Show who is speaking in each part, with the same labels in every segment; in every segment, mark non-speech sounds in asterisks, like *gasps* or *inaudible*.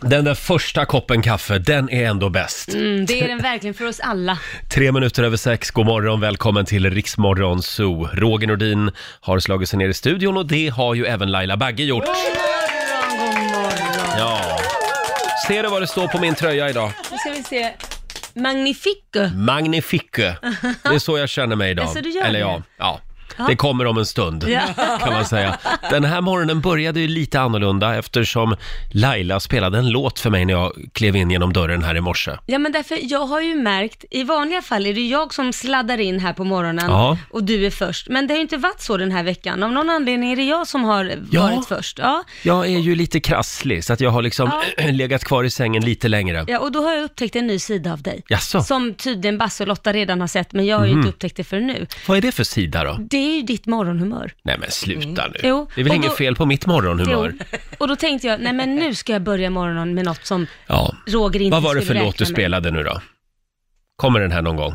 Speaker 1: Den där första koppen kaffe, den är ändå bäst.
Speaker 2: Mm, det är den verkligen för oss alla.
Speaker 1: Tre minuter över sex, god morgon, välkommen till Riksmorgon Zoo. Roger Nordin har slagit sig ner i studion och det har ju även Laila Bagge gjort. Ja. Ser du vad det står på min tröja idag?
Speaker 2: Nu ska vi se. Magnifico.
Speaker 1: Magnifique. Det är så jag känner mig idag.
Speaker 2: Alltså, du gör
Speaker 1: Eller
Speaker 2: det?
Speaker 1: ja, ja.
Speaker 2: Ja.
Speaker 1: Det kommer om en stund,
Speaker 2: Ja.
Speaker 1: kan man säga. Den här morgonen började ju lite annorlunda eftersom Laila spelade en låt för mig när jag klev in genom dörren här i morse.
Speaker 2: Ja men därför, jag har ju märkt, i vanliga fall är det jag som sladdar in här på morgonen
Speaker 1: Ja.
Speaker 2: och du är först. Men det har ju inte varit så den här veckan. Av någon anledning är det jag som har
Speaker 1: Ja.
Speaker 2: varit först. Ja.
Speaker 1: Jag är ju lite krasslig, så att jag har liksom *clears throat* legat kvar i sängen lite längre.
Speaker 2: ja, och då har jag upptäckt en ny sida av dig.
Speaker 1: Jaså?
Speaker 2: Som tydligen Basse och Lotta redan har sett, men jag har ju
Speaker 1: Mhm.
Speaker 2: inte upptäckt det förrän nu.
Speaker 1: Vad är det för sida då?
Speaker 2: Det är ju ditt morgonhumör.
Speaker 1: Nej men sluta nu.
Speaker 2: Mm. Jo,
Speaker 1: Det är väl
Speaker 2: och
Speaker 1: inget
Speaker 2: då-
Speaker 1: fel på mitt morgonhumör?
Speaker 2: Jo. Och då tänkte jag, nej men nu ska jag börja morgonen med något som
Speaker 1: Ja.
Speaker 2: Roger inte
Speaker 1: Vad var det för
Speaker 2: skulle
Speaker 1: låt du
Speaker 2: räkna med.
Speaker 1: spelade nu då? Kommer den här någon gång?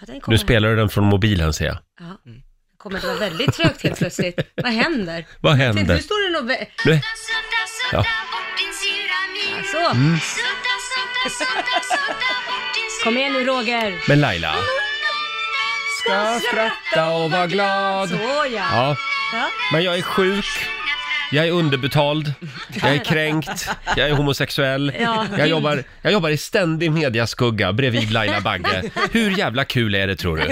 Speaker 2: Ja, den kommer
Speaker 1: Nu spelar du den från mobilen ser jag.
Speaker 2: Ja. Kommer det vara väldigt trögt helt plötsligt? Vad händer?
Speaker 1: Vad
Speaker 2: Nu
Speaker 1: händer?
Speaker 2: står det nog... vä-
Speaker 1: Nu... Ja.
Speaker 2: Alltså.
Speaker 1: Mm.
Speaker 2: Kom igen nu Roger.
Speaker 1: Men Laila. Ska skratta och vara glad.
Speaker 2: Såja.
Speaker 1: Ja.
Speaker 2: Ja.
Speaker 1: Men jag är sjuk. Jag är underbetald, jag är kränkt, jag är homosexuell,
Speaker 2: Ja.
Speaker 1: jag, jobbar, jag jobbar i ständig mediaskugga bredvid Laila Bagge. Hur jävla kul är det tror du?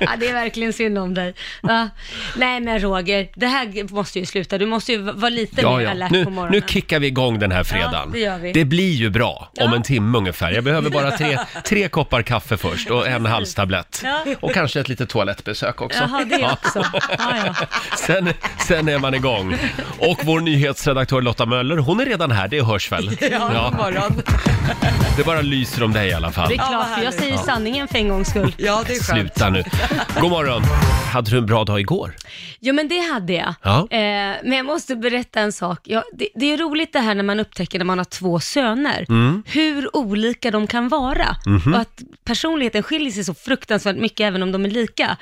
Speaker 2: ja, det är verkligen synd om dig. Va? Nej men Roger, det här måste ju sluta. Du måste ju vara lite mer alert
Speaker 1: Nu,
Speaker 2: på morgonen.
Speaker 1: nu kickar vi igång den här fredagen.
Speaker 2: Ja, det gör vi.
Speaker 1: blir ju bra om en timme ungefär. Jag behöver bara tre,
Speaker 2: *laughs*
Speaker 1: tre koppar kaffe först och en halstablett.
Speaker 2: Ja.
Speaker 1: Och kanske ett litet toalettbesök också.
Speaker 2: Jaha, det
Speaker 1: Ja.
Speaker 2: också. Ja, ja.
Speaker 1: *laughs* Sen, sen är man igång. Och vår nyhetsredaktör Lotta Möller, hon är redan här, det hörs
Speaker 2: *laughs*
Speaker 1: väl?
Speaker 3: Ja, god morgon.
Speaker 1: Det bara lyser om dig i alla fall.
Speaker 2: Det är klart, för jag säger
Speaker 1: Ja.
Speaker 2: sanningen för en gångs skull.
Speaker 3: Ja, det är
Speaker 1: Sluta
Speaker 2: *laughs*
Speaker 1: nu. God morgon. Hade du en bra dag igår?
Speaker 2: Jo, men det hade jag.
Speaker 1: Ja.
Speaker 2: Eh, men jag måste berätta en sak. Ja, det, det är roligt det här när man upptäcker när man har två söner,
Speaker 4: Mm.
Speaker 2: hur olika de kan vara.
Speaker 4: Mhm.
Speaker 2: Och att personligheten skiljer sig så fruktansvärt mycket även om de är lika.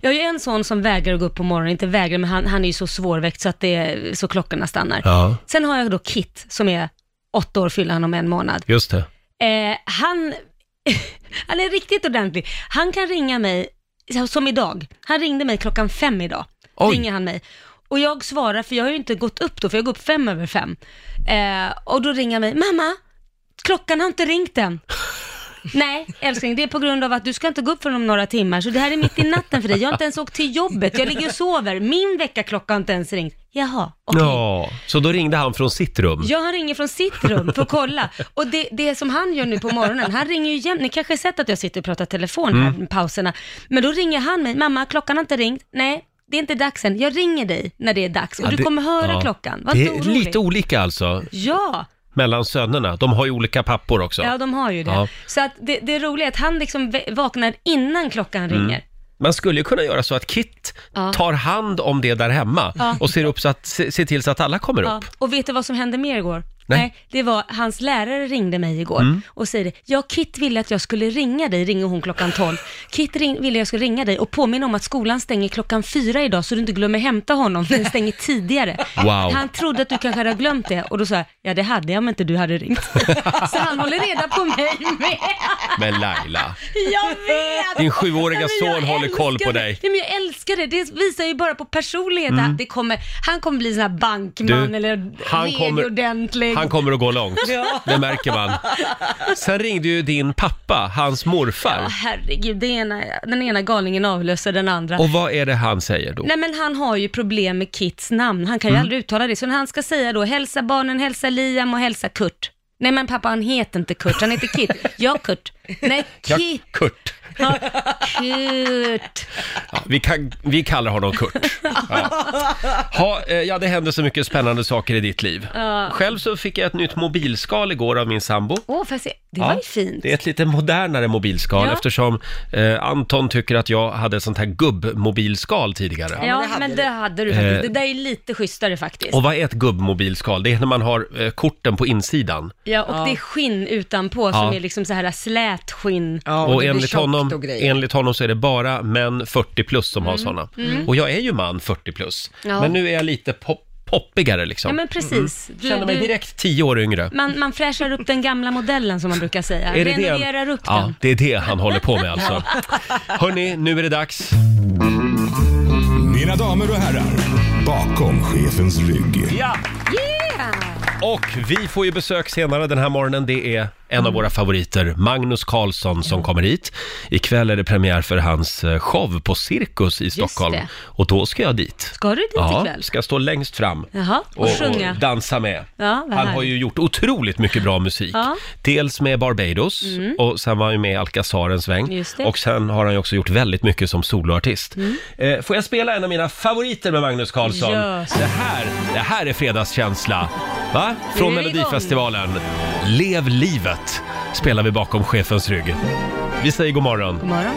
Speaker 2: Jag har ju en son som vägrar att gå upp på morgonen, inte vägrar, men han, han är ju så svårväckt så att det är, så klockorna stannar.
Speaker 1: Ja.
Speaker 2: Sen har jag då Kit som är åtta år, fyller han om en månad.
Speaker 1: Just det.
Speaker 2: Eh, han, *laughs* han är riktigt ordentlig. Han kan ringa mig, som idag, han ringde mig klockan fem idag.
Speaker 5: Oj.
Speaker 2: Ringer han mig. Och jag svarar, för jag har ju inte gått upp då, för jag går upp fem över fem. Eh, och då ringer han mig, mamma, klockan har inte ringt än. Nej, älskling, det är på grund av att du ska inte gå upp förrän om några timmar, så det här är mitt i natten för dig. Jag har inte ens åkt till jobbet, jag ligger och sover. Min veckaklocka har inte ens ringt. Jaha,
Speaker 1: Ja, så då ringde han från sitt rum.
Speaker 2: Ja, han ringer från sitt rum för att kolla. Och det, det som han gör nu på morgonen, han ringer ju jämt. Ni kanske har sett att jag sitter och pratar telefon här
Speaker 1: Mm.
Speaker 2: med pauserna. Men då ringer han mig. Mamma, klockan har inte ringt. Nej, det är inte dags än. Jag ringer dig när det är dags och
Speaker 1: Ja,
Speaker 2: du
Speaker 1: det-
Speaker 2: kommer höra
Speaker 1: ja.
Speaker 2: klockan. Var
Speaker 1: Det
Speaker 2: inte
Speaker 1: är
Speaker 2: orolig.
Speaker 1: lite olika alltså,
Speaker 2: Ja.
Speaker 1: mellan sönerna. De har ju olika pappor också.
Speaker 2: ja, de har ju det.
Speaker 1: Ja.
Speaker 2: Så att det, det roliga är att han liksom vä- vaknar innan klockan
Speaker 1: Mm.
Speaker 2: ringer.
Speaker 1: Man skulle ju kunna göra så att Kit
Speaker 2: Ja.
Speaker 1: tar hand om det där hemma
Speaker 2: Ja.
Speaker 1: och ser, upp så att, se, ser till så att alla kommer
Speaker 2: Ja.
Speaker 1: upp.
Speaker 2: Och vet du vad som hände mer igår?
Speaker 1: Nej.
Speaker 2: det var hans lärare ringde mig igår
Speaker 1: Mm.
Speaker 2: och säger ja Kit ville att jag skulle ringa dig, ringer hon klockan 12. Kit ring, ville jag skulle ringa dig och påminna om att skolan stänger klockan 4 idag så du inte glömmer hämta honom för den stänger tidigare.
Speaker 1: Wow.
Speaker 2: Han trodde att du kanske hade glömt det och då sa jag, ja det hade jag om inte du hade ringt. *laughs* så han håller reda på mig med.
Speaker 1: Men Laila,
Speaker 2: Jag vet!
Speaker 1: din sjuåriga
Speaker 2: Nej, *laughs* men jag
Speaker 1: son håller koll
Speaker 2: älskar
Speaker 1: på
Speaker 2: det.
Speaker 1: dig.
Speaker 2: Nej, men jag älskar det. Det visar ju bara på personlighet.
Speaker 1: Mm.
Speaker 2: att Det kommer, han kommer bli sån här bankman
Speaker 1: Du,
Speaker 2: eller
Speaker 1: han
Speaker 2: redig
Speaker 1: kommer-
Speaker 2: ordentlig.
Speaker 1: Han kommer att gå långt,
Speaker 2: Ja.
Speaker 1: det märker man. Sen ringde ju din pappa, hans
Speaker 2: Ja,
Speaker 1: morfar.
Speaker 2: herregud, det ena, den ena galningen avlöser den andra.
Speaker 1: Och vad är det han säger då?
Speaker 2: Nej men han har ju problem med Kits namn, han kan ju
Speaker 1: Mm.
Speaker 2: aldrig uttala det. Så när han ska säga då, hälsa barnen, hälsa Liam och hälsa Kurt. Nej men pappa, han heter inte Kurt, han heter
Speaker 1: *laughs*
Speaker 2: Kit. Ja Kurt. Nej,
Speaker 1: Ja,
Speaker 2: Kit.
Speaker 1: Kurt.
Speaker 2: Ja, Kurt.
Speaker 1: Ja, vi, kan, vi kallar honom
Speaker 2: *laughs*
Speaker 1: Kurt. Ja. Ha, eh, ja, det händer så mycket spännande saker i ditt liv.
Speaker 2: Ja.
Speaker 1: Själv så fick jag ett nytt mobilskal igår av min sambo.
Speaker 2: Åh, får jag se? Det
Speaker 1: Ja,
Speaker 2: var ju fint.
Speaker 1: Det är ett lite modernare mobilskal
Speaker 2: Ja.
Speaker 1: eftersom eh, Anton tycker att jag hade ett sånt här gubbmobilskal tidigare.
Speaker 2: Ja, men det hade, du faktiskt.
Speaker 1: Eh.
Speaker 2: Det där är ju lite schysstare faktiskt.
Speaker 1: Och vad är ett gubbmobilskal? Det är när man har eh, korten på insidan.
Speaker 2: Ja, och det är skinn utanpå som
Speaker 1: Ja.
Speaker 2: är liksom så här slät skinn.
Speaker 1: och enligt honom, enligt honom så är det bara män 40 plus som har sådana.
Speaker 2: Mm.
Speaker 1: Och jag är ju man 40 plus.
Speaker 2: Ja.
Speaker 1: Men nu är jag lite på, poppigare liksom.
Speaker 2: Ja men precis.
Speaker 4: Mm-hmm.
Speaker 2: Du-
Speaker 1: Känner mig
Speaker 2: du- Mm.
Speaker 1: direkt tio år yngre.
Speaker 2: Man, man fräschar upp den gamla modellen som man brukar säga. Renoverar upp
Speaker 1: Ja,
Speaker 2: den.
Speaker 1: det är det han håller på med alltså.
Speaker 2: *laughs*
Speaker 1: Hörni, nu är det dags.
Speaker 3: Mina damer och herrar, bakom chefens rygg.
Speaker 1: Ja! Och vi får ju besök senare den här morgonen. Det är en av våra favoriter, Magnus Carlsson, som kommer hit. Ikväll är det premiär för hans eh, show på Cirkus i Stockholm.
Speaker 2: det.
Speaker 1: Och då ska jag dit.
Speaker 2: Ska du dit
Speaker 1: Ja,
Speaker 2: ikväll?
Speaker 1: ska stå längst fram.
Speaker 2: Jaha, och, sjunga.
Speaker 1: dansa med.
Speaker 2: Ja, vad
Speaker 1: han har
Speaker 2: härligt.
Speaker 1: ju gjort otroligt mycket bra musik.
Speaker 2: Ja. Mm.
Speaker 1: Dels med Barbados och sen var han ju med i Alcazar en sväng.
Speaker 2: Just det. Mm.
Speaker 1: Och sen har han ju också gjort väldigt mycket som soloartist. Eh, får jag spela en av mina favoriter med Magnus Karlsson?
Speaker 2: Gör så.
Speaker 1: Det här, det här är fredagskänsla. Va? Från
Speaker 2: Nu är vi
Speaker 1: Melodifestivalen. Lev livet spelar vi bakom chefens rygg. Vi säger god morgon.
Speaker 2: God morgon.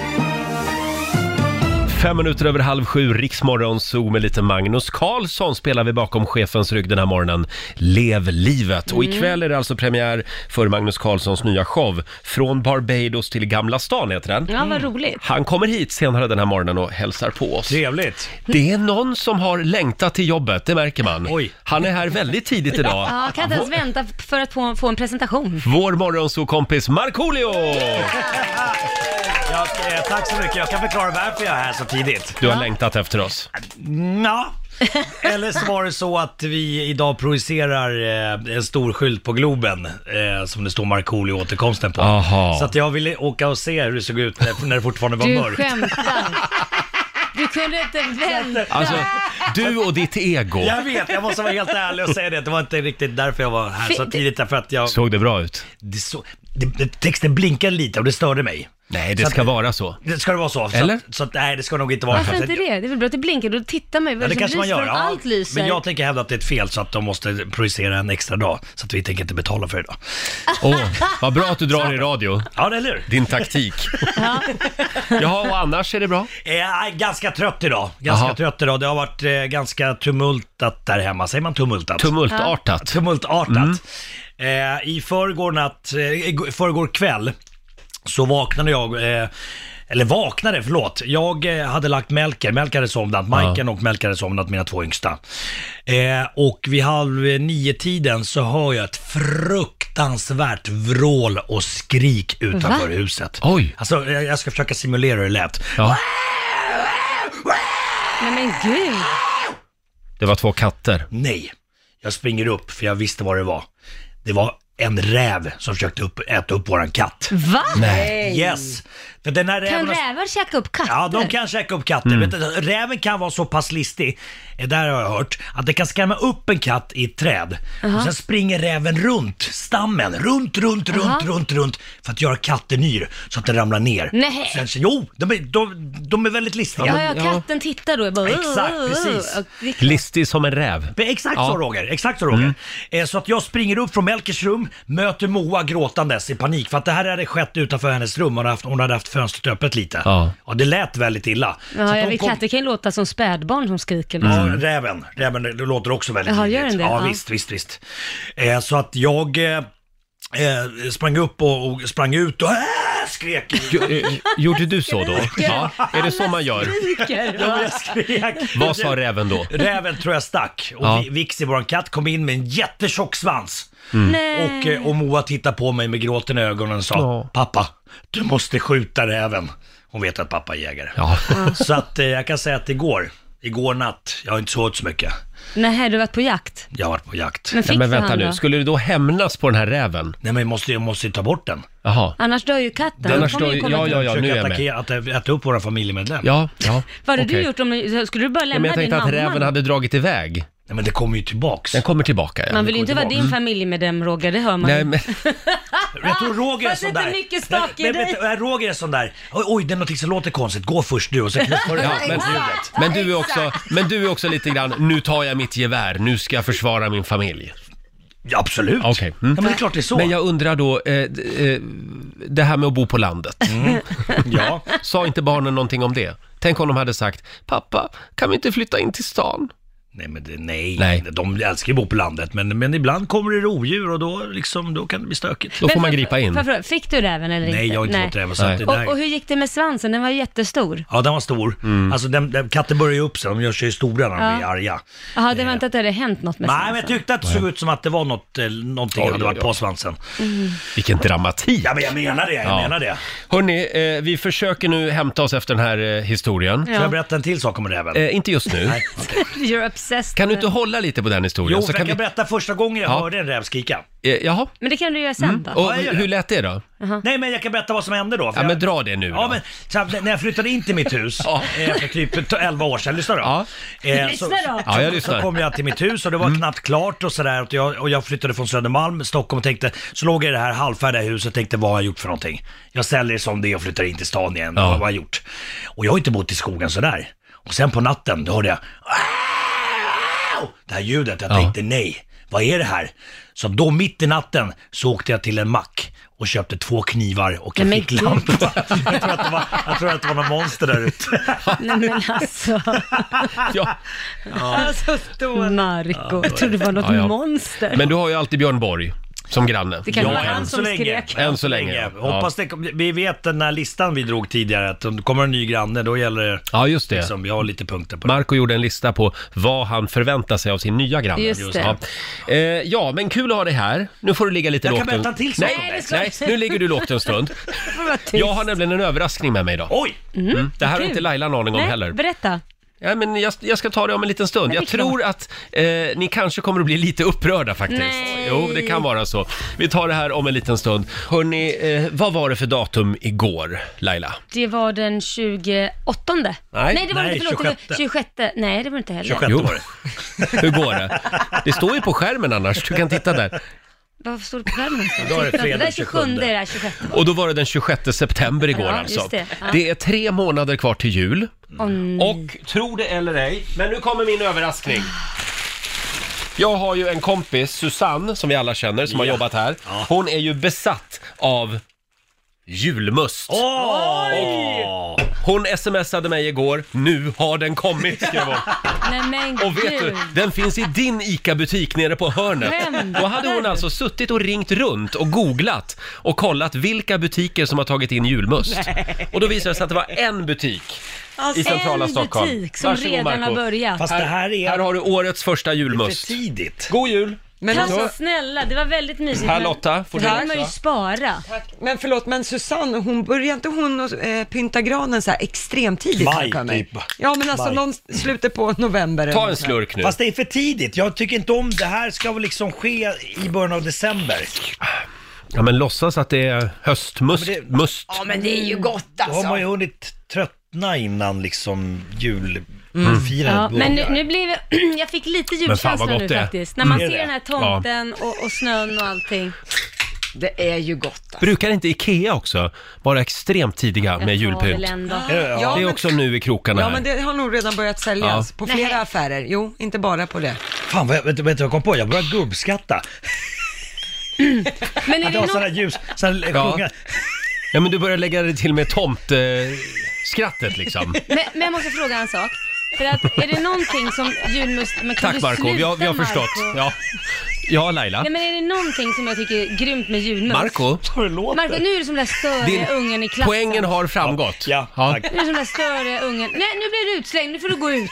Speaker 1: Fem minuter över halv sju, Riksmorgon Zoo med lite Magnus Karlsson spelar vi bakom chefens rygg den här morgonen. Lev livet! Och
Speaker 2: Mm.
Speaker 1: ikväll är det alltså premiär för Magnus Karlssons nya show, Från Barbados till Gamla stan heter den.
Speaker 2: Ja, vad roligt.
Speaker 1: Han kommer hit senare den här morgonen och hälsar på oss.
Speaker 4: Trevligt.
Speaker 1: Det är någon som har längtat till jobbet, det märker man.
Speaker 4: Oj.
Speaker 1: Han är här väldigt tidigt idag.
Speaker 2: Ja, kan inte ens vänta för att få, få en presentation.
Speaker 1: Vår morgonsokompis Markoolio!
Speaker 4: Jag, eh, tack så mycket. Jag kan förklara varför jag är här så tidigt.
Speaker 1: Du har längtat efter oss.
Speaker 4: Ja. *laughs* Eller så var det så att vi idag projicerar eh, en stor skylt på Globen eh, som det står Markoolio återkomsten på.
Speaker 1: Aha.
Speaker 4: Så att jag ville åka och se hur det såg ut när, när det fortfarande var
Speaker 2: Du
Speaker 4: mörkt.
Speaker 2: skämtar. Du
Speaker 4: *laughs*
Speaker 2: kunde inte vänta.
Speaker 1: Alltså, du och ditt ego.
Speaker 4: Jag vet, jag måste vara helt ärlig och säga det. Det var inte riktigt därför jag var här så
Speaker 2: Fi-
Speaker 4: tidigt. Därför att jag...
Speaker 1: Såg det bra ut?
Speaker 4: Det så, det, det, texten blinkade lite och det störde mig.
Speaker 1: Nej, det
Speaker 4: Så att-
Speaker 1: ska vara så.
Speaker 4: Det ska det vara så?
Speaker 1: Eller?
Speaker 4: Så, att- så att, nej, det ska nog inte vara
Speaker 2: Varför
Speaker 4: så.
Speaker 2: inte det? Det är väl bra att det blinkar, då tittar man ju.
Speaker 4: Ja,
Speaker 2: Vad
Speaker 4: det
Speaker 2: som
Speaker 4: kanske man
Speaker 2: lyser
Speaker 4: gör.
Speaker 2: om
Speaker 4: Ja.
Speaker 2: Allt lyser.
Speaker 4: Men jag tänker hävda att det är ett fel så att de måste projicera en extra dag. Så att vi tänker inte betala för idag.
Speaker 1: Åh, vad bra att du drar i radio.
Speaker 4: Ja, eller hur?
Speaker 1: Din taktik. Jaha, och annars är det bra?
Speaker 4: Jag är Eh, ganska trött idag. Ganska
Speaker 1: Jaha.
Speaker 4: trött idag. Det har varit eh, ganska tumultat där hemma. Säger man tumultat?
Speaker 1: Tumultartat.
Speaker 4: tumultartat. Eh, I förrgår natt, eh, i förrgår kväll, så vaknade jag, eh, eller vaknade, förlåt. Jag eh, hade lagt Melker, Melker hade somnat, Majken och Melker hade somnat, mina två yngsta. Eh, och vid halv eh, nio-tiden så hör jag ett fruktansvärt vrål och skrik utanför
Speaker 2: Va?
Speaker 4: huset.
Speaker 1: Oj.
Speaker 4: Alltså, jag jag ska försöka simulera hur det lät.
Speaker 1: Ja,
Speaker 2: Nej men gud.
Speaker 1: det var två katter.
Speaker 4: Nej, jag springer upp för jag visste vad det var. Det var en räv som försökte upp, äta upp våran katt.
Speaker 2: Va?
Speaker 4: Yes! För den här
Speaker 2: Kan
Speaker 4: räven... har-
Speaker 2: rävar käka upp katter?
Speaker 4: Ja, de kan käka upp katter. Vet du, räven kan vara så pass listig, eh, där har jag hört, att den kan skrämma upp en katt i ett träd. Och sen springer räven runt stammen, runt, runt, runt,
Speaker 2: Aha.
Speaker 4: runt, runt, för att göra katten yr, så att den ramlar ner.
Speaker 2: Nej.
Speaker 4: Sen, så- jo, de är, de, de är väldigt listiga.
Speaker 2: Ja, ja, katten tittar då. Jag bara,
Speaker 4: Exakt,
Speaker 2: "Åh, åh, åh."
Speaker 4: precis.
Speaker 2: Och det-
Speaker 1: Listig som en räv.
Speaker 4: Men Exakt
Speaker 1: Ja. Mm.
Speaker 4: så Roger, exakt så Roger. Eh, så att jag springer upp från Melkers rum, möter Moa gråtandes i panik för att det här hade skett utanför hennes rum, hon hade haft, hon hade haft fönstret öppet lite.
Speaker 1: Ja.
Speaker 4: Och det lät väldigt illa. Så
Speaker 2: Ja,
Speaker 4: att
Speaker 2: jag
Speaker 4: hon
Speaker 2: vet,
Speaker 4: kom-
Speaker 2: katter kan ju låta som spädbarn som skriker.
Speaker 1: Mm.
Speaker 2: liksom.
Speaker 4: Ja, räven. Räven det låter också väldigt
Speaker 2: Jaha,
Speaker 4: ljudligt.
Speaker 2: gör den det?
Speaker 4: Ja,
Speaker 2: Ja.
Speaker 4: visst, visst, visst. Eh, så att jag eh, eh, sprang upp och, och sprang ut och äh,
Speaker 2: *laughs*
Speaker 4: skrek.
Speaker 1: eh, Gjorde du så då? Ja, är det så man gör? *laughs*
Speaker 2: Skriker.
Speaker 4: Ja, men jag skrek.
Speaker 1: Vad sa räven då?
Speaker 4: Räven tror jag stack och
Speaker 1: Ja.
Speaker 4: ja. Vixi, våran katt, kom in med en jättetjock svans.
Speaker 1: Mm.
Speaker 2: Nej.
Speaker 4: Och, eh, och Moa tittade på mig med gråten i ögonen och sa
Speaker 1: Ja.
Speaker 4: “Pappa, du måste skjuta räven”. Hon vet att pappa är jägare.
Speaker 1: Ja.
Speaker 4: *laughs* Så att eh, jag kan säga att igår, igår natt, jag har inte sovit så mycket.
Speaker 2: Nej, du har varit på jakt.
Speaker 4: Jag har varit på jakt.
Speaker 2: Men fick
Speaker 1: Nej, men
Speaker 2: du
Speaker 1: vänta
Speaker 2: han då?
Speaker 1: nu, skulle du då hämnas på den här räven?
Speaker 4: Nej men jag måste, jag måste ju ta bort den.
Speaker 1: Jaha.
Speaker 2: Annars dör ju katten.
Speaker 1: Annars
Speaker 2: kommer
Speaker 1: dör ju-
Speaker 2: komma
Speaker 1: ja,
Speaker 2: till-
Speaker 1: ja, ja. nu är
Speaker 4: Försöka
Speaker 1: jag med.
Speaker 4: attackera, att eh, äta upp våra familjemedlemmar.
Speaker 1: Ja, ja.
Speaker 2: Vad hade
Speaker 1: okej.
Speaker 2: du gjort om du, skulle du bara
Speaker 1: Ja, men
Speaker 2: lämna
Speaker 1: jag
Speaker 2: din
Speaker 1: tänkte att
Speaker 2: mamma?
Speaker 1: räven hade dragit iväg.
Speaker 4: Nej men det kommer ju tillbaks.
Speaker 1: Den kommer tillbaka, ja.
Speaker 2: Man vill ju inte vara din familjemedlem Roger, det hör man
Speaker 1: Nej,
Speaker 2: ju.
Speaker 1: men,
Speaker 4: Jag tror Roger är
Speaker 2: Fast
Speaker 4: sån
Speaker 2: inte
Speaker 4: där.
Speaker 2: mycket stak i
Speaker 4: men,
Speaker 2: dig.
Speaker 4: men, men, Roger är sån där. Oj, oj, det är någonting som låter konstigt. Gå först du och
Speaker 1: *laughs*
Speaker 4: sen knäpper du
Speaker 1: ja,
Speaker 4: av
Speaker 1: men,
Speaker 4: ljudet.
Speaker 1: men, du är också, men du är också lite grann, nu tar jag mitt gevär, nu ska jag försvara min familj.
Speaker 4: Ja, absolut.
Speaker 1: Okej, mm.
Speaker 4: Ja, men det är klart det är så.
Speaker 1: Men jag undrar då, eh, d- eh, det här med att bo på landet.
Speaker 4: Mm. *laughs* Ja.
Speaker 1: Sa inte barnen någonting om det? Tänk om de hade sagt, pappa, kan vi inte flytta in till stan?
Speaker 4: Nej, men det, nej.
Speaker 1: Nej.
Speaker 4: de älskar ju att bo på landet, men, men ibland kommer det rovdjur och då, liksom, då kan det bli stökigt.
Speaker 1: Då får man gripa in.
Speaker 2: Får jag fråga, Fick du räven eller inte?
Speaker 4: Nej, jag har inte fått räva så att det
Speaker 2: Och, och
Speaker 4: där...
Speaker 2: hur gick det med svansen? Den var jättestor.
Speaker 4: Ja, den var stor.
Speaker 1: Mm.
Speaker 4: Alltså, den, den, katten börjar ju upp sig, de gör sig ju stora när de
Speaker 2: Ja.
Speaker 4: blir arga.
Speaker 2: Jaha, det var inte att det hade hänt något med
Speaker 4: Nej,
Speaker 2: svansen?
Speaker 4: men jag tyckte att det såg ut som att det var något, eh, någonting
Speaker 1: Oj,
Speaker 4: hade varit
Speaker 1: oj,
Speaker 4: på
Speaker 1: oj.
Speaker 4: svansen.
Speaker 1: Vilken dramatik!
Speaker 4: Ja, men jag menar det, jag
Speaker 1: Ja.
Speaker 4: menar det.
Speaker 1: Hörni, eh, vi försöker nu hämta oss efter den här eh, historien.
Speaker 4: Får jag
Speaker 2: ja.
Speaker 4: berätta en till sak om räven?
Speaker 1: Eh, inte just nu.
Speaker 2: *laughs* You're obsessed.
Speaker 1: Kan du
Speaker 2: med-
Speaker 1: inte hålla lite på den historien?
Speaker 4: Jo, för jag
Speaker 1: kan
Speaker 4: kan berätta första gången jag
Speaker 1: Ja.
Speaker 4: hörde en räv skrika.
Speaker 1: eh, jaha,
Speaker 2: Men det kan du göra sen då.
Speaker 1: och
Speaker 4: jag gör det.
Speaker 1: hur lät det då?
Speaker 4: Nej, men jag kan berätta vad som hände då. för
Speaker 1: Ja, men
Speaker 4: jag-
Speaker 1: dra det nu
Speaker 4: Ja,
Speaker 1: då.
Speaker 4: men så här, när jag flyttade in till mitt hus
Speaker 1: *laughs* Ja.
Speaker 4: eh, för typ 11 år sedan, lyssna då.
Speaker 1: Ja.
Speaker 4: Eh,
Speaker 2: Lyssna
Speaker 4: så,
Speaker 2: då.
Speaker 1: Ja, jag
Speaker 4: så
Speaker 1: lyssnar. Mm.
Speaker 4: kom jag till mitt hus och det var knappt klart och sådär och jag, och jag flyttade från Södermalm, Stockholm och tänkte, så låg jag i det här halvfärdiga huset och tänkte vad har jag gjort för någonting? Jag säljer det som det är och flyttar in till stan igen,
Speaker 1: Ja.
Speaker 4: vad har jag gjort? Och jag har inte bott i skogen sådär. Och sen på natten, då hörde jag "Au!" det här ljudet, jag
Speaker 1: Ja.
Speaker 4: tänkte nej, vad är det här? Så då mitt i natten så åkte jag till en mack och köpte två knivar och en
Speaker 2: Nej, men
Speaker 4: ficklampa. *laughs* Jag tror, att det var, jag tror att det var någon monster där
Speaker 2: *laughs*
Speaker 4: ute.
Speaker 2: Nej
Speaker 5: *laughs*
Speaker 2: men alltså,
Speaker 1: Ja,
Speaker 5: Alltså stor.
Speaker 2: Marco. Jag trodde det var något
Speaker 1: Ja, ja.
Speaker 2: monster.
Speaker 1: men du har ju alltid Björn Borg som granne.
Speaker 2: Det kan
Speaker 1: Ja,
Speaker 2: vara
Speaker 1: än
Speaker 2: han
Speaker 1: så-
Speaker 2: som skrek.
Speaker 1: Än så länge, ja.
Speaker 4: Hoppas det, kom- vi vet den här listan vi drog tidigare, att om det kommer en ny granne, då gäller det,
Speaker 1: Ja, just det.
Speaker 4: liksom, vi har lite punkter på det.
Speaker 1: Marco gjorde en lista på vad han förväntar sig av sin nya granne.
Speaker 2: Just det.
Speaker 1: Ja. Eh, ja, men kul att ha dig här. Nu får du ligga lite
Speaker 4: Jag
Speaker 1: lågt.
Speaker 4: kan berätta
Speaker 1: en-
Speaker 4: en till sak om
Speaker 1: nej,
Speaker 4: dig.
Speaker 1: nej, nu ligger du lågt en
Speaker 2: *laughs*
Speaker 1: stund. Jag har nämligen en överraskning med mig idag.
Speaker 4: Oj!
Speaker 1: Mm. Det här har
Speaker 2: kul.
Speaker 1: inte Laila en aning om
Speaker 2: Nej,
Speaker 1: heller.
Speaker 2: berätta.
Speaker 1: Ja, men jag, jag ska ta det om en liten stund.
Speaker 2: Nej,
Speaker 1: Jag
Speaker 2: det är klart.
Speaker 1: tror att eh, ni kanske kommer att bli lite upprörda faktiskt.
Speaker 2: Nej.
Speaker 1: Jo, det kan vara så. Vi tar det här om en liten stund. Hörni, eh, vad var det för datum igår, Laila?
Speaker 2: Det var den 28. Nej, det var
Speaker 4: nej,
Speaker 2: inte, förlåt. 26.
Speaker 4: 26.
Speaker 2: 26. Nej, det var inte heller.
Speaker 4: 26
Speaker 1: Jo.
Speaker 4: var det.
Speaker 1: Hur går det? Det står ju på skärmen annars, du kan titta där.
Speaker 2: Varför står det på skärmen? någonstans?
Speaker 4: Idag är det
Speaker 2: Titta,
Speaker 4: fredag
Speaker 2: där 27.
Speaker 4: 27.
Speaker 2: Det där 26.
Speaker 1: Och då var det den 26 september igår
Speaker 2: Ja,
Speaker 1: alltså.
Speaker 2: just
Speaker 1: Det.
Speaker 2: det. Ja.
Speaker 1: är tre månader kvar till jul.
Speaker 2: Åh, nej.
Speaker 1: Och tro det eller ej, men nu kommer min överraskning. Jag har ju en kompis, Susanne, som vi alla känner, som har
Speaker 4: Ja.
Speaker 1: jobbat här.
Speaker 4: Ja.
Speaker 1: Hon är ju besatt av julmust.
Speaker 4: Åh!
Speaker 1: Hon smsade mig igår, nu har den kommit, skrev hon.
Speaker 2: Nej men
Speaker 1: Och vet
Speaker 2: gud.
Speaker 1: du, den finns i din ICA-butik nere på hörnet.
Speaker 2: Skämtar
Speaker 1: Då hade hon
Speaker 2: du?
Speaker 1: alltså suttit och ringt runt och googlat och kollat vilka butiker som har tagit in julmust. Och då visade det sig att det var en butik i
Speaker 5: Alltså,
Speaker 1: centrala
Speaker 2: en
Speaker 1: Stockholm.
Speaker 2: butik som
Speaker 1: Varsågod,
Speaker 2: redan har
Speaker 1: Marco.
Speaker 2: börjat.
Speaker 4: Fast det här
Speaker 1: Här
Speaker 4: är
Speaker 1: har du årets första
Speaker 4: för
Speaker 1: julmust.
Speaker 4: tidigt.
Speaker 1: God jul!
Speaker 5: men,
Speaker 2: Alltså
Speaker 5: alltså,
Speaker 2: snälla, det var väldigt mysigt.
Speaker 1: Här,
Speaker 2: men
Speaker 1: Lotta, får
Speaker 2: Det
Speaker 1: du
Speaker 2: här kan man ju
Speaker 1: också.
Speaker 2: spara.
Speaker 5: men förlåt, men Susanne, hon börjar inte hon och, eh, pynta granen så här extremt tidigt?
Speaker 4: Maj,
Speaker 5: har jag för mig?
Speaker 4: typ.
Speaker 5: Ja, men alltså
Speaker 4: Maj.
Speaker 5: någon slutet på november.
Speaker 1: Ta
Speaker 5: eller
Speaker 1: en
Speaker 5: så.
Speaker 1: slurk nu.
Speaker 4: Fast det är för tidigt. Jag tycker inte om det här ska väl liksom ske i början av december.
Speaker 1: Ja, men låtsas att det är höstmust.
Speaker 4: Ja, men
Speaker 1: Must.
Speaker 5: Ja, men det är ju gott
Speaker 4: Då har
Speaker 5: alltså.
Speaker 4: man ju hunnit tröttna innan liksom julfirandet
Speaker 2: Mm. Ja, men nu,
Speaker 4: börjar.
Speaker 2: nu blev *clears throat* jag, jag fick lite
Speaker 1: Men fan vad
Speaker 2: julkänsla nu
Speaker 1: gott det är.
Speaker 2: faktiskt. När man
Speaker 4: Mm.
Speaker 2: ser den här tomten och, och snön och allting.
Speaker 5: Det är ju gott. Alltså.
Speaker 1: Brukar inte Ikea också vara extremt tidiga med
Speaker 2: Jag tar väl
Speaker 1: julpynt?
Speaker 2: ändå.
Speaker 4: Ja, ja.
Speaker 1: Det är också nu i krokarna
Speaker 5: Ja,
Speaker 1: här.
Speaker 5: men det har nog redan börjat säljas
Speaker 1: Ja.
Speaker 5: på flera
Speaker 2: Nej.
Speaker 5: affärer. Jo, inte bara på det.
Speaker 4: Fan, vad jag, vet, du- vet du vad jag kom på? Jag börjar gubbskatta.
Speaker 2: Men är
Speaker 4: Att
Speaker 2: det
Speaker 4: jag har
Speaker 2: någon...
Speaker 4: sådana här ljus, sådana här
Speaker 1: Ja.
Speaker 4: sjunga.
Speaker 1: Ja, men du börjar lägga det till med tomteskrattet liksom.
Speaker 2: men, men jag måste fråga en sak. För att, är det någonting som julmust... Men kan
Speaker 1: Tack
Speaker 2: du
Speaker 1: Marco, vi har, vi har
Speaker 2: sluta,
Speaker 1: förstått.
Speaker 2: Marco?
Speaker 1: Ja, ja Laila.
Speaker 2: Nej men är det någonting som jag tycker är grymt med julmust?
Speaker 1: Marco,
Speaker 4: Hur det låter.
Speaker 2: Marco, nu är det som den där störiga
Speaker 1: Din-
Speaker 2: ungen i klassen.
Speaker 1: poängen har framgått.
Speaker 4: Ja, tack.
Speaker 2: Nu är det som den där störiga ungen. Nej, nu blir du utslängd. Nu får du gå ut.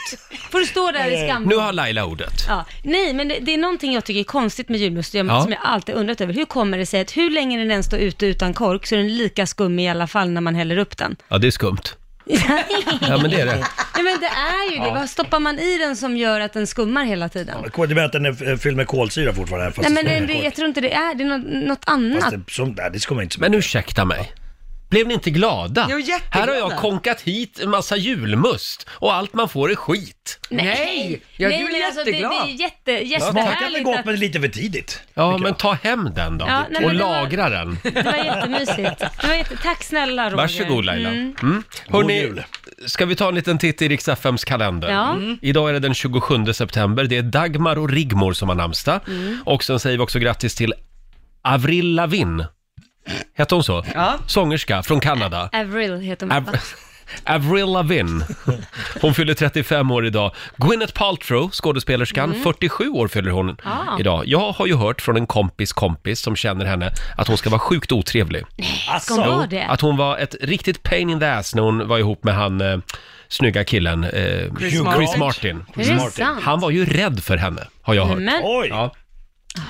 Speaker 2: får du stå där i skam.
Speaker 1: Nu har Laila ordet.
Speaker 2: Ja, nej, men det, det är någonting jag tycker är konstigt med julmust som
Speaker 1: Ja.
Speaker 2: jag alltid undrat över. Hur kommer det sig att hur länge den än står ute utan kork så är den lika skum i alla fall när man häller upp den?
Speaker 1: Ja, det är
Speaker 2: *laughs*
Speaker 1: skumt. Ja, men det är det.
Speaker 2: Nej, men det är ju det. Vad stoppar man i den som gör att den skummar hela tiden?
Speaker 4: Du menar att den är eh, fylld med kolsyra fortfarande? Fast
Speaker 2: Nej, men
Speaker 4: det,
Speaker 2: det, det, jag tror inte det är. Det är något, något annat.
Speaker 4: fast det, som, nej, det ska man inte så
Speaker 1: Men ursäkta mig. Blev ni inte glada?
Speaker 5: Jo, jätteglada.
Speaker 1: Här har jag konkat hit en massa julmust och allt man får är skit.
Speaker 5: Nej, jag är ju
Speaker 2: men alltså, det, det
Speaker 5: jätteglad.
Speaker 2: är jätte,
Speaker 4: Smakar det
Speaker 2: jättehärligt.
Speaker 4: gott
Speaker 2: att-
Speaker 4: men lite för tidigt.
Speaker 1: Ja,
Speaker 4: tycker
Speaker 1: men
Speaker 4: jag.
Speaker 1: ta hem den då
Speaker 2: Ja, nej, men
Speaker 1: och
Speaker 2: det var-
Speaker 1: lagra den.
Speaker 2: Det var jättemysigt. Det var jätte, tack snälla Roger.
Speaker 1: Varsågod Laila.
Speaker 2: Mm.
Speaker 1: Mm. Hörni,
Speaker 4: jul.
Speaker 1: ska vi ta en liten titt i riks FMs kalender?
Speaker 2: Ja.
Speaker 1: Idag är det den 27 september. Det är Dagmar och Rigmor som har namnsdag.
Speaker 2: Mm.
Speaker 1: Och sen säger vi också grattis till Avril Lavigne. Hette hon så?
Speaker 5: Ja.
Speaker 1: Sångerska från Kanada.
Speaker 2: Avril heter hon.
Speaker 1: Av- *laughs* Avril Lavigne. Hon fyller 35 år idag. Gwyneth Paltrow, skådespelerskan, 47 år fyller hon
Speaker 2: Mm. Ah.
Speaker 1: idag. Jag har ju hört från en kompis kompis som känner henne att hon ska vara sjukt otrevlig.
Speaker 2: Ska hon
Speaker 4: Alltså,
Speaker 2: vara det?
Speaker 1: Att hon var ett riktigt pain in the ass när hon var ihop med han eh, snygga killen eh, Chris,
Speaker 5: Martin.
Speaker 1: Martin.
Speaker 2: Är det sant?
Speaker 1: Han var ju rädd för henne, har jag hört.
Speaker 2: Men,
Speaker 4: oj!
Speaker 1: Ja.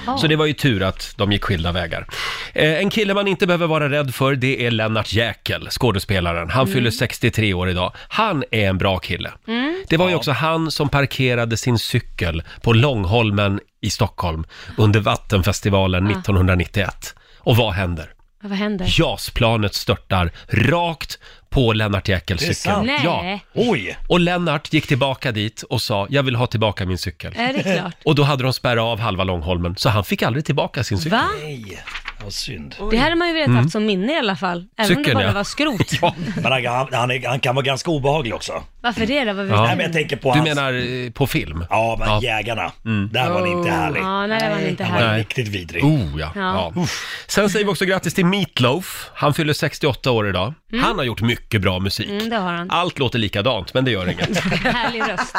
Speaker 2: Ja.
Speaker 1: Så det var ju tur att de gick skilda vägar. Eh, en kille man inte behöver vara rädd för, det är Lennart Jäkel, skådespelaren.
Speaker 2: Mm.
Speaker 1: Han fyller 63 år idag. Han är en bra kille.
Speaker 2: Mm.
Speaker 1: Det var ju också han som parkerade sin cykel på Långholmen i Stockholm under Vattenfestivalen
Speaker 2: Ah.
Speaker 1: 1991. Och vad händer?
Speaker 2: vad händer?
Speaker 1: JAS-planet störtar rakt på Lennart Jäkels
Speaker 4: Det är
Speaker 1: cykel.
Speaker 4: sant.
Speaker 2: Nej,
Speaker 1: Ja.
Speaker 4: Oj!
Speaker 1: Och Lennart gick tillbaka dit och sa, jag vill ha tillbaka min cykel.
Speaker 2: är det klart?
Speaker 1: Och då hade de spärrat av halva Långholmen, så han fick aldrig tillbaka sin cykel.
Speaker 2: Va?
Speaker 4: Nej, vad synd.
Speaker 2: Det hade man ju velat haft som minne i alla fall. Även om det
Speaker 1: Mm. Cykeln,
Speaker 2: bara
Speaker 1: ja.
Speaker 2: var skrot.
Speaker 1: *laughs* Ja.
Speaker 4: Men han, han, han, är, han kan vara ganska obehaglig också.
Speaker 2: Varför det då? Vad
Speaker 1: Ja.
Speaker 2: ja.
Speaker 4: Nej, men jag tänker på
Speaker 1: Du
Speaker 4: hans...
Speaker 1: menar Mm. eh, på film?
Speaker 4: Ja, men jägarna. Där var han inte härlig.
Speaker 2: Oh. Ja, nej, det var inte
Speaker 4: Han var
Speaker 2: här.
Speaker 1: Nej.
Speaker 4: riktigt vidrig.
Speaker 1: Oh, ja.
Speaker 2: Ja.
Speaker 1: Ja. Sen säger vi också grattis till Meatloaf. Han fyller 68 år idag. Han har gjort mycket bra musik.
Speaker 2: Mm, det har han.
Speaker 1: Allt låter likadant, men det gör inget.
Speaker 2: *laughs* Härlig röst.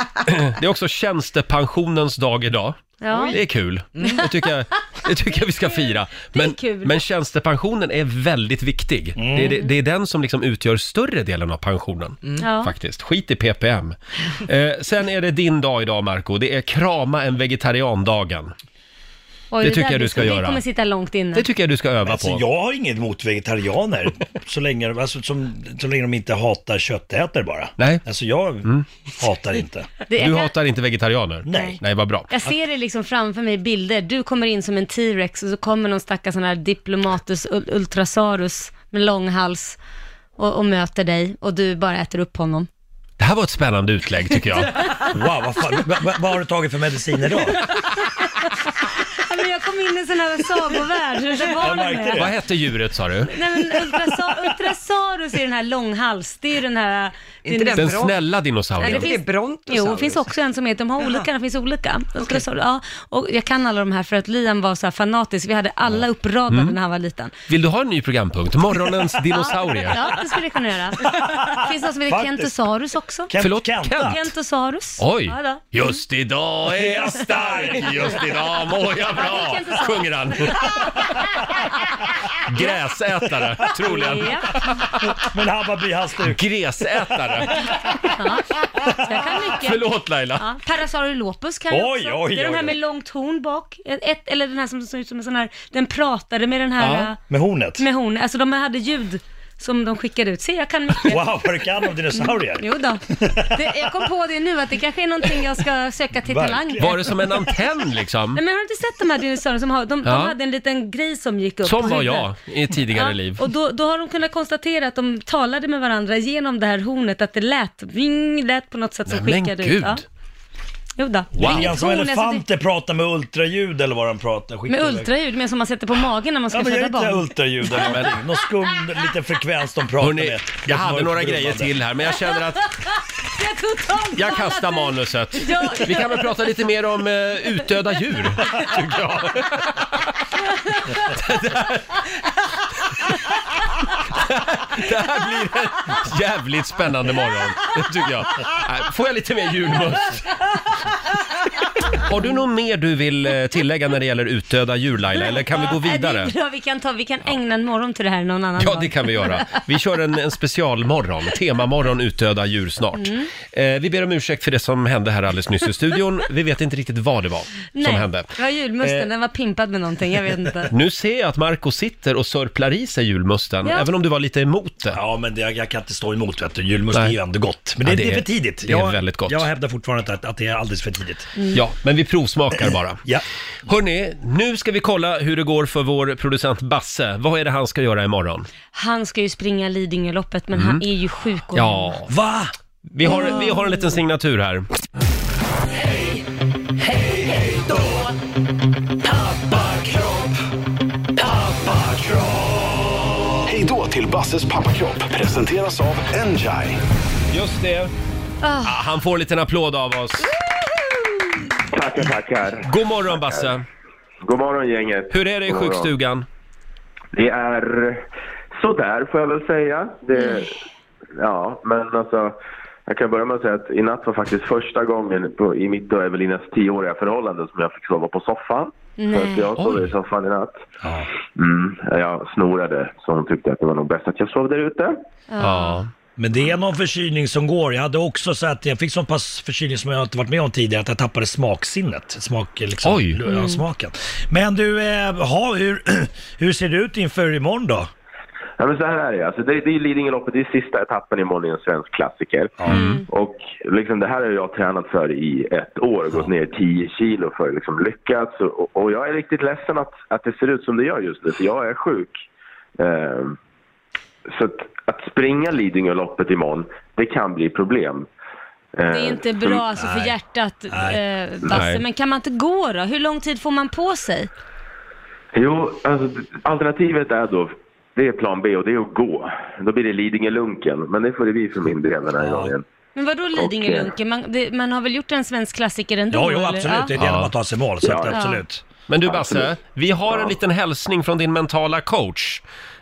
Speaker 1: Det är också tjänstepensionens dag idag.
Speaker 2: Ja. Mm.
Speaker 1: Det är kul. Det tycker jag, det tycker jag vi ska
Speaker 2: *laughs*
Speaker 1: fira. Men,
Speaker 2: kul.
Speaker 1: men tjänstepensionen är väldigt viktig.
Speaker 4: Mm.
Speaker 1: Det, är, det, det är den som liksom utgör större delen av pensionen.
Speaker 2: Mm. Ja.
Speaker 1: Faktiskt. Skit i
Speaker 2: *laughs*
Speaker 1: PPM. Eh, sen är det din dag idag, Marco. Det är krama en vegetarian-dagen.
Speaker 2: Oj,
Speaker 1: det
Speaker 2: där
Speaker 1: tycker jag du ska
Speaker 2: det
Speaker 1: göra.
Speaker 2: kommer sitta långt inne.
Speaker 1: Det tycker jag du ska öva
Speaker 4: Alltså,
Speaker 1: på.
Speaker 4: jag har inget emot *laughs* vegetarianer, så, länge, alltså, som, så länge de inte hatar köttätare bara.
Speaker 1: Nej.
Speaker 4: Alltså jag hatar inte.
Speaker 2: Det,
Speaker 1: Du
Speaker 2: jag,
Speaker 1: hatar inte vegetarianer?
Speaker 4: Nej.
Speaker 1: Nej, vad bra.
Speaker 2: jag ser det liksom framför mig i bilder. Du kommer in som en T-rex och så kommer någon stackars sån här Diplomatus ul- ultrasaurus med lång hals och, och möter dig och du bara äter upp honom. *laughs*
Speaker 1: Det här var ett spännande utlägg
Speaker 4: *laughs*
Speaker 1: tycker jag.
Speaker 4: *laughs* Wow, vad, fan, vad, vad, vad har du tagit för mediciner då?
Speaker 2: Ja, men jag kom in i en sån här sagovärld. Hur det var
Speaker 4: Jag märkte
Speaker 2: det?
Speaker 4: det.
Speaker 1: Vad hette djuret sa du?
Speaker 2: Nej men ultrasa- ultrasaurus är den här långhals, det är ju den här...
Speaker 5: Inte
Speaker 2: det är-
Speaker 5: den
Speaker 1: Den
Speaker 5: Bra.
Speaker 1: snälla
Speaker 2: Nej,
Speaker 1: dinosaurien.
Speaker 5: Det är brontosaurus.
Speaker 2: Jo, det finns också en som heter, de har olika, det finns olika. Ultrasaurus, ja. Och jag kan alla de här för att Liam var så här fanatisk, vi hade alla uppradade när han var liten.
Speaker 1: Vill du ha en ny programpunkt?
Speaker 2: *laughs*
Speaker 1: Morgonens dinosaurier.
Speaker 2: Ja, det skulle jag kunna göra. Det finns något som heter
Speaker 4: Faktiskt.
Speaker 2: Kentosaurus också.
Speaker 4: Kent,
Speaker 1: Förlåt,
Speaker 4: Kenta.
Speaker 1: Kent?
Speaker 2: Kentosaurus.
Speaker 1: Oj!
Speaker 2: Ja, då. Mm.
Speaker 1: Just idag är jag stark, just idag mår jag bra, sjunger
Speaker 2: *laughs*
Speaker 1: han. Gräsätare, troligen.
Speaker 2: Ja,
Speaker 4: Men Hammarby, hans du.
Speaker 1: Gräsätare.
Speaker 2: så jag kan mycket.
Speaker 1: Förlåt Laila.
Speaker 2: Ja, Parasaurolopus kan jag
Speaker 4: Oj,
Speaker 2: också.
Speaker 4: oj,
Speaker 2: det är de
Speaker 4: oj,
Speaker 2: här
Speaker 4: oj.
Speaker 2: med långt horn bak. Ett, eller den här som ser ut som en sån här, den pratade med den här,
Speaker 1: Ja.
Speaker 2: äh,
Speaker 4: Med hornet.
Speaker 2: med horn. Alltså de hade ljud som de skickade ut. Se, jag kan mycket.
Speaker 4: Wow, vad du kan om dinosaurier.
Speaker 2: Jo då. Det, jag kom på det nu att det kanske är någonting jag ska söka till talang.
Speaker 4: Verkligen.
Speaker 2: Nej
Speaker 1: Var det som en antenn liksom?
Speaker 2: men har du inte sett de här dinosaurierna som har, de,
Speaker 1: Ja.
Speaker 2: de hade en liten grej som gick upp på
Speaker 1: Som var
Speaker 2: huvudet?
Speaker 1: jag i ett tidigare
Speaker 2: Ja,
Speaker 1: liv.
Speaker 2: Och då, då har de kunnat konstatera att de talade med varandra genom det här hornet, att det lät, ving, lät på något sätt som
Speaker 1: Men
Speaker 2: skickade ut.
Speaker 1: gud.
Speaker 2: Ja. Jo då.
Speaker 1: Wow.
Speaker 2: Det är
Speaker 4: Lian
Speaker 2: inget
Speaker 4: som
Speaker 2: horn, alltså, det-
Speaker 4: elefanter pratar med ultraljud eller vad de pratar. Skicka
Speaker 2: Med
Speaker 4: iväg.
Speaker 2: ultraljud, men som man sätter på magen när man ska
Speaker 4: Ja, men jag
Speaker 2: föda
Speaker 4: är inte
Speaker 2: barn.
Speaker 4: ultraljud eller någonting. Någon skum liten frekvens de pratar
Speaker 1: Hörrni,
Speaker 4: med.
Speaker 1: jag hade några grejer till här, men jag känner att
Speaker 2: Jag, totalt
Speaker 1: jag kastar
Speaker 2: ballat ur.
Speaker 1: manuset.
Speaker 2: Ja,
Speaker 1: Vi kan väl prata lite mer om eh, utdöda djur, tycker jag. Det här- Det här blir en jävligt spännande morgon, det tycker jag. Nej, Får jag lite mer julmust? Har du något mer du vill eh, tillägga när det gäller utdöda djur, Laila, eller kan vi gå
Speaker 2: Ja,
Speaker 1: vidare?
Speaker 2: Äh, det är bra. Vi kan, ta, vi kan ägna en morgon till det här någon annan
Speaker 1: Ja,
Speaker 2: dag.
Speaker 1: det kan vi göra. Vi kör en, en specialmorgon, temamorgon utdöda djur snart.
Speaker 2: Mm.
Speaker 1: Eh, vi ber om ursäkt för det som hände här alldeles nyss i studion. Vi vet inte riktigt vad det var
Speaker 2: Nej,
Speaker 1: som hände. Eh,
Speaker 2: det var julmusten,
Speaker 4: Eh.
Speaker 2: den var pimpad med någonting, jag
Speaker 4: *laughs*
Speaker 2: vet inte.
Speaker 1: Nu ser jag att Marco sitter och sörplar i sig julmusten,
Speaker 2: Ja.
Speaker 1: även om du var lite emot det.
Speaker 4: Ja, men det, jag, jag kan inte stå emot vet du. Julmust är
Speaker 1: Nej.
Speaker 4: ju ändå gott. Men det,
Speaker 1: Ja,
Speaker 4: det,
Speaker 1: det
Speaker 4: är
Speaker 1: är-
Speaker 4: för tidigt.
Speaker 1: det är
Speaker 4: jag,
Speaker 1: väldigt gott.
Speaker 4: Jag hävdar fortfarande att, att det är alldeles för tidigt.
Speaker 1: Mm.
Speaker 2: Mm.
Speaker 1: Ja, men vi provsmakar bara.
Speaker 4: *clears throat* Ja.
Speaker 1: Hörni, nu ska vi kolla hur det går för vår producent Basse. Vad är det han ska göra imorgon?
Speaker 2: Han ska ju springa Lidingöloppet, men
Speaker 4: Mm.
Speaker 2: han är ju sjuk och
Speaker 1: Ja,
Speaker 4: Va?
Speaker 1: vi har, vi har en liten signatur här.
Speaker 3: Hej då till Basses pappakropp presenteras av Enjai.
Speaker 1: Just det. Ah, han får en liten applåd av oss.
Speaker 6: Tackar, tackar.
Speaker 1: God morgon Basse.
Speaker 6: God morgon gänget.
Speaker 1: Hur är det i
Speaker 6: Äh, God morgon.
Speaker 1: sjukstugan?
Speaker 6: Det är sådär får jag väl säga. Det Ja, men alltså. Jag kan börja med att säga att i natt var faktiskt första gången på, i mitt och Evelinas tioåriga förhållande som jag fick sova på soffan. Så att jag sov i soffan i natt.
Speaker 4: Ja.
Speaker 6: Mm, jag snorade, så hon tyckte att det var nog bäst att jag sov där ute.
Speaker 1: Ja.
Speaker 4: Men det är någon förkylning som går. Jag hade också så att jag fick sån pass förkylning som jag inte varit med om tidigare att jag tappade smaksinnet. Smak, liksom,
Speaker 1: Oj. Mm.
Speaker 4: Ja, smaken. Men du, eh, ha, hur, *clears throat* hur ser det ut inför imorgon då?
Speaker 6: Ja, men så här är det. Alltså, det, det är Lidingöloppet, det är sista etappen imorgon i en svensk klassiker. Och liksom, det här har jag tränat för i ett år, gått ner 10 kilo för att liksom, lyckats. Och, och jag är riktigt ledsen att, att det ser ut som det gör just nu, för jag är sjuk. Ehm, så att, att springa Lidingöloppet imorgon, det kan bli problem. Ehm,
Speaker 2: Det är inte bra alltså för
Speaker 4: Nej.
Speaker 2: hjärtat,
Speaker 4: Nej.
Speaker 2: eh, Basse.
Speaker 1: Nej.
Speaker 2: Men kan man inte gå då? Hur lång tid får man på sig?
Speaker 6: Jo, alltså, alternativet är då, det är plan B och det är att gå. Då blir det Lidingölunken, men det får det bli för min del den här
Speaker 4: Ja.
Speaker 6: gången.
Speaker 2: Men vadå Lidingölunken? Man, det- man har väl gjort en svensk klassiker ändå?
Speaker 4: Ja, jo,
Speaker 2: eller?
Speaker 4: absolut. Det är
Speaker 2: Ja.
Speaker 4: det när man tar sig i mål. Så
Speaker 6: Ja.
Speaker 4: att, absolut.
Speaker 1: Men du Basse,
Speaker 6: Absolut.
Speaker 1: vi har en
Speaker 6: Ja.
Speaker 1: liten hälsning från din mentala coach.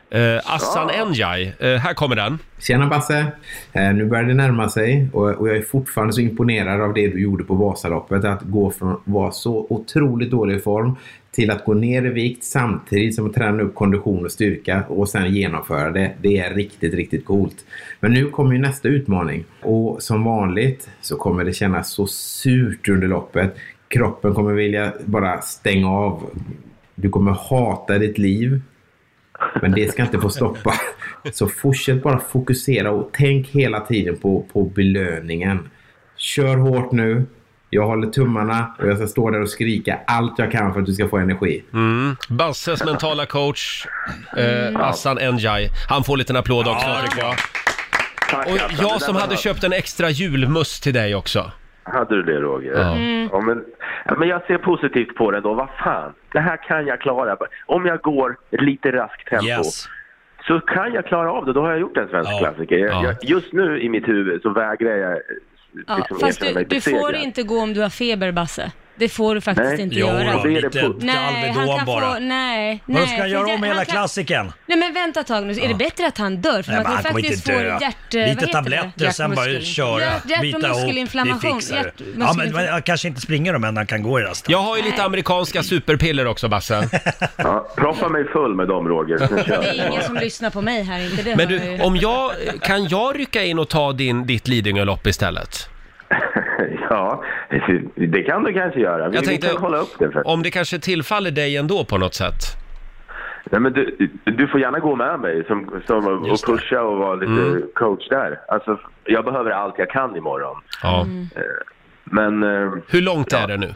Speaker 1: Eh, Assan Enjay, eh, här kommer den.
Speaker 7: Tjena Basse! Eh, nu börjar det närma sig och, och jag är fortfarande så imponerad av det du gjorde på Vasaloppet. Att gå från att vara så otroligt dålig form till att gå ner i vikt samtidigt som att träna upp kondition och styrka och sen genomföra det. Det är riktigt, riktigt coolt. Men nu kommer ju nästa utmaning och som vanligt så kommer det kännas så surt under loppet. Kroppen kommer vilja bara stänga av. Du kommer hata ditt liv men det ska inte få stoppa. Så fortsätt bara fokusera och tänk hela tiden på, på belöningen. Kör hårt nu. Jag håller tummarna och jag ska stå där och skrika allt jag kan för att du ska få energi.
Speaker 1: Mm. Basses mentala coach,
Speaker 6: Mm.
Speaker 1: eh, Assan Enjay. Han får en liten applåd också.
Speaker 4: Ja,
Speaker 1: tycker jag.
Speaker 6: Tack,
Speaker 1: Och
Speaker 6: Hassan.
Speaker 1: jag
Speaker 6: Det
Speaker 1: som
Speaker 6: där
Speaker 1: hade
Speaker 6: var-
Speaker 1: köpt en extra julmust till dig också.
Speaker 6: Hade du det Roger?
Speaker 1: Ja.
Speaker 6: Ja.
Speaker 2: Mm.
Speaker 6: men, ja, men jag ser positivt på det då. Vad fan, det här kan jag klara. Om jag går lite raskt tempo
Speaker 4: Yes.
Speaker 6: så kan jag klara av det. Då har jag gjort en svensk
Speaker 4: Ja.
Speaker 6: klassiker. Jag,
Speaker 1: Ja.
Speaker 6: jag, just nu i mitt huvud så vägrar jag eh,
Speaker 2: Ja,
Speaker 6: liksom,
Speaker 2: fast
Speaker 6: erkänna
Speaker 2: du,
Speaker 6: mig
Speaker 2: du får
Speaker 6: besegrad.
Speaker 2: inte gå om du har feber, Basse. Det får du faktiskt
Speaker 6: Nej.
Speaker 2: inte
Speaker 4: Jo,
Speaker 2: göra.
Speaker 4: då,
Speaker 6: Det är det
Speaker 4: lite
Speaker 6: på-
Speaker 2: Nej, han
Speaker 4: Alvedon
Speaker 2: kan
Speaker 4: bara.
Speaker 2: få... Nej, nej.
Speaker 4: Vadå, ska jag
Speaker 2: för
Speaker 4: göra om
Speaker 2: han
Speaker 4: hela
Speaker 2: kan-
Speaker 4: klassiken?
Speaker 2: Nej men vänta ett tag nu, är det bättre att han dör? För
Speaker 4: Nej,
Speaker 2: att
Speaker 4: men
Speaker 2: han
Speaker 4: han kommer
Speaker 2: faktiskt
Speaker 4: inte
Speaker 2: får
Speaker 4: dö.
Speaker 2: hjärt... vad
Speaker 4: Lite
Speaker 2: heter
Speaker 4: tabletter, sen bara
Speaker 2: Hjärtmuskel.
Speaker 4: köra,
Speaker 2: Hjärt- Hjärtat
Speaker 4: bita
Speaker 2: och
Speaker 4: ihop. Det
Speaker 2: muskelinflammation.
Speaker 4: fixar du.
Speaker 2: Hjärt-
Speaker 4: Ja, men men
Speaker 2: muskelinflammation.
Speaker 4: jag kanske inte springer då, men han kan gå i rasten.
Speaker 1: Jag har ju lite amerikanska superpiller också Basse.
Speaker 6: *laughs* Ja, proppa mig full med dem Roger. Nu kör
Speaker 1: *laughs*
Speaker 2: Det är
Speaker 6: vi.
Speaker 2: ingen som lyssnar på mig här, inte det
Speaker 1: Men
Speaker 2: hör jag
Speaker 1: du,
Speaker 2: ju.
Speaker 1: om jag, kan jag rycka in och ta din, ditt Lidingölopp istället?
Speaker 6: ja, det kan du kanske göra. Vi,
Speaker 1: Jag
Speaker 6: vi kan kolla upp det. För.
Speaker 1: om det kanske tillfaller dig ändå på något sätt.
Speaker 6: Nej, men du, du får gärna gå med mig som, som, och
Speaker 4: Just det. Mm.
Speaker 6: pusha och vara lite coach där. Alltså, jag behöver allt jag kan imorgon.
Speaker 1: Ja.
Speaker 6: Mm. Men eh,
Speaker 1: Hur långt är det nu?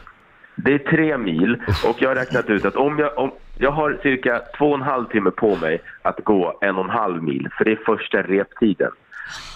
Speaker 6: det är tre mil och jag har räknat ut att om jag, om, jag har cirka två och en halv timme på mig att gå en och en halv mil, för det är första reptiden.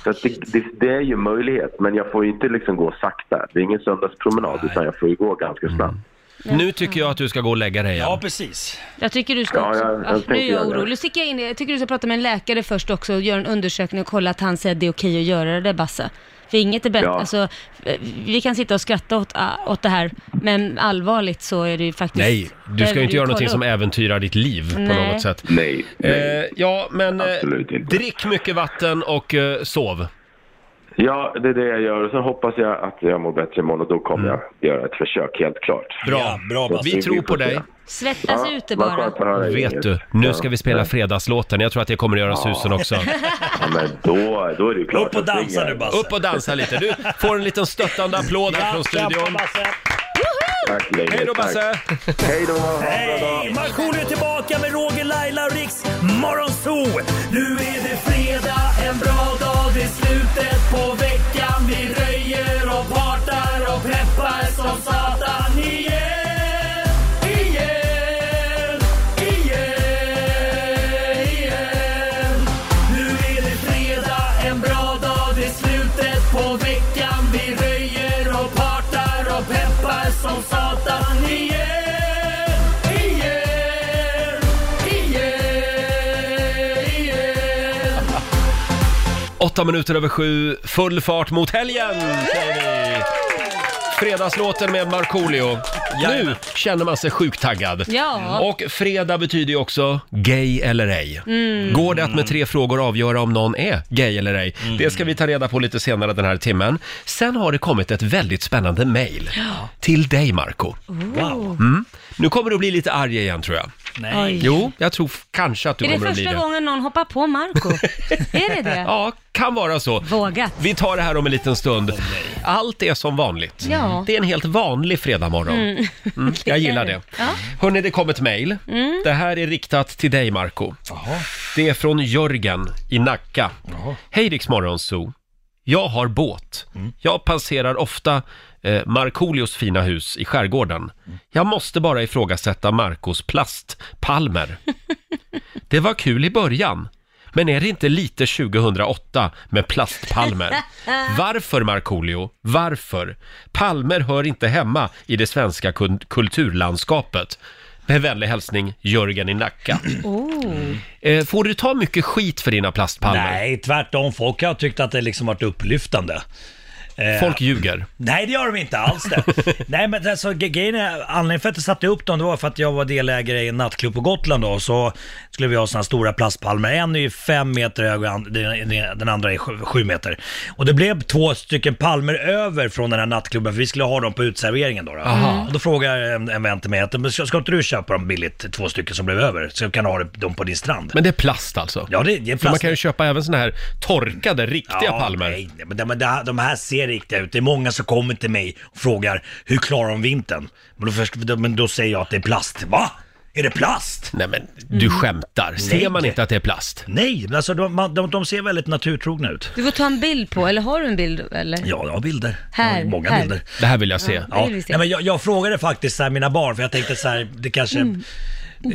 Speaker 6: Så att det, det, det är ju möjlighet, men jag får ju inte liksom gå sakta. Det är ingen söndagspromenad, utan jag får ju gå ganska
Speaker 4: Mm.
Speaker 6: snabbt.
Speaker 1: Nu tycker jag att du ska gå och lägga dig igen.
Speaker 4: Ja, precis.
Speaker 2: Jag tycker du ska
Speaker 6: Ja,
Speaker 2: också...
Speaker 6: jag- jag
Speaker 2: Ja, nu är
Speaker 6: tänker
Speaker 2: jag
Speaker 6: göra det.
Speaker 2: orolig. Nu sticker jag in det. Jag tycker du ska prata med en läkare först också och göra en undersökning och kolla att han säger att det är okej att göra det, Basse. För inget är bättre.
Speaker 6: Ja.
Speaker 2: Alltså, eh, vi kan sitta och skratta åt, ah, åt det här, men allvarligt så är det ju faktiskt...
Speaker 1: Nej, du ska
Speaker 2: behöver
Speaker 1: ju inte göra
Speaker 2: Eh, kolla
Speaker 1: någonting som
Speaker 2: upp.
Speaker 1: äventyrar ditt liv på
Speaker 2: Nej.
Speaker 1: något sätt.
Speaker 6: Nej, nej.
Speaker 1: Eh, ja, men eh,
Speaker 6: Absolut inte.
Speaker 1: drick mycket vatten och eh, sov.
Speaker 6: Ja, det är det jag gör. Och sen hoppas jag att jag mår bättre imorgon och då kommer
Speaker 4: Mm.
Speaker 6: jag göra ett försök, helt klart.
Speaker 1: Bra.
Speaker 4: Ja, bra, Basse.
Speaker 1: Vi tror på
Speaker 6: får se.
Speaker 1: dig.
Speaker 2: Svettas
Speaker 6: Ja,
Speaker 2: ute
Speaker 6: vad
Speaker 2: bara.
Speaker 6: skönt att höra,
Speaker 1: Vet
Speaker 6: Ingrid.
Speaker 1: du, nu
Speaker 6: Ja.
Speaker 1: ska vi spela fredagslåten. Jag tror att det kommer att göra susen också.
Speaker 6: Ja, men då, då är det ju klart.
Speaker 4: Upp och
Speaker 6: att springa.
Speaker 4: dansa nu, Basse.
Speaker 1: Upp och dansa lite. Du får en liten stöttande applåd här
Speaker 4: Ja,
Speaker 1: från
Speaker 4: kämpa,
Speaker 1: studion.
Speaker 4: Basse.
Speaker 6: Tack, Leif.
Speaker 1: Hej då
Speaker 6: Tack.
Speaker 1: Basse!
Speaker 6: Hej då! Ha en bra dag!
Speaker 4: Hej! Markoolio är tillbaka med Roger, Laila och Riks Morgonzoo! Nu är det fredag, en bra dag, det är slutet på veckan. Vi röjer och partar och peppar som satan igen! Igen! Igen! Igen! Nu är det fredag, en bra dag, det är slutet på veckan. Vi röjer och partar och peppar som satan igen. Igen, igen, igen.
Speaker 1: Åtta minuter över sju, full fart mot helgen säger vi! Fredagslåten med Markoolio. Nu
Speaker 4: Jajamän.
Speaker 1: känner man sig sjukt taggad.
Speaker 2: Ja.
Speaker 1: Och fredag betyder ju också gay eller ej.
Speaker 2: Mm.
Speaker 1: Går det att med tre frågor avgöra om någon är gay eller ej? Det ska vi ta reda på lite senare den här timmen. Sen har det kommit ett väldigt spännande mejl till dig, Marco. Mm.
Speaker 4: Wow.
Speaker 1: Nu kommer du bli lite arg igen tror jag.
Speaker 4: Nej.
Speaker 1: Jo, jag tror f- kanske att du
Speaker 2: Är det
Speaker 1: kommer att bli det.
Speaker 2: första gången någon hoppar
Speaker 1: *laughs*
Speaker 2: på Marco? är det det?
Speaker 1: Ja, kan vara så.
Speaker 2: Vågat.
Speaker 1: Vi tar det här om en liten stund. Allt är som vanligt.
Speaker 2: Ja.
Speaker 1: Det är en helt vanlig fredagmorgon. Mm. jag gillar *laughs* det. Mm. Hörni, det kom ett mejl. Det här är riktat till dig, Marco. Det är från Jörgen i Nacka. Hej Rix Morgonzoo. Jag har båt. Jag passerar ofta eh, Markoolios fina hus i skärgården. Jag måste bara ifrågasätta Marcos plastpalmer. Det var kul i början. Men är det inte lite 2008 med plastpalmer? Varför, Markoolio? Varför? Palmer hör inte hemma i det svenska kun- kulturlandskapet. Med vänlig hälsning, Jörgen i Nacka. Eh, får du ta mycket skit för dina plastpalmer?
Speaker 4: Nej, tvärtom. Folk har tyckt att det liksom varit upplyftande. Eh,
Speaker 1: Folk ljuger.
Speaker 4: Nej, det gör de inte alls det. Nej, men alltså ge- grejen är, anledningen för att jag satte upp dem, det var för att jag var delägare i en nattklubb på Gotland då, så skulle vi ha sådana stora plastpalmer. En är ju fem meter hög och an- den- den- den andra är sju, sju meter. Och det blev två stycken palmer över från den här nattklubben, för vi skulle ha dem på utserveringen då. då. Och då frågar en, en vän till mig, att, "Men ska, ska inte du köpa dem billigt, två stycken som blev över, så kan du ha dem på din strand?
Speaker 1: Men det är plast alltså?
Speaker 4: ja, det, det är
Speaker 1: För man
Speaker 4: plast-
Speaker 1: kan ju köpa även såna här torkade, riktiga palmer.
Speaker 4: Nej, nej, men de, men de, de här ser riktiga ut. Det är många som kommer till mig och frågar hur klarar de vintern? Men då, först, men då säger jag att det är plast. Va? Är det plast?
Speaker 1: Nej men, du skämtar. Ser
Speaker 4: Nej.
Speaker 1: man inte att det är plast?
Speaker 4: Nej, men alltså de, man, de, de ser väldigt naturtrogna ut.
Speaker 2: Du får ta en bild på, eller har du en bild eller?
Speaker 4: Ja, jag har bilder.
Speaker 2: Här,
Speaker 4: jag har många
Speaker 2: här.
Speaker 4: bilder.
Speaker 1: Det här vill jag se.
Speaker 2: Det
Speaker 4: Ja.
Speaker 2: vill vi se.
Speaker 4: Nej, men jag, jag frågade faktiskt så här, mina barn, för jag tänkte så här, det kanske
Speaker 2: Mm.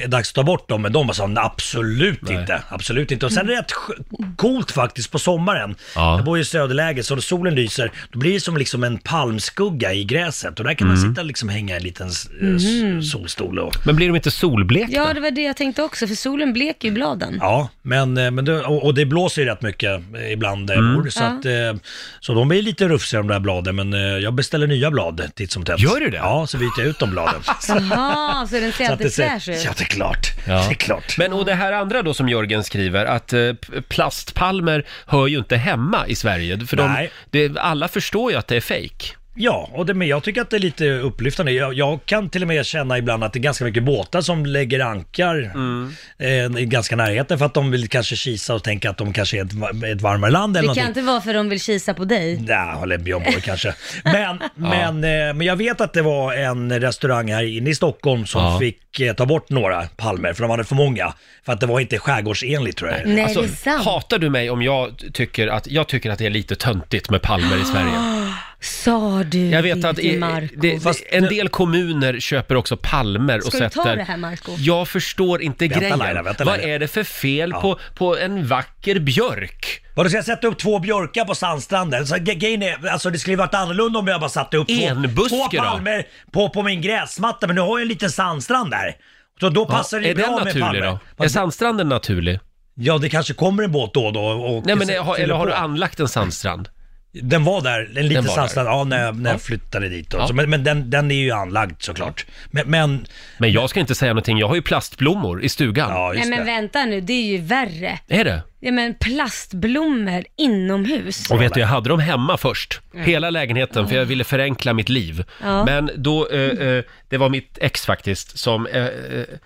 Speaker 4: är dags att ta bort dem, men de sa "Nej, absolut inte. Absolut inte. Och sen är det rätt sk- coolt faktiskt på sommaren.
Speaker 1: Ja.
Speaker 4: Jag bor ju i söderläge, så när solen lyser, då blir det som liksom en palmskugga i gräset. Och där kan
Speaker 1: Mm.
Speaker 4: man sitta och liksom hänga i en liten s- s-
Speaker 2: Mm-hmm.
Speaker 4: solstol och...
Speaker 1: Men blir de inte solblekta?
Speaker 2: Ja, det var det jag tänkte också, för solen bleker ju bladen.
Speaker 4: Ja, men, eh, men det, och, och det blåser ju rätt mycket eh, ibland där
Speaker 1: Mm.
Speaker 4: jag bor, så,
Speaker 2: Ja.
Speaker 4: att, eh, så de är lite rufsiga de där bladen, men eh, jag beställer nya blad titt som tätt.
Speaker 1: Gör du det?
Speaker 4: Ja, så byter jag ut de
Speaker 1: *laughs*
Speaker 4: bladen.
Speaker 2: Jaha, så den ser
Speaker 4: Så att
Speaker 2: alltid
Speaker 4: det ser-
Speaker 2: fräsch ut.
Speaker 4: Ja, det är klart.
Speaker 1: Ja.
Speaker 4: *laughs* Det är klart.
Speaker 1: Men och det här andra då som Jörgen skriver, att eh, p- plastpalmer hör ju inte hemma i Sverige. För de,
Speaker 4: Nej.
Speaker 1: det, alla förstår ju att det är fejk.
Speaker 4: Ja, och det, men jag tycker att det är lite upplyftande. Jag, jag kan till och med känna ibland att det är ganska mycket båtar som lägger ankar
Speaker 2: Mm.
Speaker 4: eh, i ganska närheten för att de vill kanske kisa och tänka att de kanske är ett, va- ett varmare land eller
Speaker 2: Det kan
Speaker 4: någonting.
Speaker 2: inte vara för de vill kisa på dig.
Speaker 4: Nej, håller Björn Borg
Speaker 2: *laughs*
Speaker 4: kanske. Men, men, eh, men jag vet att det var en restaurang här inne i Stockholm som
Speaker 1: Ja.
Speaker 4: fick eh, ta bort några palmer för de hade för många. För att det var inte skärgårdsenligt tror jag.
Speaker 2: Nej,
Speaker 1: Alltså,
Speaker 2: det är sant.
Speaker 1: hatar du mig om jag t- tycker att, jag tycker att det är lite töntigt med palmer i
Speaker 2: *gasps*
Speaker 1: Sverige?
Speaker 2: Sa du
Speaker 1: Jag vet att
Speaker 2: det till
Speaker 1: i,
Speaker 2: Marco?
Speaker 1: det,
Speaker 4: Fast-
Speaker 1: det, en del kommuner köper också palmer och
Speaker 2: Ska du
Speaker 1: sätter...
Speaker 2: ta det här, Marco?
Speaker 1: Jag förstår inte
Speaker 4: Vänta,
Speaker 1: grejen.
Speaker 4: Laila, vänta,
Speaker 1: Vad
Speaker 4: Laila.
Speaker 1: är det för fel på, på en vacker björk?
Speaker 4: Vadå, ska jag sätta upp två björkar på sandstranden? Så, ge- grejen är, alltså det skulle ju varit annorlunda om jag bara satte upp
Speaker 1: En
Speaker 4: två,
Speaker 1: buske
Speaker 4: två
Speaker 1: då?
Speaker 4: palmer på, på min gräsmatta, men nu har jag en liten sandstrand där. Så då passar det
Speaker 1: är
Speaker 4: ju
Speaker 1: den
Speaker 4: bra med
Speaker 1: naturlig
Speaker 4: palmer.
Speaker 1: då? Är
Speaker 4: Vad-
Speaker 1: sandstranden naturlig?
Speaker 4: Ja, det kanske kommer en båt då och då. Och
Speaker 1: Nej, men,
Speaker 4: se-
Speaker 1: har-
Speaker 4: fyller
Speaker 1: eller har
Speaker 4: på.
Speaker 1: du anlagt en sandstrand?
Speaker 4: Den var där, en
Speaker 1: Den
Speaker 4: liten
Speaker 1: var
Speaker 4: sandstrand, ja när, jag- när
Speaker 1: Ja.
Speaker 4: jag flyttade dit. Då.
Speaker 1: Ja.
Speaker 4: Så, men men den, den är ju anlagd såklart. Men, men
Speaker 1: Men jag ska inte säga någonting, jag har ju plastblommor i stugan.
Speaker 4: ja
Speaker 2: Nej
Speaker 4: just
Speaker 2: men
Speaker 4: det.
Speaker 2: vänta nu, det är ju värre.
Speaker 1: Är det?
Speaker 2: Ja men plastblommor inomhus.
Speaker 1: Och vet du, jag hade dem hemma först. Hela lägenheten, för jag ville förenkla mitt liv.
Speaker 2: Mm. Ja.
Speaker 1: Men då, eh, eh, det var mitt ex faktiskt som eh, eh,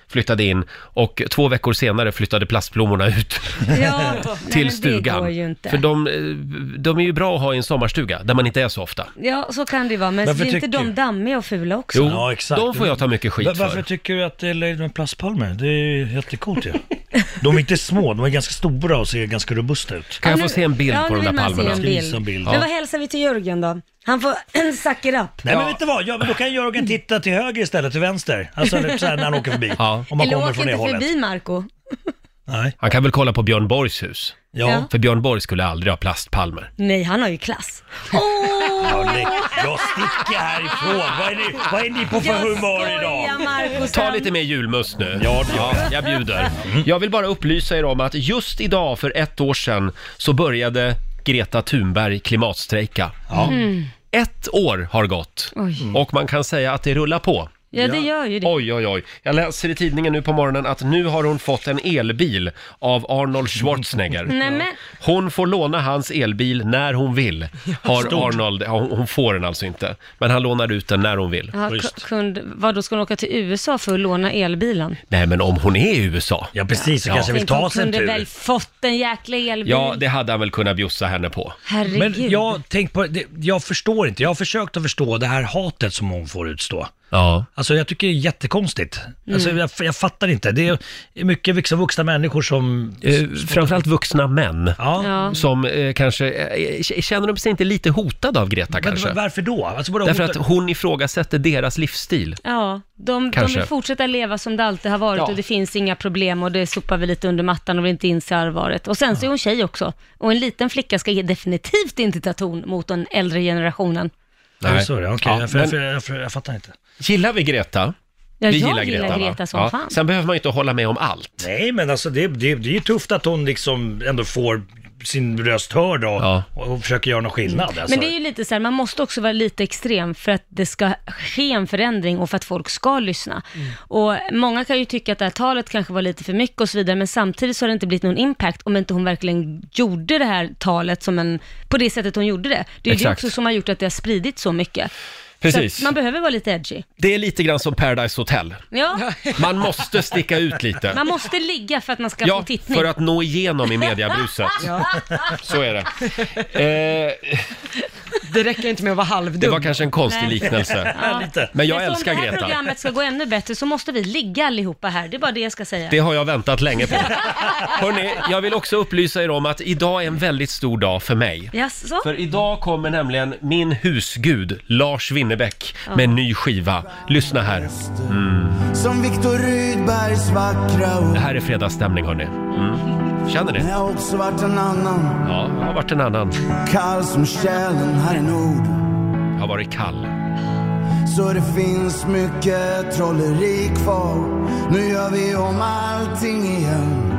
Speaker 1: flyttade in och två veckor senare flyttade plastblommorna ut *laughs*
Speaker 2: Ja,
Speaker 1: till
Speaker 2: nej,
Speaker 1: stugan.
Speaker 2: Det går ju inte.
Speaker 1: För de, eh, de är ju bra att ha i en sommarstuga, där man inte är så ofta.
Speaker 2: Ja, så kan det ju vara. Men
Speaker 4: Varför
Speaker 2: blir inte
Speaker 4: tycker-
Speaker 2: de dammiga och fula också?
Speaker 1: Jo,
Speaker 4: Ja, exakt.
Speaker 1: de får jag ta mycket
Speaker 4: Va-
Speaker 1: skit
Speaker 4: Varför
Speaker 1: för.
Speaker 4: tycker du att det är löjligt med plastpalmer? Det är ju jättecoolt ju. De är inte små, de är ganska stora och ser ganska robusta ut.
Speaker 1: Kan jag
Speaker 2: Ja,
Speaker 1: få
Speaker 2: nu-
Speaker 1: se en bild
Speaker 2: ja,
Speaker 1: på
Speaker 2: nu
Speaker 1: de där
Speaker 2: vill man se
Speaker 1: palmerna?
Speaker 2: en
Speaker 4: Ska visa en bild.
Speaker 2: Men
Speaker 4: Ja.
Speaker 2: vad hälsar vi till Jörgen då? Han får *clears throat* en suck it up.
Speaker 4: Nej
Speaker 1: Ja.
Speaker 4: men vet du vad, jag, då kan Jörgen titta till höger istället, till vänster. Alltså eller så här, när han åker förbi.
Speaker 1: Ja.
Speaker 4: Om man
Speaker 2: Eller
Speaker 4: kommer
Speaker 2: åk
Speaker 4: från det
Speaker 2: inte
Speaker 4: hållet.
Speaker 2: förbi Marco
Speaker 4: Nej.
Speaker 1: Han kan väl kolla på Björn Borgs hus?
Speaker 4: Ja.
Speaker 2: Ja.
Speaker 1: För Björn Borg skulle aldrig ha plastpalmer.
Speaker 2: Nej, han har ju klass. Åh! *laughs*
Speaker 4: Ja, nej. Jag sticker härifrån. Vad är ni, vad är ni på för
Speaker 2: jag
Speaker 4: humör idag?
Speaker 2: skojar Marco.
Speaker 1: Ta
Speaker 2: Strand.
Speaker 1: lite mer julmust nu.
Speaker 4: Ja, det gör Mm.
Speaker 1: jag bjuder. Mm. Jag vill bara upplysa er om att just idag för ett år sedan så började Greta Thunberg klimatstrejka. Ett år har gått
Speaker 2: Mm.
Speaker 1: Mm.
Speaker 2: Oj.
Speaker 1: och man kan säga att det rullar på.
Speaker 2: Ja, det gör ju det.
Speaker 1: Oj, oj, oj. Jag läser i tidningen nu på morgonen att nu har hon fått en elbil av Arnold Schwarzenegger.
Speaker 2: Nej, men,
Speaker 1: Hon får låna hans elbil när hon vill. Har Arnold, ja, hon hon får den alltså inte, men han lånar ut den när hon vill.
Speaker 2: ja,
Speaker 4: Schysst.
Speaker 2: ku- kund, vad då ska hon åka till USA för att låna elbilen?
Speaker 1: Nej, men om hon är i USA.
Speaker 4: Ja, precis. Så
Speaker 1: Ja.
Speaker 4: kanske vill
Speaker 2: Tänk,
Speaker 4: ta
Speaker 2: hon
Speaker 4: sig en
Speaker 2: kunde
Speaker 4: tur.
Speaker 2: väl fått en jäkla elbil?
Speaker 1: Ja, det hade han väl kunnat bjussa henne på.
Speaker 2: Herregud.
Speaker 4: Men jag, tänk på, det, jag förstår inte. Jag har försökt att förstå det här hatet som hon får utstå.
Speaker 1: Ja.
Speaker 4: Alltså jag tycker det är jättekonstigt. Alltså,
Speaker 2: Mm.
Speaker 4: jag, jag fattar inte. Det är mycket vuxna, vuxna människor som...
Speaker 1: Eh, framförallt vuxna män.
Speaker 4: Ja.
Speaker 2: Ja.
Speaker 1: Som eh, kanske, eh, k- känner de sig inte lite hotade av Greta
Speaker 4: Men
Speaker 1: kanske?
Speaker 4: varför då? Alltså, bara
Speaker 1: Därför att
Speaker 4: hota-
Speaker 1: hon ifrågasätter deras livsstil.
Speaker 2: Ja, de, de
Speaker 1: Kanske.
Speaker 2: vill fortsätta leva som det alltid har varit
Speaker 1: Ja.
Speaker 2: och det finns inga problem och det sopar vi lite under mattan och vill inte inse allvaret. Och sen så är hon tjej också. Och en liten flicka ska ge definitivt inte ta ton mot den äldre generationen.
Speaker 4: Ja, så är det. Okej,
Speaker 1: Ja,
Speaker 4: jag,
Speaker 1: men
Speaker 4: jag, jag, jag, jag fattar inte.
Speaker 1: Gillar vi Greta?
Speaker 2: Ja,
Speaker 1: Vi
Speaker 2: jag
Speaker 1: gillar Greta, va?
Speaker 2: som
Speaker 1: Ja.
Speaker 2: fan.
Speaker 1: Sen behöver man ju inte hålla med om allt.
Speaker 4: Nej, men alltså det, det, det är ju tufft att hon liksom ändå får sin röst hörd och,
Speaker 1: Ja. Mm.
Speaker 4: och, och försöker göra någon skillnad. Alltså.
Speaker 2: Men det är ju lite så här, man måste också vara lite extrem för att det ska ske en förändring och för att folk ska lyssna.
Speaker 1: Mm.
Speaker 2: Och många kan ju tycka att det här talet kanske var lite för mycket och så vidare, men samtidigt så har det inte blivit någon impact om inte hon verkligen gjorde det här talet som en, på det sättet hon gjorde det. Det är ju det
Speaker 1: Exakt.
Speaker 2: också som har gjort att det har spridit så mycket. Så
Speaker 1: Precis.
Speaker 2: att man behöver vara lite edgy.
Speaker 1: Det är lite grann som Paradise Hotel.
Speaker 2: Ja,
Speaker 1: Man måste sticka ut lite.
Speaker 2: man måste ligga för att man ska få
Speaker 1: Ja,
Speaker 2: tittning.
Speaker 1: för att nå igenom i
Speaker 2: *laughs*
Speaker 1: mediabruset. Så är det. Eh,
Speaker 5: Det räcker inte med att vara halvdum.
Speaker 1: det var kanske en konstig
Speaker 2: Nej.
Speaker 1: liknelse.
Speaker 2: Ja.
Speaker 4: lite.
Speaker 1: Men jag
Speaker 2: för om
Speaker 1: älskar
Speaker 2: det här
Speaker 1: Greta.
Speaker 2: programmet ska gå ännu bättre så måste vi ligga allihopa här. Det är bara det jag ska säga.
Speaker 1: Det har jag väntat länge på. Hörrni, jag vill också upplysa er om att idag är en väldigt stor dag för mig.
Speaker 2: Jaså?
Speaker 1: För idag kommer nämligen min husgud Lars Winnerbäck med en ny skiva. Lyssna här.
Speaker 8: Som Viktor Rydbergs vackra ord
Speaker 1: Det här är fredagsstämning hörni. Mm. Känner ni?
Speaker 8: Jag har också varit en annan
Speaker 1: Ja, jag har varit en annan.
Speaker 8: Kall som kärlen här i nord
Speaker 1: Jag har varit kall.
Speaker 8: Så det finns mycket trolleri kvar Nu gör vi om allting igen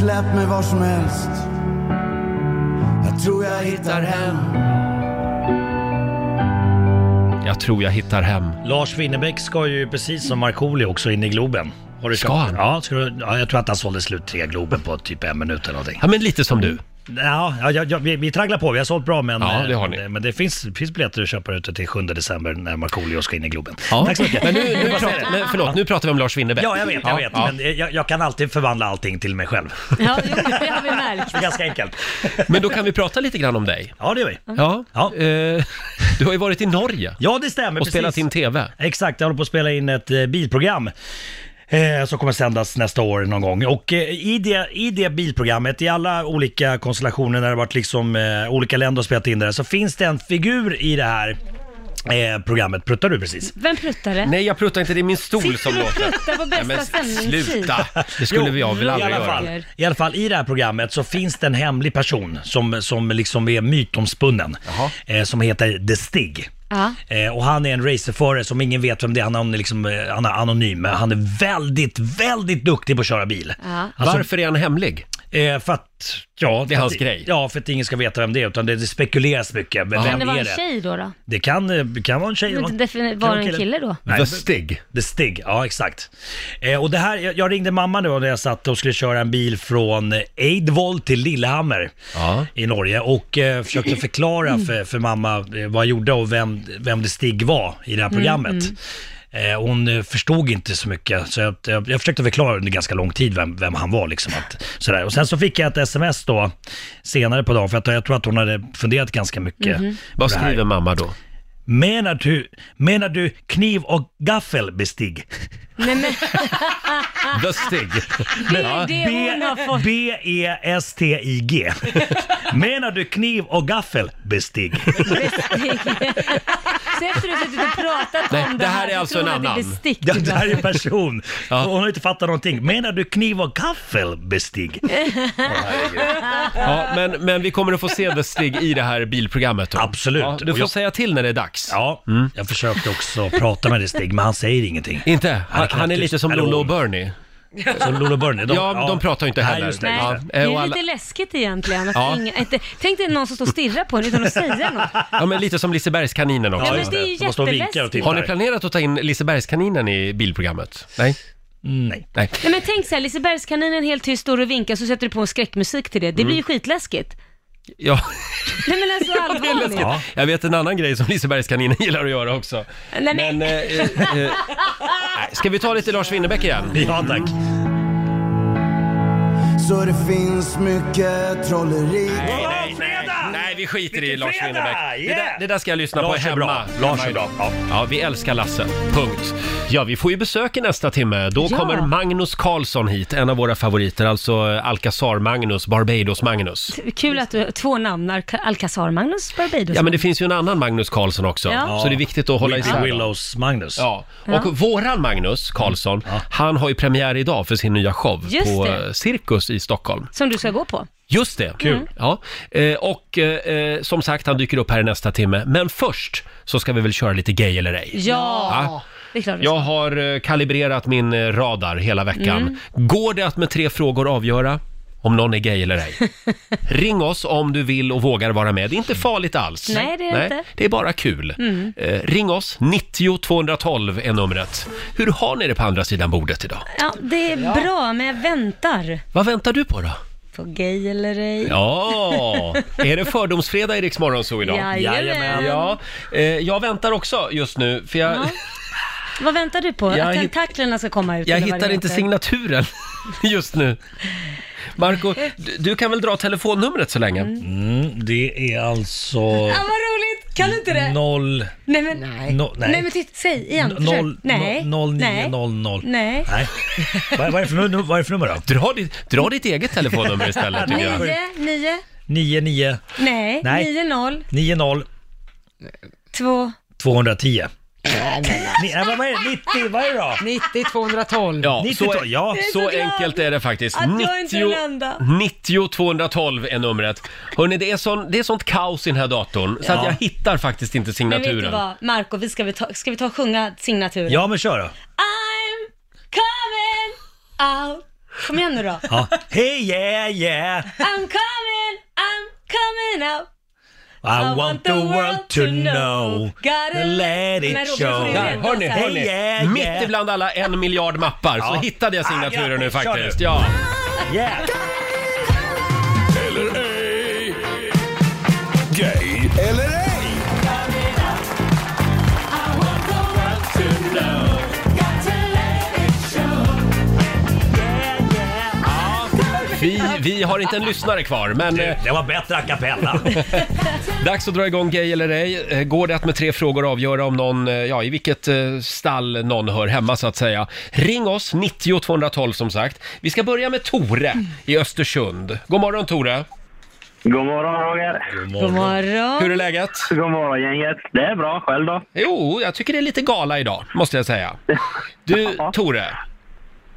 Speaker 8: Släpp mig var som helst Jag tror jag hittar hem
Speaker 1: Jag tror jag hittar hem.
Speaker 4: Lars Winnerbäck ska ju precis som Markoolio också in i Globen. Har du
Speaker 1: Ska han?
Speaker 4: Ja, ska du, ja, jag tror att han sålde slut tre Globen på typ en minut eller någonting.
Speaker 1: Ja, men lite som du.
Speaker 4: Ja, ja, ja, ja vi, vi tragglar på. Vi har sålt bra, men,
Speaker 1: Ja,
Speaker 4: eh,
Speaker 1: det har ni.
Speaker 4: men det finns, finns biljetter att köpa ute till 7 december när Markoolio ska in i Globen.
Speaker 1: Ja.
Speaker 4: Tack så mycket.
Speaker 1: Men nu, nu, pratar, men förlåt, nu pratar vi om Lars Winnerbäck.
Speaker 4: Ja, jag vet, jag vet. Men eh, jag, jag kan alltid förvandla allting till mig själv.
Speaker 2: Ja, jo, det har vi märkt.
Speaker 4: Det är ganska enkelt.
Speaker 1: Men då kan vi prata lite grann om dig.
Speaker 4: Ja, det gör vi.
Speaker 1: Ja.
Speaker 4: Ja.
Speaker 1: Eh, du har ju varit i Norge
Speaker 4: Ja, det stämmer.
Speaker 1: och spelat in TV.
Speaker 4: Exakt, jag håller på att spela in ett eh, bilprogram. Eh, som kommer sändas nästa år någon gång. Och eh, i, det, i det bilprogrammet, i alla olika konstellationer när det har varit liksom eh, olika länder och spelat in det där, så finns det en figur i det här eh, programmet. Pruttar du precis?
Speaker 2: Vem pruttade?
Speaker 1: Nej, jag pruttar inte. Det är min stol som
Speaker 2: Sitter du och
Speaker 1: låter.
Speaker 2: pruttar på
Speaker 1: Nej,
Speaker 2: bästa
Speaker 1: men
Speaker 2: sändningstid?
Speaker 1: sluta! Det skulle vi jag väl
Speaker 4: i
Speaker 1: aldrig
Speaker 4: alla
Speaker 1: göra.
Speaker 4: fall, I alla fall, i det här programmet så finns det en hemlig person som, som liksom är mytomspunnen. Eh, som heter The Stig.
Speaker 2: Ja.
Speaker 4: Eh, och han är en racerförare som ingen vet vem det är. Han är, liksom, eh, han är anonym, men han är väldigt, väldigt duktig på att köra bil.
Speaker 2: Ja.
Speaker 4: Alltså,
Speaker 1: Varför är han hemlig?
Speaker 4: eh, för att... Ja,
Speaker 1: Det
Speaker 4: för
Speaker 1: är hans
Speaker 4: att,
Speaker 1: grej.
Speaker 4: Ja, för att ingen ska veta vem det är, utan det, det spekuleras mycket. Men
Speaker 2: Kan
Speaker 4: vem
Speaker 2: det vara
Speaker 4: är
Speaker 2: en
Speaker 4: det?
Speaker 2: tjej då? då?
Speaker 4: Det kan, eh, kan vara en tjej.
Speaker 2: Men det defini-
Speaker 4: kan
Speaker 2: var
Speaker 4: vara
Speaker 2: det en kille då?
Speaker 4: Nej,
Speaker 1: The
Speaker 4: men-
Speaker 1: Stig.
Speaker 4: The Stig, ja exakt. Eh, och det här, jag, jag ringde mamma nu när jag satt och skulle köra en bil från eh, Eidvoll till Lillehammer
Speaker 1: Ja.
Speaker 4: i Norge och eh,
Speaker 2: *clears throat*
Speaker 4: försökte förklara
Speaker 2: Mm.
Speaker 4: för, för mamma eh, vad jag gjorde och vem, vem The Stig var i det
Speaker 2: Mm,
Speaker 4: här programmet. Eh, hon eh, förstod inte så mycket, så jag, jag, jag försökte förklara under ganska lång tid vem, vem han var. Liksom, att, sådär. Och sen så fick jag ett sms då, senare på dagen, för att jag tror att hon hade funderat ganska mycket.
Speaker 2: Mhm.
Speaker 1: Vad skriver mamma då?
Speaker 4: Menar du, menar du kniv och gaffel, bestig?
Speaker 2: Nej, *laughs* men Ah.
Speaker 1: The Stig.
Speaker 2: det är det hon har fått.
Speaker 4: E B-E-S-T-I-G.
Speaker 2: *laughs*
Speaker 4: Menar du kniv och gaffel, bestig?
Speaker 2: bestick. Så efter du har suttit och pratat
Speaker 1: Nej,
Speaker 2: om
Speaker 1: det
Speaker 2: det
Speaker 1: här är alltså
Speaker 2: så tror
Speaker 1: en
Speaker 2: hon att det är
Speaker 1: annan.
Speaker 2: bestick.
Speaker 4: Ja, det
Speaker 1: *laughs*
Speaker 4: här är en person.
Speaker 1: Ja.
Speaker 4: Hon har inte fattat någonting. Menar du kniv och gaffel, bestig?
Speaker 1: Eh. Ja, men, men vi kommer att få se The Stig i det här bilprogrammet då.
Speaker 4: Absolut.
Speaker 1: Ja, du
Speaker 4: Och
Speaker 1: får
Speaker 4: jag-
Speaker 1: säga till när det är dags.
Speaker 4: Ja, jag försökte också prata med det Stig, men han säger ingenting.
Speaker 1: Mm. Inte? Han,
Speaker 4: är knappt
Speaker 1: han är lite
Speaker 4: tyst.
Speaker 1: som
Speaker 4: Eller
Speaker 1: Lolo och
Speaker 4: hon.
Speaker 1: Bernie.
Speaker 4: Som Lolo Burnley.
Speaker 1: Ja, de pratar ju inte heller.
Speaker 4: Nej, just det.
Speaker 2: Nej,
Speaker 1: Ja,
Speaker 2: det är
Speaker 1: eh, och
Speaker 2: ju
Speaker 1: alla-
Speaker 2: lite läskigt egentligen. Att
Speaker 1: Ja.
Speaker 2: ingen, inte, tänk dig någon som står och stirrar på en utan att säga något.
Speaker 1: Ja, men lite som Lisebergskaninen också.
Speaker 2: Ja, men
Speaker 4: just
Speaker 2: det är ju
Speaker 4: De står och vinkar och
Speaker 2: jätteläskigt.
Speaker 4: tittar.
Speaker 1: Har ni planerat att ta in Lisebergskaninen i bilprogrammet? Nej?
Speaker 4: Nej.
Speaker 1: Nej.
Speaker 2: Nej men tänk så här, Lisebergskaninen helt tyst står och vinkar så sätter du på en skräckmusik till det. Det
Speaker 1: Mm.
Speaker 2: blir ju skitläskigt.
Speaker 1: Ja,
Speaker 2: Nej men alltså allvarligt.
Speaker 4: Ja.
Speaker 1: jag vet en annan grej som Lisebergskaninen *laughs* gillar att göra också.
Speaker 2: Nej, men-
Speaker 1: Men, eh, eh, eh, ska vi ta lite Lars Winnerbäck igen?
Speaker 4: Ja, tack.
Speaker 8: Så det finns mycket trolleri
Speaker 4: nej, fredag!
Speaker 1: Nej, vi skiter i
Speaker 4: Vilken
Speaker 1: Lars
Speaker 4: fredag!
Speaker 1: Winnerbäck. Det, där,
Speaker 4: Yeah!
Speaker 1: det där ska jag lyssna
Speaker 4: Lars
Speaker 1: på
Speaker 4: är
Speaker 1: hemma.
Speaker 4: bra. Lars
Speaker 1: hemma
Speaker 4: är bra.
Speaker 1: idag.
Speaker 4: Ja.
Speaker 1: Ja, vi älskar Lasse. Punkt. Ja, vi får ju besök i nästa timme. Då
Speaker 2: Ja.
Speaker 1: kommer Magnus Karlsson hit, en av våra favoriter. Alltså Alcazar-Magnus, Barbados-Magnus.
Speaker 2: Kul att du har två namn, Alca- Alcazar Magnus Barbados.
Speaker 1: Ja, men det finns ju en annan Magnus Karlsson också.
Speaker 2: Ja.
Speaker 1: Så det är viktigt att hålla isär.
Speaker 4: Big
Speaker 1: dem.
Speaker 4: Willows Magnus.
Speaker 1: Ja.
Speaker 2: Ja.
Speaker 1: Och våran Magnus Karlsson, han har ju premiär idag för sin nya show
Speaker 2: Just
Speaker 1: på
Speaker 2: det.
Speaker 1: eh, Cirkus i Stockholm.
Speaker 2: Som du ska gå på.
Speaker 1: Just det!
Speaker 2: Mm.
Speaker 1: Kul! Ja. Eh, Och eh, eh, som sagt, han dyker upp här i nästa timme. Men först så ska vi väl köra lite Gay eller ej.
Speaker 2: Ja,
Speaker 1: Ja.
Speaker 2: det är klart vi
Speaker 1: Jag har eh, kalibrerat min eh, radar hela veckan.
Speaker 2: Mm.
Speaker 1: Går det att med tre frågor avgöra om någon är gay eller
Speaker 2: *laughs*
Speaker 1: ej? Ring oss om du vill och vågar vara med. Det är inte farligt alls.
Speaker 2: Mm. Nej, det är inte. Mm.
Speaker 1: Det är bara kul. Eh, ring oss, 90 212 är numret. Hur har ni det på andra sidan bordet idag?
Speaker 2: Ja, det är bra, men jag väntar.
Speaker 1: Vad väntar du på då?
Speaker 2: På gay eller ej.
Speaker 1: Ja, är det fördomsfredag i Rix Morgonzoo idag?
Speaker 2: Jajamän.
Speaker 1: Ja, eh, jag väntar också just nu för jag,
Speaker 2: Vad väntar du på?
Speaker 1: Jag
Speaker 2: att
Speaker 1: hitt-
Speaker 2: tentaklerna ska komma ut?
Speaker 1: Jag
Speaker 2: eller vad
Speaker 1: hittar
Speaker 2: det
Speaker 1: inte
Speaker 2: heter?
Speaker 1: signaturen *laughs* just nu. Marco, du- du kan väl dra telefonnumret så länge?
Speaker 4: Mm, det är alltså...
Speaker 2: Ah, vad roligt! Kan du inte det?
Speaker 4: Noll...
Speaker 2: Nej men,
Speaker 4: No, nej.
Speaker 2: nej men titta, säg igen.
Speaker 4: N-
Speaker 2: Försök.
Speaker 4: noll-
Speaker 2: nej.
Speaker 4: no- noll nio
Speaker 2: nej.
Speaker 4: noll noll.
Speaker 2: Nej.
Speaker 4: Nej. Vad vad är det för nu- vad är det för nummer då?
Speaker 1: Dra ditt, dra ditt eget telefonnummer istället
Speaker 2: *laughs*
Speaker 1: tycker jag.
Speaker 2: Nio, nio,
Speaker 4: 9 9
Speaker 2: nej,
Speaker 4: Nej.
Speaker 2: nio, noll,
Speaker 4: 9 0
Speaker 2: två.
Speaker 4: 210. Ni, nej, vad vad är det? 90, vad är det då?
Speaker 5: 90 212.
Speaker 1: Ja,
Speaker 4: 90,
Speaker 1: så,
Speaker 4: ja.
Speaker 1: så
Speaker 2: Jag är så glad
Speaker 1: enkelt är det faktiskt.
Speaker 2: att jag inte är den enda.
Speaker 1: 90 212 är numret. Hörrni, det är, sån, det är sånt kaos i den här datorn så att jag hittar faktiskt inte
Speaker 2: Men vet du
Speaker 1: signaturen.
Speaker 2: vad, Marco, vi ska, vi ta, ska vi ta och sjunga signaturen?
Speaker 4: Ja, men kör då.
Speaker 2: I'm coming out. Kom igen nu då.
Speaker 4: Ja. Hey yeah yeah,
Speaker 2: I'm coming, I'm coming out.
Speaker 4: I want the world to know,
Speaker 2: Gotta
Speaker 4: let
Speaker 2: Men
Speaker 4: it
Speaker 2: Robin,
Speaker 4: show.
Speaker 2: får du
Speaker 1: Där,
Speaker 2: vänta
Speaker 1: hörni,
Speaker 2: så här.
Speaker 1: hörni.
Speaker 4: Hey, yeah,
Speaker 1: Mitt
Speaker 4: yeah.
Speaker 1: ibland alla en miljard mappar så
Speaker 4: Ja.
Speaker 1: hittade jag
Speaker 4: Ah,
Speaker 1: signaturen
Speaker 4: grattis,
Speaker 1: nu
Speaker 4: kör
Speaker 1: faktiskt.
Speaker 4: nu.
Speaker 1: Ja.
Speaker 4: Yeah.
Speaker 3: Gay eller ej?
Speaker 1: Vi, vi har inte en lyssnare kvar men... eh,
Speaker 4: Det var bättre a cappella.
Speaker 1: Dags att dra igång Gay eller ej. Eh, Går det att med tre frågor avgöra om någon, eh, ja i vilket eh, stall någon hör hemma så att säga. Ring oss, 90 212 som sagt. Vi ska börja med Tore i Östersund. God morgon Tore!
Speaker 9: God morgon Roger!
Speaker 2: God morgon.
Speaker 1: Hur är läget?
Speaker 9: God morgon gänget! Det är bra, själv då?
Speaker 1: Jo, jag tycker det är lite gala idag, måste jag säga. Du Tore,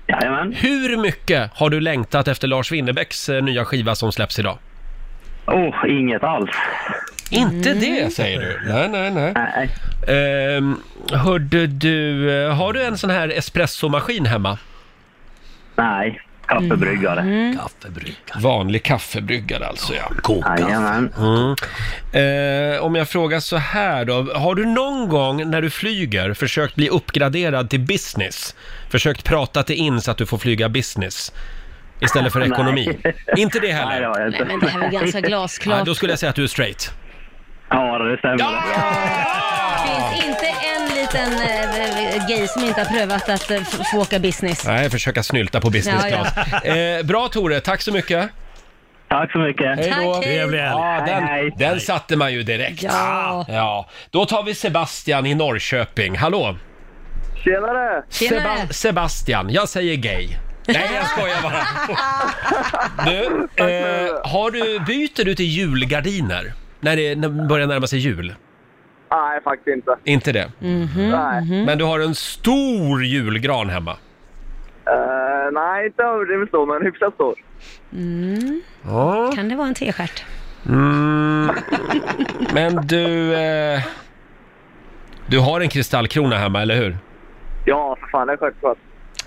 Speaker 9: Jajamän!
Speaker 1: hur mycket har du längtat efter Lars Winnerbäcks eh, nya skiva som släpps idag?
Speaker 9: Oh, inget alls.
Speaker 1: Inte det säger du? Nej, nej, nej.
Speaker 9: Nej.
Speaker 1: Ehm, hörde du, eh, har du en sån här espressomaskin hemma?
Speaker 9: Nej. Kaffebryggare.
Speaker 8: Mm.
Speaker 4: Kaffebryggare.
Speaker 1: Vanlig kaffebryggare alltså ja.
Speaker 4: Koka.
Speaker 9: Jajamän.
Speaker 1: Eh, om jag frågar så här då. Har du någon gång när du flyger försökt bli uppgraderad till business? Försökt prata till in så att du får flyga business? Istället för ekonomi? Inte det
Speaker 9: Nej,
Speaker 1: heller?
Speaker 9: det har jag
Speaker 2: Nej
Speaker 9: inte.
Speaker 2: men det här var
Speaker 1: *laughs*
Speaker 2: ganska
Speaker 1: Nej,
Speaker 2: glasklart.
Speaker 1: då skulle jag säga att du är straight.
Speaker 9: Ja, det stämmer.
Speaker 2: Det finns inte en liten eh, gay som inte har prövat att eh, f- få åka business.
Speaker 1: Nej, försöka snylta på business
Speaker 2: Ja, ja.
Speaker 1: class. Eh, bra Tore, tack så mycket.
Speaker 9: Tack så mycket.
Speaker 1: Hej då.
Speaker 2: Tack, hej.
Speaker 4: Trevlig helg.
Speaker 1: Ja,
Speaker 9: Hej, hej.
Speaker 1: den, den satte man ju direkt.
Speaker 2: Ja.
Speaker 1: Ja, då tar vi Sebastian i Norrköping. Hallå!
Speaker 9: Tjenare!
Speaker 2: Tjenare.
Speaker 1: Seba- Sebastian, jag säger gay. Nej, jag skojar bara. Du, eh, har du, byter du till julgardiner? När det när det börjar närma sig jul?
Speaker 9: Nej, faktiskt inte.
Speaker 1: Inte det.
Speaker 9: Nej.
Speaker 1: Men du har en stor julgran hemma.
Speaker 9: Eh, nej, inte överdrivet stor, men hyfsat stor.
Speaker 1: Ja.
Speaker 2: Kan det vara en t-stjärt?
Speaker 1: Mm, men du... Eh, du har en kristallkrona hemma, eller hur?
Speaker 9: Ja, för fan, det är självklart.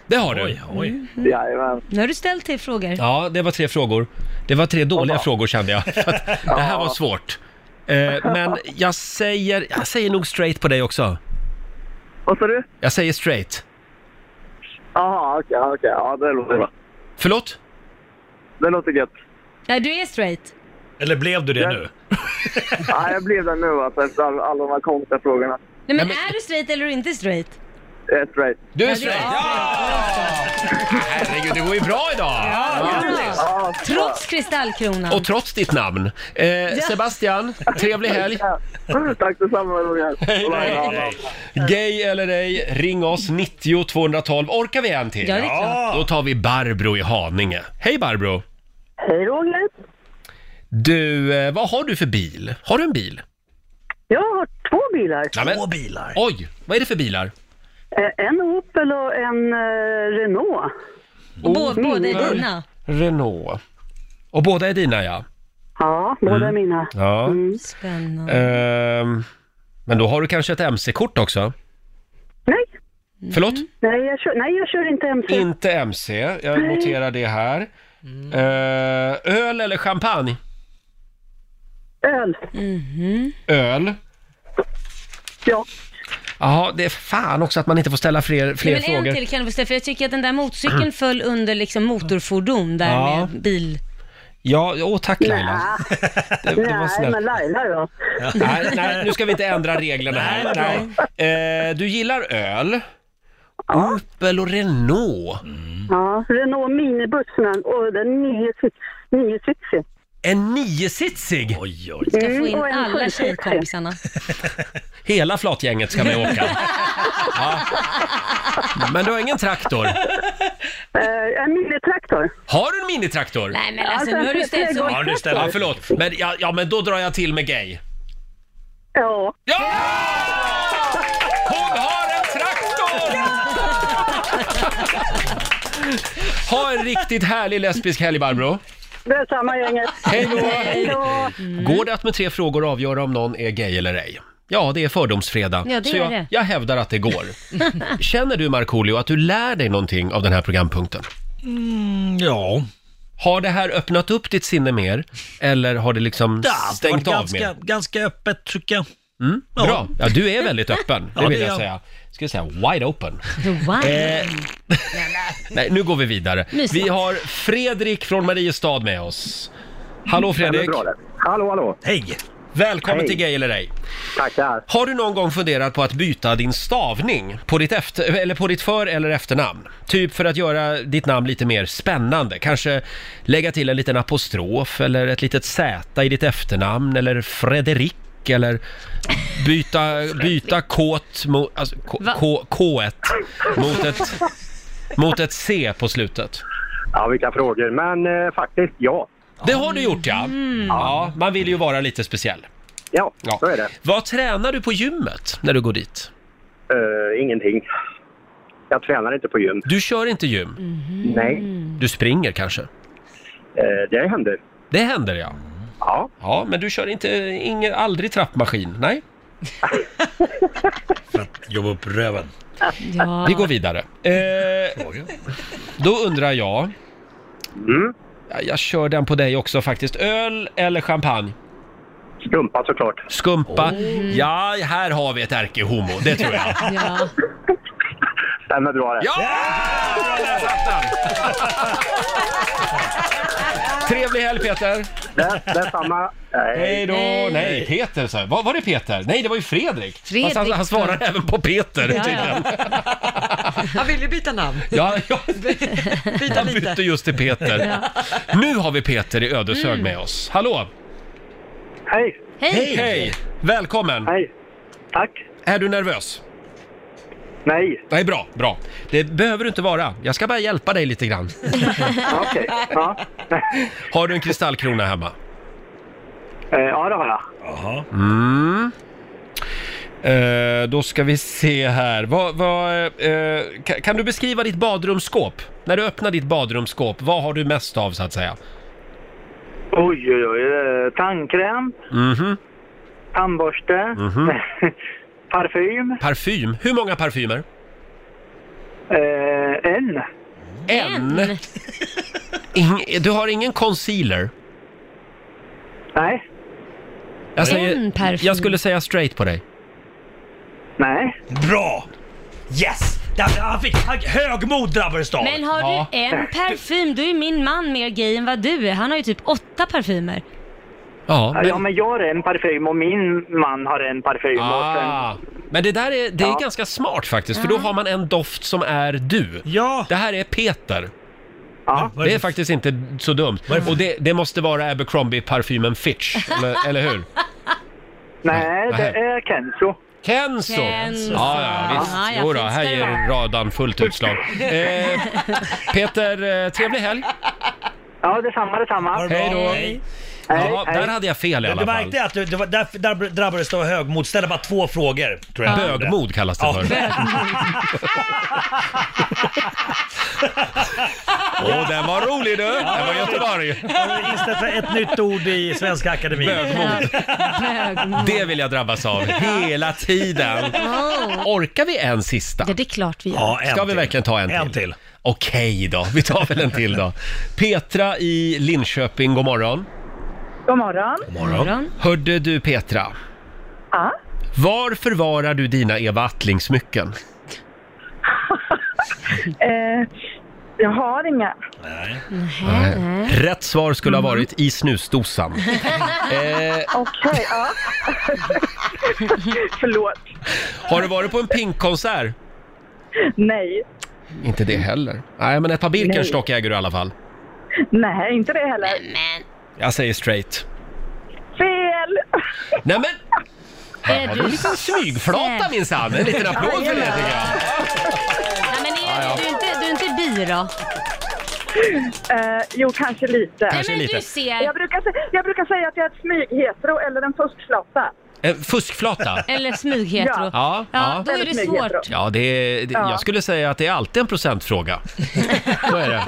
Speaker 1: Det har du.
Speaker 4: Oj, oj.
Speaker 8: Mm.
Speaker 9: Jajamän.
Speaker 2: Nu har du ställt till frågor.
Speaker 1: Ja, det var tre frågor. Det var tre dåliga frågor kände jag. *laughs* För att det här var svårt. Eh, Men jag säger, jag säger nog straight på dig också.
Speaker 9: Vad sa du?
Speaker 1: Jag säger straight.
Speaker 9: Jaha, okej, okej. Ja, det låter bra.
Speaker 1: Förlåt?
Speaker 9: Det låter gött.
Speaker 2: Nej, du är straight.
Speaker 4: Eller blev du det
Speaker 9: Ja.
Speaker 4: nu?
Speaker 9: Nej, jag blev det nu alltså, efter all- alla de här konstiga frågorna.
Speaker 2: Nej, men,
Speaker 1: men-
Speaker 2: är du straight eller är du inte straight?
Speaker 9: Jag är straight.
Speaker 1: Du är
Speaker 2: Ja, det är
Speaker 1: straight! Herregud, det går ju bra idag!
Speaker 9: Ja,
Speaker 2: Trots kristallkronan.
Speaker 1: Och trots ditt namn. Eh, Sebastian, trevlig helg!
Speaker 9: *laughs* Tack detsamma Roger.
Speaker 1: Gay eller ej, ring oss 90 212. Orkar vi en till?
Speaker 2: Ja, det är klart.
Speaker 1: Då tar vi Barbro i Haninge. Hej Barbro!
Speaker 9: Hej Roger.
Speaker 1: Du, eh, vad har du för bil? Har du en bil?
Speaker 9: Jag har två bilar.
Speaker 1: Ja, men-
Speaker 4: Två bilar.
Speaker 1: Oj, vad är det för bilar?
Speaker 9: Eh, En Opel och en eh, Renault.
Speaker 2: Och bå-
Speaker 1: Oh.
Speaker 2: båda är dina.
Speaker 1: Renault. Och båda är dina ja.
Speaker 9: Ja, båda är mina.
Speaker 1: Ja.
Speaker 9: Mm.
Speaker 2: Spännande.
Speaker 1: Ehm, men då har du kanske ett MC-kort också?
Speaker 9: Nej,
Speaker 1: Förlåt?
Speaker 9: nej jag, kör, nej, jag kör inte MC.
Speaker 1: Inte MC, jag noterar det här. Ehm, öl eller champagne? Mm-hmm.
Speaker 9: Öl.
Speaker 1: Öl.
Speaker 9: Ja.
Speaker 1: Jaha, det är fan också att man inte får ställa fler, fler
Speaker 2: Nej, men
Speaker 1: frågor.
Speaker 2: en till kan du få ställa, för jag tycker att den
Speaker 1: *clears throat*
Speaker 2: där motorcykeln föll under liksom motorfordon där
Speaker 1: Ja.
Speaker 2: med bil.
Speaker 1: Ja, åh tack Laila.
Speaker 9: Nja.
Speaker 1: Det, det var
Speaker 9: Nej,
Speaker 1: snällt.
Speaker 9: men Laila då.
Speaker 1: Nej, nej, nu ska vi inte ändra reglerna här. Eh, du gillar öl. Opel och Renault.
Speaker 9: Ja, Renault minibussen och den nio sits- nio sitsen.
Speaker 1: En niositsig!
Speaker 4: Oj, oj.
Speaker 2: Ska få
Speaker 9: Mm,
Speaker 2: in
Speaker 9: och en
Speaker 2: alla
Speaker 9: sjuksköterska.
Speaker 2: tjejkompisarna.
Speaker 1: Hela flatgänget ska vi åka. Ja. Men du har ingen traktor.
Speaker 9: Eh, en minitraktor.
Speaker 1: Har du en minitraktor?
Speaker 2: Nej men alltså
Speaker 9: Ja,
Speaker 2: nu har du ställt så...
Speaker 4: Ja, nu ställer
Speaker 1: Ja,
Speaker 4: vi.
Speaker 1: förlåt. Men, ja, ja, men då drar jag till med gay.
Speaker 9: Ja.
Speaker 1: Ja! Hon har en traktor! Ha en riktigt härlig lesbisk helg Barbro.
Speaker 9: Det är samma gänget.
Speaker 1: Hej då! Mm.
Speaker 9: då!
Speaker 1: Går det att med tre frågor avgöra om någon är gay eller ej? Ja, det är fördomsfredag.
Speaker 2: Ja, det
Speaker 1: så
Speaker 2: är
Speaker 1: jag,
Speaker 2: det.
Speaker 1: jag hävdar att det
Speaker 2: *laughs*
Speaker 1: går. Känner du, Markoolio, att du lär dig någonting av den här programpunkten?
Speaker 4: Ja.
Speaker 1: Har det här öppnat upp ditt sinne mer, eller har det liksom
Speaker 4: Ja, det
Speaker 1: stängt
Speaker 4: var
Speaker 1: av
Speaker 4: ganska,
Speaker 1: mer?
Speaker 4: ganska öppet tycker jag. ja.
Speaker 1: Bra! Ja, du är väldigt öppen, det
Speaker 4: Ja,
Speaker 1: vill
Speaker 4: det är
Speaker 1: jag
Speaker 4: jag.
Speaker 1: säga. Ska jag säga wide open?
Speaker 2: Wow.
Speaker 1: Eh, Nej, nu går vi vidare.
Speaker 2: Mysigt.
Speaker 1: Vi har Fredrik från Mariestad med oss. Hallå Fredrik!
Speaker 6: Hallå, hallå.
Speaker 4: Hej!
Speaker 1: Välkommen
Speaker 6: Hej.
Speaker 1: till Gay eller ej!
Speaker 6: Tackar.
Speaker 1: Har du någon gång funderat på att byta din stavning på ditt, efter, eller på ditt för eller efternamn? Typ för att göra ditt namn lite mer spännande. Kanske lägga till en liten apostrof eller ett litet Z i ditt efternamn eller Frederik eller byta, byta kåt mot, alltså, K,
Speaker 2: Va?
Speaker 1: K, K1 mot ett, mot ett C på slutet.
Speaker 6: Ja, vilka frågor. Men eh, faktiskt, ja. Mm.
Speaker 1: Det har du gjort ja. ja! Man vill ju vara lite speciell.
Speaker 6: ja.
Speaker 1: Ja.
Speaker 6: så är det.
Speaker 1: Vad tränar du på gymmet när du går dit?
Speaker 6: Eh, ingenting. Jag tränar inte på gym.
Speaker 1: Du kör inte gym.
Speaker 9: Mm.
Speaker 6: Nej,
Speaker 1: Du springer kanske?
Speaker 6: eh, det händer.
Speaker 1: Det händer ja.
Speaker 6: Ja.
Speaker 1: Ja, men du kör inte, ingen, aldrig trappmaskin? Nej,
Speaker 4: För att jobba upp röven.
Speaker 2: Ja.
Speaker 1: *laughs* vi går vidare. Eh, då undrar jag,
Speaker 6: Mm.
Speaker 1: ja, jag kör den på dig också faktiskt, öl eller champagne?
Speaker 6: Strumpa såklart.
Speaker 1: Skumpa? Ja, här har vi ett ärkehomo, det tror jag.
Speaker 2: Ja.
Speaker 6: Stämmer bra det.
Speaker 1: Ja! Där satt den! Trevlig helg Peter!
Speaker 6: Det, det är samma. Nej.
Speaker 1: Hej då!
Speaker 2: Hej.
Speaker 1: Nej, Peter sa jag. Var, var det Peter? Nej, det var ju Fredrik! Fast han,
Speaker 2: Fredrik.
Speaker 1: han svarar även på Peter
Speaker 2: ja.
Speaker 1: tydligen.
Speaker 5: Han vill ju byta namn.
Speaker 1: Ja, ja.
Speaker 5: *laughs* Byta
Speaker 1: Han
Speaker 5: lite.
Speaker 1: bytte just till Peter. Nu har vi Peter i Ödeshög
Speaker 5: Mm.
Speaker 1: med oss. Hallå!
Speaker 6: Hej.
Speaker 2: Hej!
Speaker 1: Hej! Välkommen!
Speaker 6: Hej. Tack.
Speaker 1: Är du nervös?
Speaker 6: Nej.
Speaker 1: Nej, bra, bra. Det behöver du inte vara. Jag ska bara hjälpa dig lite grann.
Speaker 6: *laughs* Okej. Ja.
Speaker 1: *laughs* Har du en kristallkrona hemma?
Speaker 6: Eh, ja, det har jag.
Speaker 4: Jaha.
Speaker 1: Mm. Eh, då ska vi se här. Vad, vad, eh, ka- kan du beskriva ditt badrumsskåp? När du öppnar ditt badrumsskåp, vad har du mest av så att säga?
Speaker 9: Oj, oj, oj. eh, Tandkräm,
Speaker 1: Mhm.
Speaker 9: tandborste, *laughs* parfym,
Speaker 1: Parfym. Hur många parfymer?
Speaker 9: eh,
Speaker 10: N.
Speaker 1: N? Ing- du har ingen concealer?
Speaker 10: Nej.
Speaker 1: Jag,
Speaker 2: En
Speaker 1: säger,
Speaker 2: parfym.
Speaker 1: jag skulle säga straight på dig.
Speaker 10: Nej.
Speaker 4: Bra! Yes! Där- Han fick han- högmod drabbades av.
Speaker 2: Men har du en parfym, då är min man mer gay än vad du är. Han har ju typ åtta parfymer.
Speaker 1: Ja,
Speaker 10: Ja, men jag har en parfym och min man har en parfym. Och
Speaker 1: Ah,
Speaker 10: sen,
Speaker 1: men det där är, det är ganska smart faktiskt, för då har man en doft som är du.
Speaker 4: Ja.
Speaker 1: Det här är Peter.
Speaker 10: ja,
Speaker 4: Vad
Speaker 1: Det
Speaker 4: det
Speaker 1: är
Speaker 4: för-
Speaker 1: faktiskt inte så dumt. Och det, det måste vara Abercrombie-parfymen Fitch,
Speaker 2: *laughs*
Speaker 1: eller, eller hur?
Speaker 10: nej, det
Speaker 1: Nähä.
Speaker 10: är Kenzo.
Speaker 1: Kenzo!
Speaker 2: Kenzo.
Speaker 1: Ja, ja, visst.
Speaker 2: Ja, ja,
Speaker 1: Jodå,
Speaker 2: finns
Speaker 1: här
Speaker 2: det
Speaker 1: ger
Speaker 2: där.
Speaker 1: radan fullt
Speaker 2: *laughs*
Speaker 1: utslag. Eh, Peter, eh, trevlig helg!
Speaker 10: Ja, detsamma, detsamma.
Speaker 1: Hej då.
Speaker 4: Hej.
Speaker 1: Ja, där hade jag fel i
Speaker 4: Du
Speaker 1: alla fall.
Speaker 4: märkte att du, det var, där, där drabbades du av högmod. Ställde bara två frågor. Tror jag.
Speaker 1: Bögmod kallas det
Speaker 4: Ja.
Speaker 1: för.
Speaker 4: *laughs*
Speaker 1: Åh, den var rolig du! Den var Göteborg.
Speaker 4: Har du instiftat ett nytt ord i Svenska Akademin?
Speaker 1: Bögmod.
Speaker 2: Bögmod.
Speaker 1: Det vill jag drabbas
Speaker 2: *laughs*
Speaker 1: av hela tiden.
Speaker 2: Oh.
Speaker 1: Orkar vi en sista?
Speaker 2: Ja, det är klart vi gör.
Speaker 4: Ja, en
Speaker 1: Ska vi
Speaker 4: till.
Speaker 1: verkligen ta en till?
Speaker 4: En till.
Speaker 1: Okej då, vi tar väl en till då. Petra i Linköping, god morgon.
Speaker 11: God morgon.
Speaker 2: Morgon.
Speaker 1: Hörde du Petra,
Speaker 11: Ja.
Speaker 1: var förvarar du dina Eva Attling-smycken?
Speaker 11: *laughs* Eh, jag har inga.
Speaker 1: Rätt svar skulle
Speaker 2: Mm.
Speaker 1: ha varit i
Speaker 2: *laughs*
Speaker 1: snusdosan. eh,
Speaker 11: Okej, ja. *laughs* Förlåt.
Speaker 1: har du varit på en pinkkonsert?
Speaker 11: Nej.
Speaker 1: Inte det heller. Nej, men ett par Birkenstock äger du i alla fall.
Speaker 11: Nej, inte det heller.
Speaker 1: Jag säger straight.
Speaker 11: Fel!
Speaker 1: Nej men! Här
Speaker 2: Är
Speaker 1: har du en
Speaker 2: Eh, du
Speaker 1: liten smygflata
Speaker 2: säker?
Speaker 1: minsann. En liten applåd för det tycker jag.
Speaker 2: Nej, men är, Du, är inte, du är inte bi då?
Speaker 11: Eh, jo, kanske lite.
Speaker 2: Nej, men
Speaker 1: lite.
Speaker 2: du ser.
Speaker 11: Jag brukar, sä- jag brukar säga att jag är ett smyghetero eller en fuskflotta.
Speaker 1: Eh,
Speaker 2: *laughs*
Speaker 1: fuskflata.
Speaker 2: Eller smyghetero.
Speaker 11: Ja.
Speaker 1: Ja, ja.
Speaker 2: Ja, då är det
Speaker 11: Väldigt smyghetero.
Speaker 2: svårt.
Speaker 1: Ja, det är, det, jag skulle säga att det är alltid en
Speaker 11: *laughs*
Speaker 1: procentfråga. Så är det.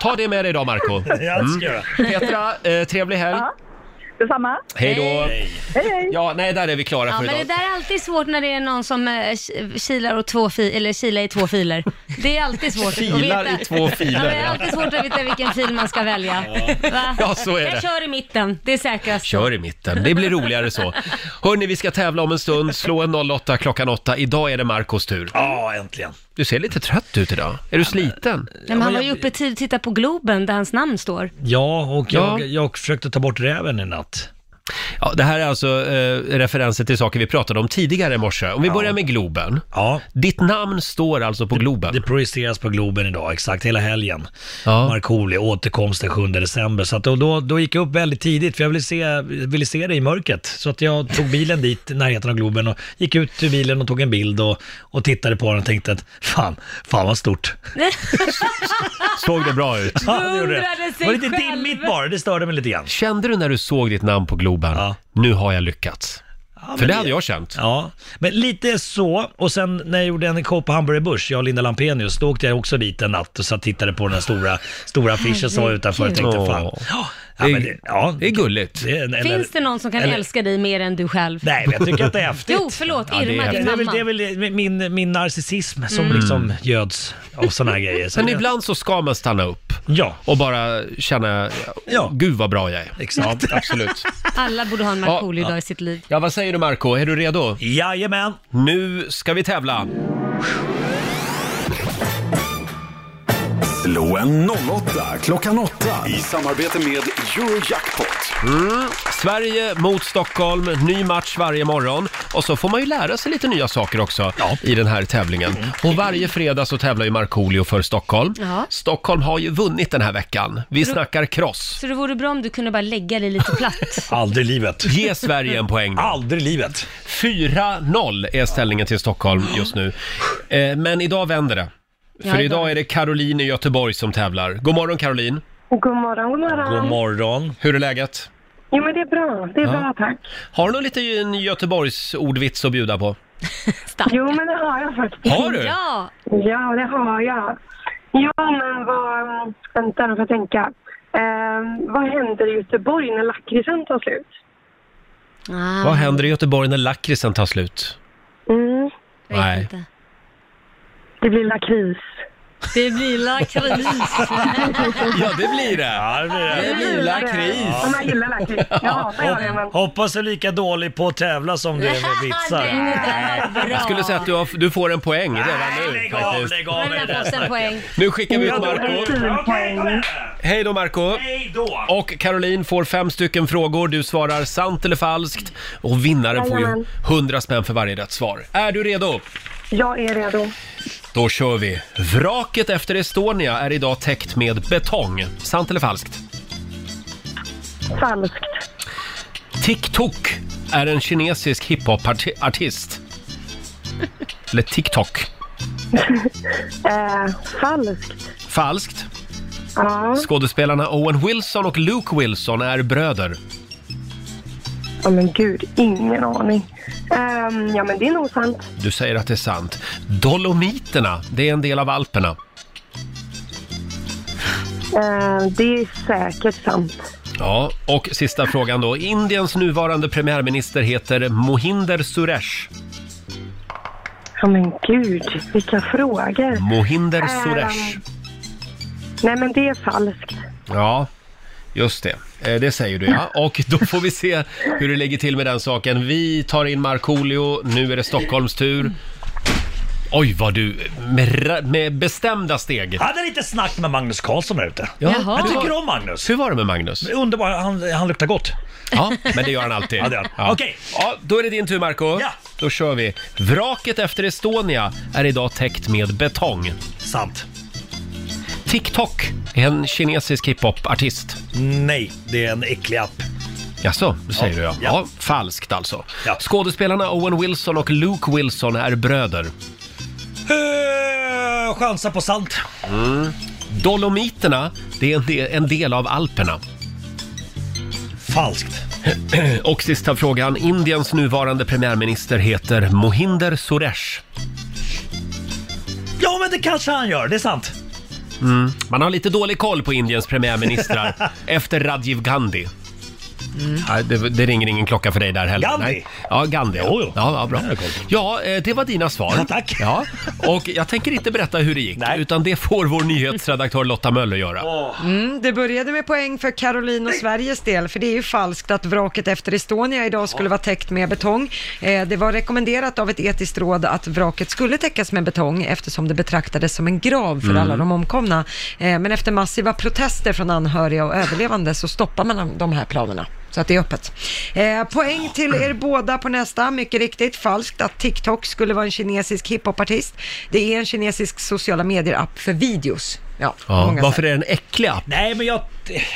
Speaker 1: Ta det med dig idag, Marco.
Speaker 4: Mm. Ja, det
Speaker 1: Mm.
Speaker 4: ska jag göra.
Speaker 1: Petra, eh, trevlig helg.
Speaker 11: Detsamma.
Speaker 1: Hej då.
Speaker 11: Hej, hej.
Speaker 1: Ja, nej, där är vi klara
Speaker 2: Ja,
Speaker 1: för
Speaker 2: men det
Speaker 1: idag.
Speaker 2: där är alltid svårt när det är någon som eh, ki- kilar, och två fi- eller kilar i två filer. Det är alltid svårt att
Speaker 1: Filar
Speaker 2: veta.
Speaker 1: i två
Speaker 2: Ja, men det
Speaker 1: filer.
Speaker 2: är
Speaker 1: Ja.
Speaker 2: alltid svårt att veta vilken fil man ska välja. Va?
Speaker 1: Ja, så är det.
Speaker 2: Jag kör i mitten, det är säkrast.
Speaker 1: Kör i mitten, det blir roligare så. Hörni, vi ska tävla om en stund. Slå en 08 klockan 8. Idag är det Marcos tur.
Speaker 4: Ja, äntligen.
Speaker 1: Du ser lite trött ut idag. Är du sliten?
Speaker 2: Nej, men han var ju uppe tid och tittade på Globen där hans namn står. *laughs*
Speaker 4: Ja, och
Speaker 1: Ja.
Speaker 4: jag, jag försökte ta bort räven i natt.
Speaker 1: Ja, det här är alltså eh, referenser till saker vi pratade om tidigare i morse. Om vi börjar med Globen.
Speaker 4: Ja,
Speaker 1: Ditt namn står alltså på Globen.
Speaker 4: det projiceras på Globen idag, exakt, hela helgen.
Speaker 1: Ja.
Speaker 4: Markoolio återkomst den 7 december. Så att då, då, då gick jag upp väldigt tidigt, för jag ville se, ville se det i mörkret. Så att jag tog bilen dit, i närheten av Globen, och gick ut ur bilen och tog en bild och, och tittade på den och tänkte att fan, fan vad stort.
Speaker 1: Såg det bra ut?
Speaker 4: Ja, det, gjorde
Speaker 2: Beundrade
Speaker 4: det. det
Speaker 2: sig
Speaker 4: var lite
Speaker 2: själv.
Speaker 4: dimmigt bara, det störde mig lite grann.
Speaker 1: Kände du när du såg ditt namn på Globen,
Speaker 4: Ja.
Speaker 1: nu har jag lyckats?
Speaker 4: Ja,
Speaker 1: För
Speaker 4: men
Speaker 1: det hade jag känt.
Speaker 4: Ja, men lite så. Och sen när jag gjorde en show på Hamburger Börs, jag och Linda Lampenius, då åkte jag också dit en natt och satt och tittade på den här stora, stora affischen som var utanför och tänkte
Speaker 1: Åh.
Speaker 4: fan. Ja, ja, men det, ja,
Speaker 1: Det är gulligt.
Speaker 4: det är en- eller-
Speaker 2: Finns det någon som kan
Speaker 4: eller-
Speaker 2: älska dig mer än du själv?
Speaker 4: Nej, men jag tycker att det är *laughs* häftigt.
Speaker 2: Jo, förlåt,
Speaker 1: Ja, det är
Speaker 2: Irma,
Speaker 1: häftigt.
Speaker 2: din
Speaker 4: Det är, väl,
Speaker 2: mamma.
Speaker 4: det är väl min, min narcissism som liksom göds av sådana här grejer. Så
Speaker 1: Men
Speaker 4: det-
Speaker 1: ibland så ska man stanna upp
Speaker 4: Ja,
Speaker 1: och bara känna,
Speaker 4: Ja.
Speaker 1: gud vad bra jag är.
Speaker 4: exakt.
Speaker 1: Absolut.
Speaker 2: Alla borde ha en Markoolio idag i sitt liv.
Speaker 1: Ja, vad säger du Marco? Är du redo?
Speaker 4: Jajamän.
Speaker 1: Nu ska vi tävla.
Speaker 3: Slå en 08 klockan 8 i samarbete med Eurojackpot.
Speaker 1: Sverige mot Stockholm, ny match varje morgon. Och så får man ju lära sig lite nya saker också i den här tävlingen. Och varje fredag så tävlar ju Markoolio för Stockholm.
Speaker 2: Ja.
Speaker 1: Stockholm har ju vunnit den här veckan. Vi snackar cross.
Speaker 2: Så det vore bra om du kunde bara lägga dig
Speaker 4: *laughs*
Speaker 2: lite platt.
Speaker 4: Aldrig i livet.
Speaker 1: Ge Sverige en poäng nu.
Speaker 4: Aldrig i livet.
Speaker 1: 4-0 är ställningen till Stockholm just nu. Eh, Men idag vänder det. För
Speaker 2: Ja, idag.
Speaker 1: idag är det Caroline i Göteborg som tävlar. God morgon Caroline!
Speaker 9: God morgon, god morgon.
Speaker 4: God morgon.
Speaker 1: Hur är läget?
Speaker 9: Jo, men det är bra. Det är bra, tack.
Speaker 1: Har du någon liten Göteborgs-ordvits att bjuda på?
Speaker 9: Jo, men det har jag faktiskt.
Speaker 1: Har du?
Speaker 2: Ja,
Speaker 9: Ja, det har jag. Ja, men vad... Vänta, då får jag tänka. Ehm, vad händer i Göteborg när lakritsen tar slut?
Speaker 2: Ah,
Speaker 1: Vad händer i Göteborg när lakritsen tar slut?
Speaker 9: Mm,
Speaker 2: jag vet
Speaker 1: Nej.
Speaker 2: inte.
Speaker 9: det blir lakris.
Speaker 2: Det blir lakris.
Speaker 1: Ja, det blir det.
Speaker 4: Ja, det blir det.
Speaker 1: Det blir lakrits.
Speaker 9: Ja, men jag gillar lakrits. Jag hatar
Speaker 4: Hop-
Speaker 9: det, men...
Speaker 4: Hoppas du är lika dålig på att tävla som du är med
Speaker 2: *laughs*
Speaker 4: vitsar.
Speaker 1: Jag skulle säga att du, har, du får en poäng redan nu
Speaker 4: lägg av,
Speaker 1: faktiskt.
Speaker 4: lägg av med det där snacket.
Speaker 1: Nu skickar vi ut
Speaker 4: Ja, det
Speaker 1: Marco.
Speaker 4: är fin poäng.
Speaker 1: Hej då Marco Och Caroline får fem stycken frågor. Du svarar sant eller falskt. Och vinnaren får ju
Speaker 9: Jajamän.
Speaker 1: 100 spänn för varje rätt svar. Är du redo?
Speaker 9: Jag är redo.
Speaker 1: Då kör vi. Vraket efter Estonia är idag täckt med betong. Sant eller falskt?
Speaker 9: Falskt.
Speaker 1: TikTok är en kinesisk hiphop-artist. Eller TikTok.
Speaker 9: eh, falskt.
Speaker 1: Falskt.
Speaker 9: Ja.
Speaker 1: Skådespelarna Owen Wilson och Luke Wilson är bröder.
Speaker 9: Ja, men gud. Ingen aning. Ehm, ja, men det är nog sant.
Speaker 1: Du säger att det är sant. Dolomiterna, det är en del av Alperna.
Speaker 9: Ehm, det är säkert sant.
Speaker 1: Ja, och sista frågan då. Indiens nuvarande premiärminister heter Mohinder Suresh.
Speaker 9: Ja, men gud. Vilka frågor.
Speaker 1: Mohinder
Speaker 9: Ehm,
Speaker 1: Suresh.
Speaker 9: nej, men det är falskt.
Speaker 1: Ja, just det. Eh, Det säger du ja. Och då får vi se hur det ligger till med den saken. Vi tar in Markoolio, nu är det Stockholms tur. Oj, vad du med, ra- med bestämda steg.
Speaker 4: Jag hade lite snack med Magnus Karlsson där ute.
Speaker 1: Ja. Jaha.
Speaker 4: Jag tycker om Magnus.
Speaker 1: Hur var det med Magnus?
Speaker 4: Underbar, han, han luktar gott.
Speaker 1: Ja, men det gör han alltid.
Speaker 4: Ja, det gör han. Okej.
Speaker 1: Ja, då är det din tur Marco. Ja. Då kör vi. Vraket efter Estonia är idag täckt med betong.
Speaker 4: Sant.
Speaker 1: TikTok är en kinesisk hiphopartist.
Speaker 4: Nej, det är en äcklig app.
Speaker 1: Jaså, det säger
Speaker 4: Ja.
Speaker 1: du ja.
Speaker 4: Ja.
Speaker 1: ja. Falskt alltså. Skådespelarna Owen Wilson och Luke Wilson är bröder.
Speaker 4: Uh, chansa på sant.
Speaker 1: Mm. Dolomiterna, det är en del, en del av Alperna.
Speaker 4: Falskt.
Speaker 1: Och sista frågan. Indiens nuvarande premiärminister heter Mohinder Suresh.
Speaker 4: Ja, men det kanske han gör. Det är sant.
Speaker 1: Mm. Man har lite dålig koll på Indiens *laughs* premiärministrar efter Rajiv Gandhi. Nej, det, det ringer ingen klocka för dig där heller.
Speaker 4: Gandhi?
Speaker 1: Nej. Ja, Mm. Gandhi. Ja, ja, bra. ja, eh, det var dina svar. Ja, tack. Ja, och jag tänker inte berätta hur det gick, utan det får vår nyhetsredaktör Lotta Möller göra.
Speaker 5: Mm, det började med poäng för Caroline och Sveriges del, för det är ju falskt att vraket efter Estonia idag skulle vara täckt med betong. Eh, det var rekommenderat av ett etiskt råd att vraket skulle täckas med betong eftersom det betraktades som en grav för
Speaker 12: Mm.
Speaker 5: alla de omkomna. Eh, men efter massiva protester från anhöriga och överlevande så stoppar man de här planerna. Så att det är öppet. Eh, poäng till er båda på nästa. Mycket riktigt, falskt att TikTok skulle vara en kinesisk hiphopartist. Det är en kinesisk sociala medier-app för videos. Ja, på
Speaker 1: Ja,
Speaker 5: många sätt.
Speaker 1: varför är det en äcklig app?
Speaker 4: Nej, men jag,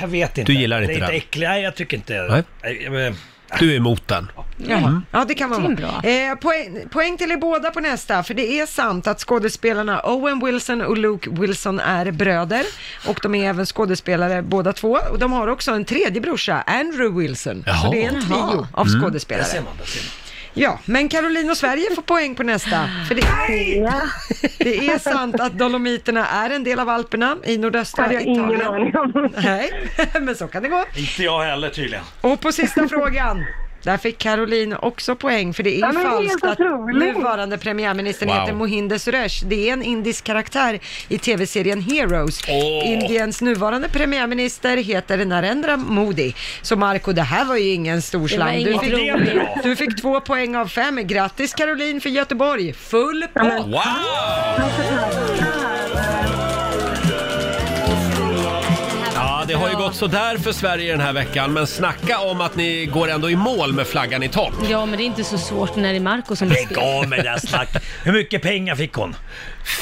Speaker 4: jag vet inte.
Speaker 1: Du gillar inte
Speaker 4: det är inte
Speaker 1: den?
Speaker 4: äcklig. Nej, jag tycker inte...
Speaker 1: Nej.
Speaker 4: Nej, men-
Speaker 1: Du är emot den.
Speaker 5: Jaha.
Speaker 1: Mm.
Speaker 5: Ja, det kan man
Speaker 1: Det är
Speaker 5: vara. Eh, poäng, poäng till er båda på nästa, för det är sant att skådespelarna Owen Wilson och Luke Wilson är bröder och de är även skådespelare båda två. Och de har också en tredje brorsa, Andrew Wilson. Så det är en trio
Speaker 12: Jaha.
Speaker 5: av
Speaker 12: Mm.
Speaker 5: skådespelare.
Speaker 12: Där ser man,
Speaker 5: Ja, men Caroline och Sverige får poäng på nästa. För det, det är sant att Dolomiterna är en del av Alperna i nordöstra
Speaker 9: Hade jag ingen aning om.
Speaker 5: Nej, *laughs* men så kan det gå.
Speaker 4: Inte jag heller tydligen.
Speaker 5: Och på sista frågan, där fick Caroline också poäng för det är
Speaker 9: Ja, men det är
Speaker 5: falskt
Speaker 9: helt
Speaker 5: att
Speaker 9: otroligt.
Speaker 5: nuvarande premiärministern
Speaker 12: Wow.
Speaker 5: heter Mohinder Suresh. Det är en indisk karaktär i tv-serien Heroes. Indiens nuvarande premiärminister heter Narendra Modi. Så Marco, det här var ju ingen stor
Speaker 12: Det var
Speaker 5: slang. Du
Speaker 12: inget
Speaker 5: fick,
Speaker 12: roligt.
Speaker 5: du fick två poäng av fem. Grattis Caroline för Göteborg! Full pott!
Speaker 1: Wow! Ja, det har ju gått sådär för Sverige den här veckan, men snacka om att ni går ändå i mål med flaggan i topp.
Speaker 2: Ja, men det är inte så svårt när det är Marco som
Speaker 4: Lägg av med det där snacket. Hur mycket pengar fick hon?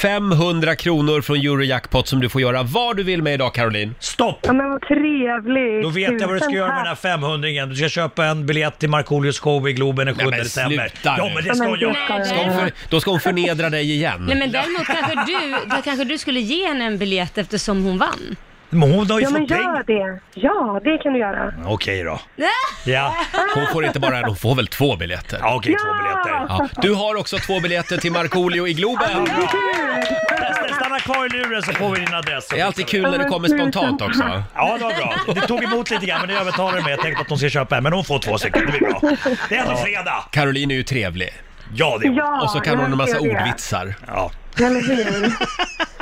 Speaker 1: 500 kronor från Eurojackpot som du får göra vad du vill med idag Caroline.
Speaker 4: Stopp!
Speaker 9: Ja, men vad trevligt.
Speaker 4: Då vet jag vad du ska
Speaker 9: Tusen
Speaker 4: göra med den
Speaker 9: tack.
Speaker 4: här 500 Du ska köpa en biljett till Markoolios show i Globen den 7
Speaker 1: Nej, men
Speaker 4: december.
Speaker 1: sluta
Speaker 4: Ja,
Speaker 1: nu.
Speaker 4: men det ska
Speaker 2: Ja, men det
Speaker 4: jag.
Speaker 2: ska jag. Ska hon
Speaker 1: För, då ska hon förnedra dig igen.
Speaker 2: Nej men däremot kanske du, då kanske du skulle ge henne en biljett eftersom hon vann.
Speaker 4: Men hon har ju
Speaker 9: Ja, men
Speaker 4: fått pengar.
Speaker 9: gör det. Ja, det kan du göra.
Speaker 4: Okej då.
Speaker 2: Ja.
Speaker 4: Ja.
Speaker 1: Hon får inte bara en, hon får väl två biljetter?
Speaker 4: Ja, okej,
Speaker 1: två biljetter. Du har också två biljetter till Markoolio i Globen.
Speaker 4: Stanna- Stanna kvar i luren så får vi din adress.
Speaker 1: Det är alltid kul när det kommer spontant också.
Speaker 4: Ja, det var bra. Det tog emot lite grann, men det övertalade mig. Jag tänkte att hon ska köpa en, men hon får två stycken. Det blir bra. Det är ändå fredag.
Speaker 1: Caroline är ju trevlig.
Speaker 4: Ja, det är hon.
Speaker 1: Och så kan hon en massa ordvitsar.
Speaker 4: Ja.
Speaker 9: Eller hur?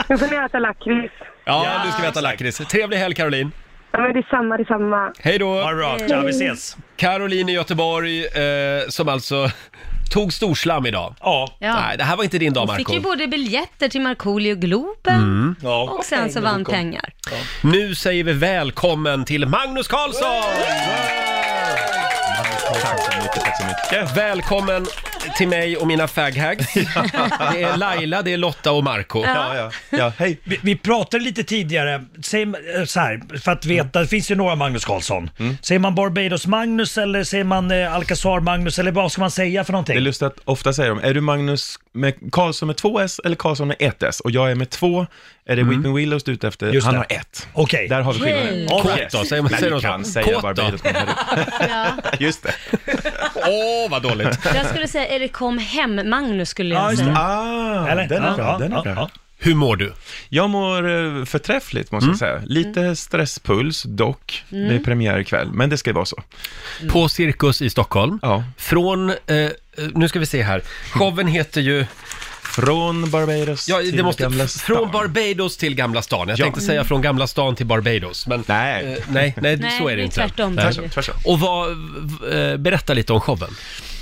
Speaker 9: nu får ni äta lakrits.
Speaker 1: Ja, nu ska vi äta lakrits. Trevlig helg Caroline!
Speaker 9: Ja, men detsamma, detsamma.
Speaker 1: Hej då! Ha det
Speaker 9: bra. Ja, vi ses.
Speaker 1: Caroline i Göteborg, eh, som alltså tog storslam idag.
Speaker 4: Ja.
Speaker 2: Ja.
Speaker 1: Nej, det här var inte din dag,
Speaker 2: Hon fick
Speaker 1: Marco.
Speaker 2: ju både biljetter till Markoolio Globen
Speaker 1: Mm.
Speaker 2: och sen så vann pengar.
Speaker 1: Nu säger vi välkommen till Magnus Karlsson! Tack så mycket, tack så mycket. Välkommen till mig och
Speaker 12: *laughs*
Speaker 1: mina faghags. Det är Laila, det är Lotta och Marco
Speaker 4: Ja. Ja,
Speaker 12: *laughs*
Speaker 1: hej.
Speaker 4: Vi, vi pratade lite tidigare, säg, eh, så här, för att veta, det finns ju några Magnus Karlsson. Säger man Barbados-Magnus eller säger man eh, Alcazar-Magnus eller vad ska man säga för någonting?
Speaker 12: Det är lustigt att ofta säger de, är du Magnus med Karlsson med två S eller Karlsson med ett S? Och jag är med två, är det Whipping Willows du är ute efter?
Speaker 4: Mm. Just
Speaker 12: Han
Speaker 4: det.
Speaker 12: har ett.
Speaker 4: Okej.
Speaker 12: Där har vi
Speaker 4: Hey.
Speaker 12: skillnaden.
Speaker 4: Kåt
Speaker 1: då, säger man-
Speaker 12: Nej,
Speaker 1: säger
Speaker 12: ni
Speaker 1: de så?
Speaker 12: kan
Speaker 1: Kåt
Speaker 12: säga
Speaker 1: då?
Speaker 12: Barbados.
Speaker 2: Ja.
Speaker 12: Just det.
Speaker 1: Åh, vad dåligt.
Speaker 2: Jag skulle säga, eller kom hem Magnus skulle jag säga.
Speaker 12: Ah,
Speaker 2: Eller?
Speaker 12: den är
Speaker 2: Ja,
Speaker 12: bra.
Speaker 2: ja,
Speaker 12: den är
Speaker 2: ja,
Speaker 12: bra.
Speaker 1: Hur mår du?
Speaker 12: Jag mår eh, förträffligt måste jag säga. Lite stresspuls dock.
Speaker 1: Mm.
Speaker 12: Det är premiär ikväll, men det ska vara så.
Speaker 1: På Cirkus i Stockholm. Från, eh, nu ska vi se här, showen heter ju...
Speaker 12: Från Barbados
Speaker 1: ja,
Speaker 12: till Gamla
Speaker 1: stan. Från Barbados till Gamla stan. Jag
Speaker 12: Ja.
Speaker 1: tänkte säga från Gamla stan till Barbados, men... Nej. Eh, nej, nej,
Speaker 12: Nej,
Speaker 1: så är
Speaker 12: det
Speaker 1: det
Speaker 12: är
Speaker 1: inte.
Speaker 12: tvärtom,
Speaker 1: Nej.
Speaker 12: tror jag. Tvärtom.
Speaker 1: Och vad, eh, berätta lite om showen.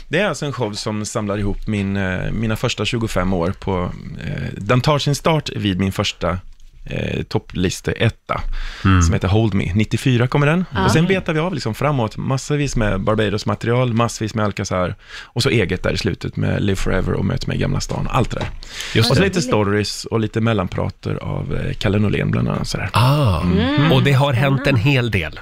Speaker 12: Det är alltså en show som samlar ihop min, eh, mina första 25 år på... Eh, den tar sin start vid min första eh, toppliste-etta,
Speaker 1: Mm.
Speaker 12: som heter Hold Me. 94 kommer den.
Speaker 13: Ja.
Speaker 12: Och sen betar vi av liksom framåt, massvis med Barbados-material, massvis med Alcazar, och så eget där i slutet med Live Forever och Möt mig i Gamla stan, allt det där.
Speaker 1: Just
Speaker 12: och så
Speaker 1: det.
Speaker 12: lite stories och lite mellanprater av eh, Kalle Norlén bland annat. Sådär.
Speaker 1: Ah,
Speaker 12: Mm.
Speaker 1: och det har hänt en hel del.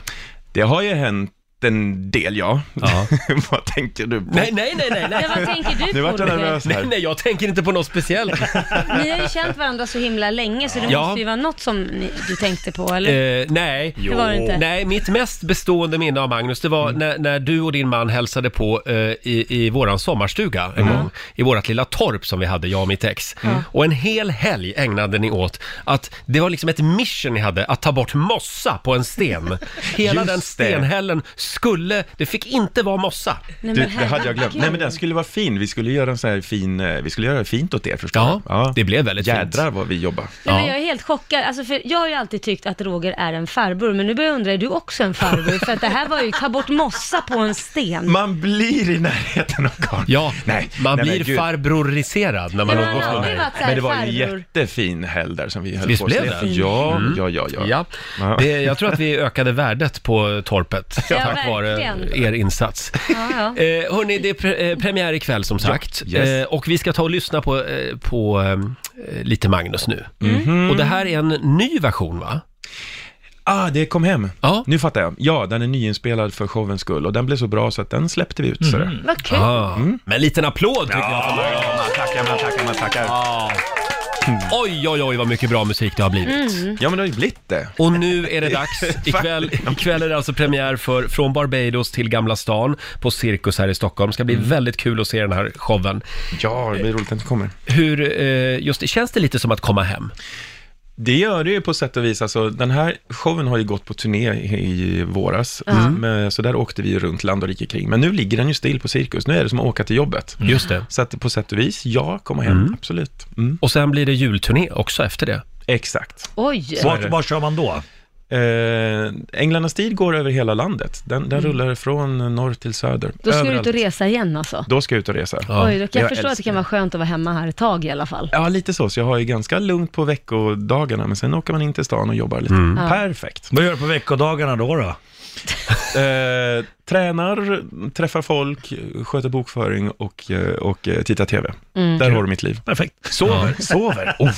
Speaker 12: Det har ju hänt en del, ja. *laughs* Vad tänker du på?
Speaker 1: *laughs* Nej, nej, nej, nej. nej.
Speaker 2: Ja, vad tänker
Speaker 12: *laughs*
Speaker 2: du
Speaker 12: Nu vart jag
Speaker 2: på, Roger?
Speaker 12: nervös här.
Speaker 1: Nej, nej, jag tänker inte på något speciellt.
Speaker 2: Ni har ju känt varandra så himla länge så det
Speaker 1: Ja.
Speaker 2: måste ju vara något som ni, du tänkte på eller?
Speaker 1: Eh, nej.
Speaker 2: Det var det inte.
Speaker 1: nej, mitt mest bestående minne av Magnus, det var när, när du och din man hälsade på eh, i, i våran sommarstuga en gång. I vårat lilla torp som vi hade, jag och mitt ex. Mm. Och en hel helg ägnade ni åt att det var liksom ett mission ni hade, att ta bort mossa på en sten. Hela
Speaker 12: Just
Speaker 1: den
Speaker 12: det.
Speaker 1: stenhällen skulle, det fick inte vara mossa.
Speaker 2: Nej,
Speaker 12: Du, det hade jag glömt. Nej men den skulle vara fin. Vi skulle göra en sån här fin, eh, vi skulle göra fint åt er förstår Ja, ja, det blev väldigt Jädrar fint. Jädrar vad vi jobbar.
Speaker 2: Nej, men jag är helt chockad. Alltså, för jag har ju alltid tyckt att Roger är en farbror, men nu börjar jag undra, är du också en farbror? För att det här var ju ta bort mossa på en sten.
Speaker 12: Man blir i närheten av karln.
Speaker 1: Ja,
Speaker 12: nej,
Speaker 1: man
Speaker 12: nej, men
Speaker 1: blir
Speaker 12: gud.
Speaker 1: farbrorriserad när man
Speaker 2: Ja, men
Speaker 1: umgås
Speaker 2: han har
Speaker 1: med
Speaker 2: aldrig
Speaker 1: mig.
Speaker 2: varit så här Men det var ju farbror.
Speaker 12: Jättefin helg där som vi höll
Speaker 1: Visst
Speaker 12: på att
Speaker 1: blev
Speaker 12: slita.
Speaker 1: det?
Speaker 12: Ja,
Speaker 1: Mm.
Speaker 12: ja, ja, ja.
Speaker 1: Ja, det, jag tror att vi ökade värdet på torpet
Speaker 2: Ja,
Speaker 1: tack vare
Speaker 2: verkligen.
Speaker 1: er insats.
Speaker 2: Ja, ja.
Speaker 1: Eh, hörni, det är pre- eh, premiär ikväll som sagt.
Speaker 12: yes.
Speaker 1: eh, och vi ska ta och lyssna på, eh, på eh, lite Magnus nu.
Speaker 12: Mhm.
Speaker 1: Och det här är en ny version va?
Speaker 12: Ah, det kom hem. Nu fattar jag. Ja, den är nyinspelad för showens skull och den blev så bra så att den släppte vi ut. sådär.
Speaker 2: Vad kul.
Speaker 12: Mm.
Speaker 1: Men en liten applåd tycker
Speaker 12: Ja,
Speaker 1: jag för Magnus.
Speaker 12: Tackar, man tackar, man tackar.
Speaker 1: Oj, oj, oj vad mycket bra musik det har blivit.
Speaker 2: Mm.
Speaker 12: Ja, men det har ju blivit det.
Speaker 1: Och nu är
Speaker 12: *laughs*
Speaker 1: det dags. Ikväll, ikväll är det alltså premiär för Från Barbados till Gamla stan på Cirkus här i Stockholm. ska bli väldigt kul att se den här showen.
Speaker 12: Mm. Ja, det blir roligt att du kommer.
Speaker 1: Hur, eh, just det, känns det lite som att komma hem?
Speaker 12: Det gör det ju på sätt och vis. Alltså, den här showen har ju gått på turné i i våras,
Speaker 1: Mm.
Speaker 13: Ja.
Speaker 12: Men, eh, så där åkte vi runt land och rike kring. Men nu ligger den ju still på cirkus. Nu är det som att åka till jobbet.
Speaker 1: Mm. Just det.
Speaker 12: Så att på sätt och vis, ja, komma hem,
Speaker 1: Mm.
Speaker 12: absolut.
Speaker 1: Och sen blir det julturné också efter det.
Speaker 12: Exakt.
Speaker 2: Oj!
Speaker 12: Så är det.
Speaker 4: Vart, vart kör man då?
Speaker 12: Eh, Änglarnas tid går över hela landet. Den, den
Speaker 2: Mm.
Speaker 12: rullar från norr till söder.
Speaker 2: Då ska du
Speaker 12: Överallt.
Speaker 2: ut och resa igen alltså?
Speaker 12: Då ska jag ut och resa.
Speaker 2: Oj, då kan jag, förstå
Speaker 12: älskar
Speaker 2: att det kan vara skönt att vara hemma här ett tag i alla fall.
Speaker 12: Ja, lite så. Så jag har ju ganska lugnt på veckodagarna, men sen åker man in till stan och jobbar lite.
Speaker 2: Ja.
Speaker 12: Perfekt.
Speaker 4: Vad gör du på veckodagarna då? då?
Speaker 12: Eh, tränar, träffar folk, sköter bokföring och, eh, och eh, tittar TV.
Speaker 1: Mm.
Speaker 12: Där
Speaker 1: Kul.
Speaker 12: har du mitt liv.
Speaker 4: Perfekt.
Speaker 1: Sover. *laughs*
Speaker 12: Sover. Oh.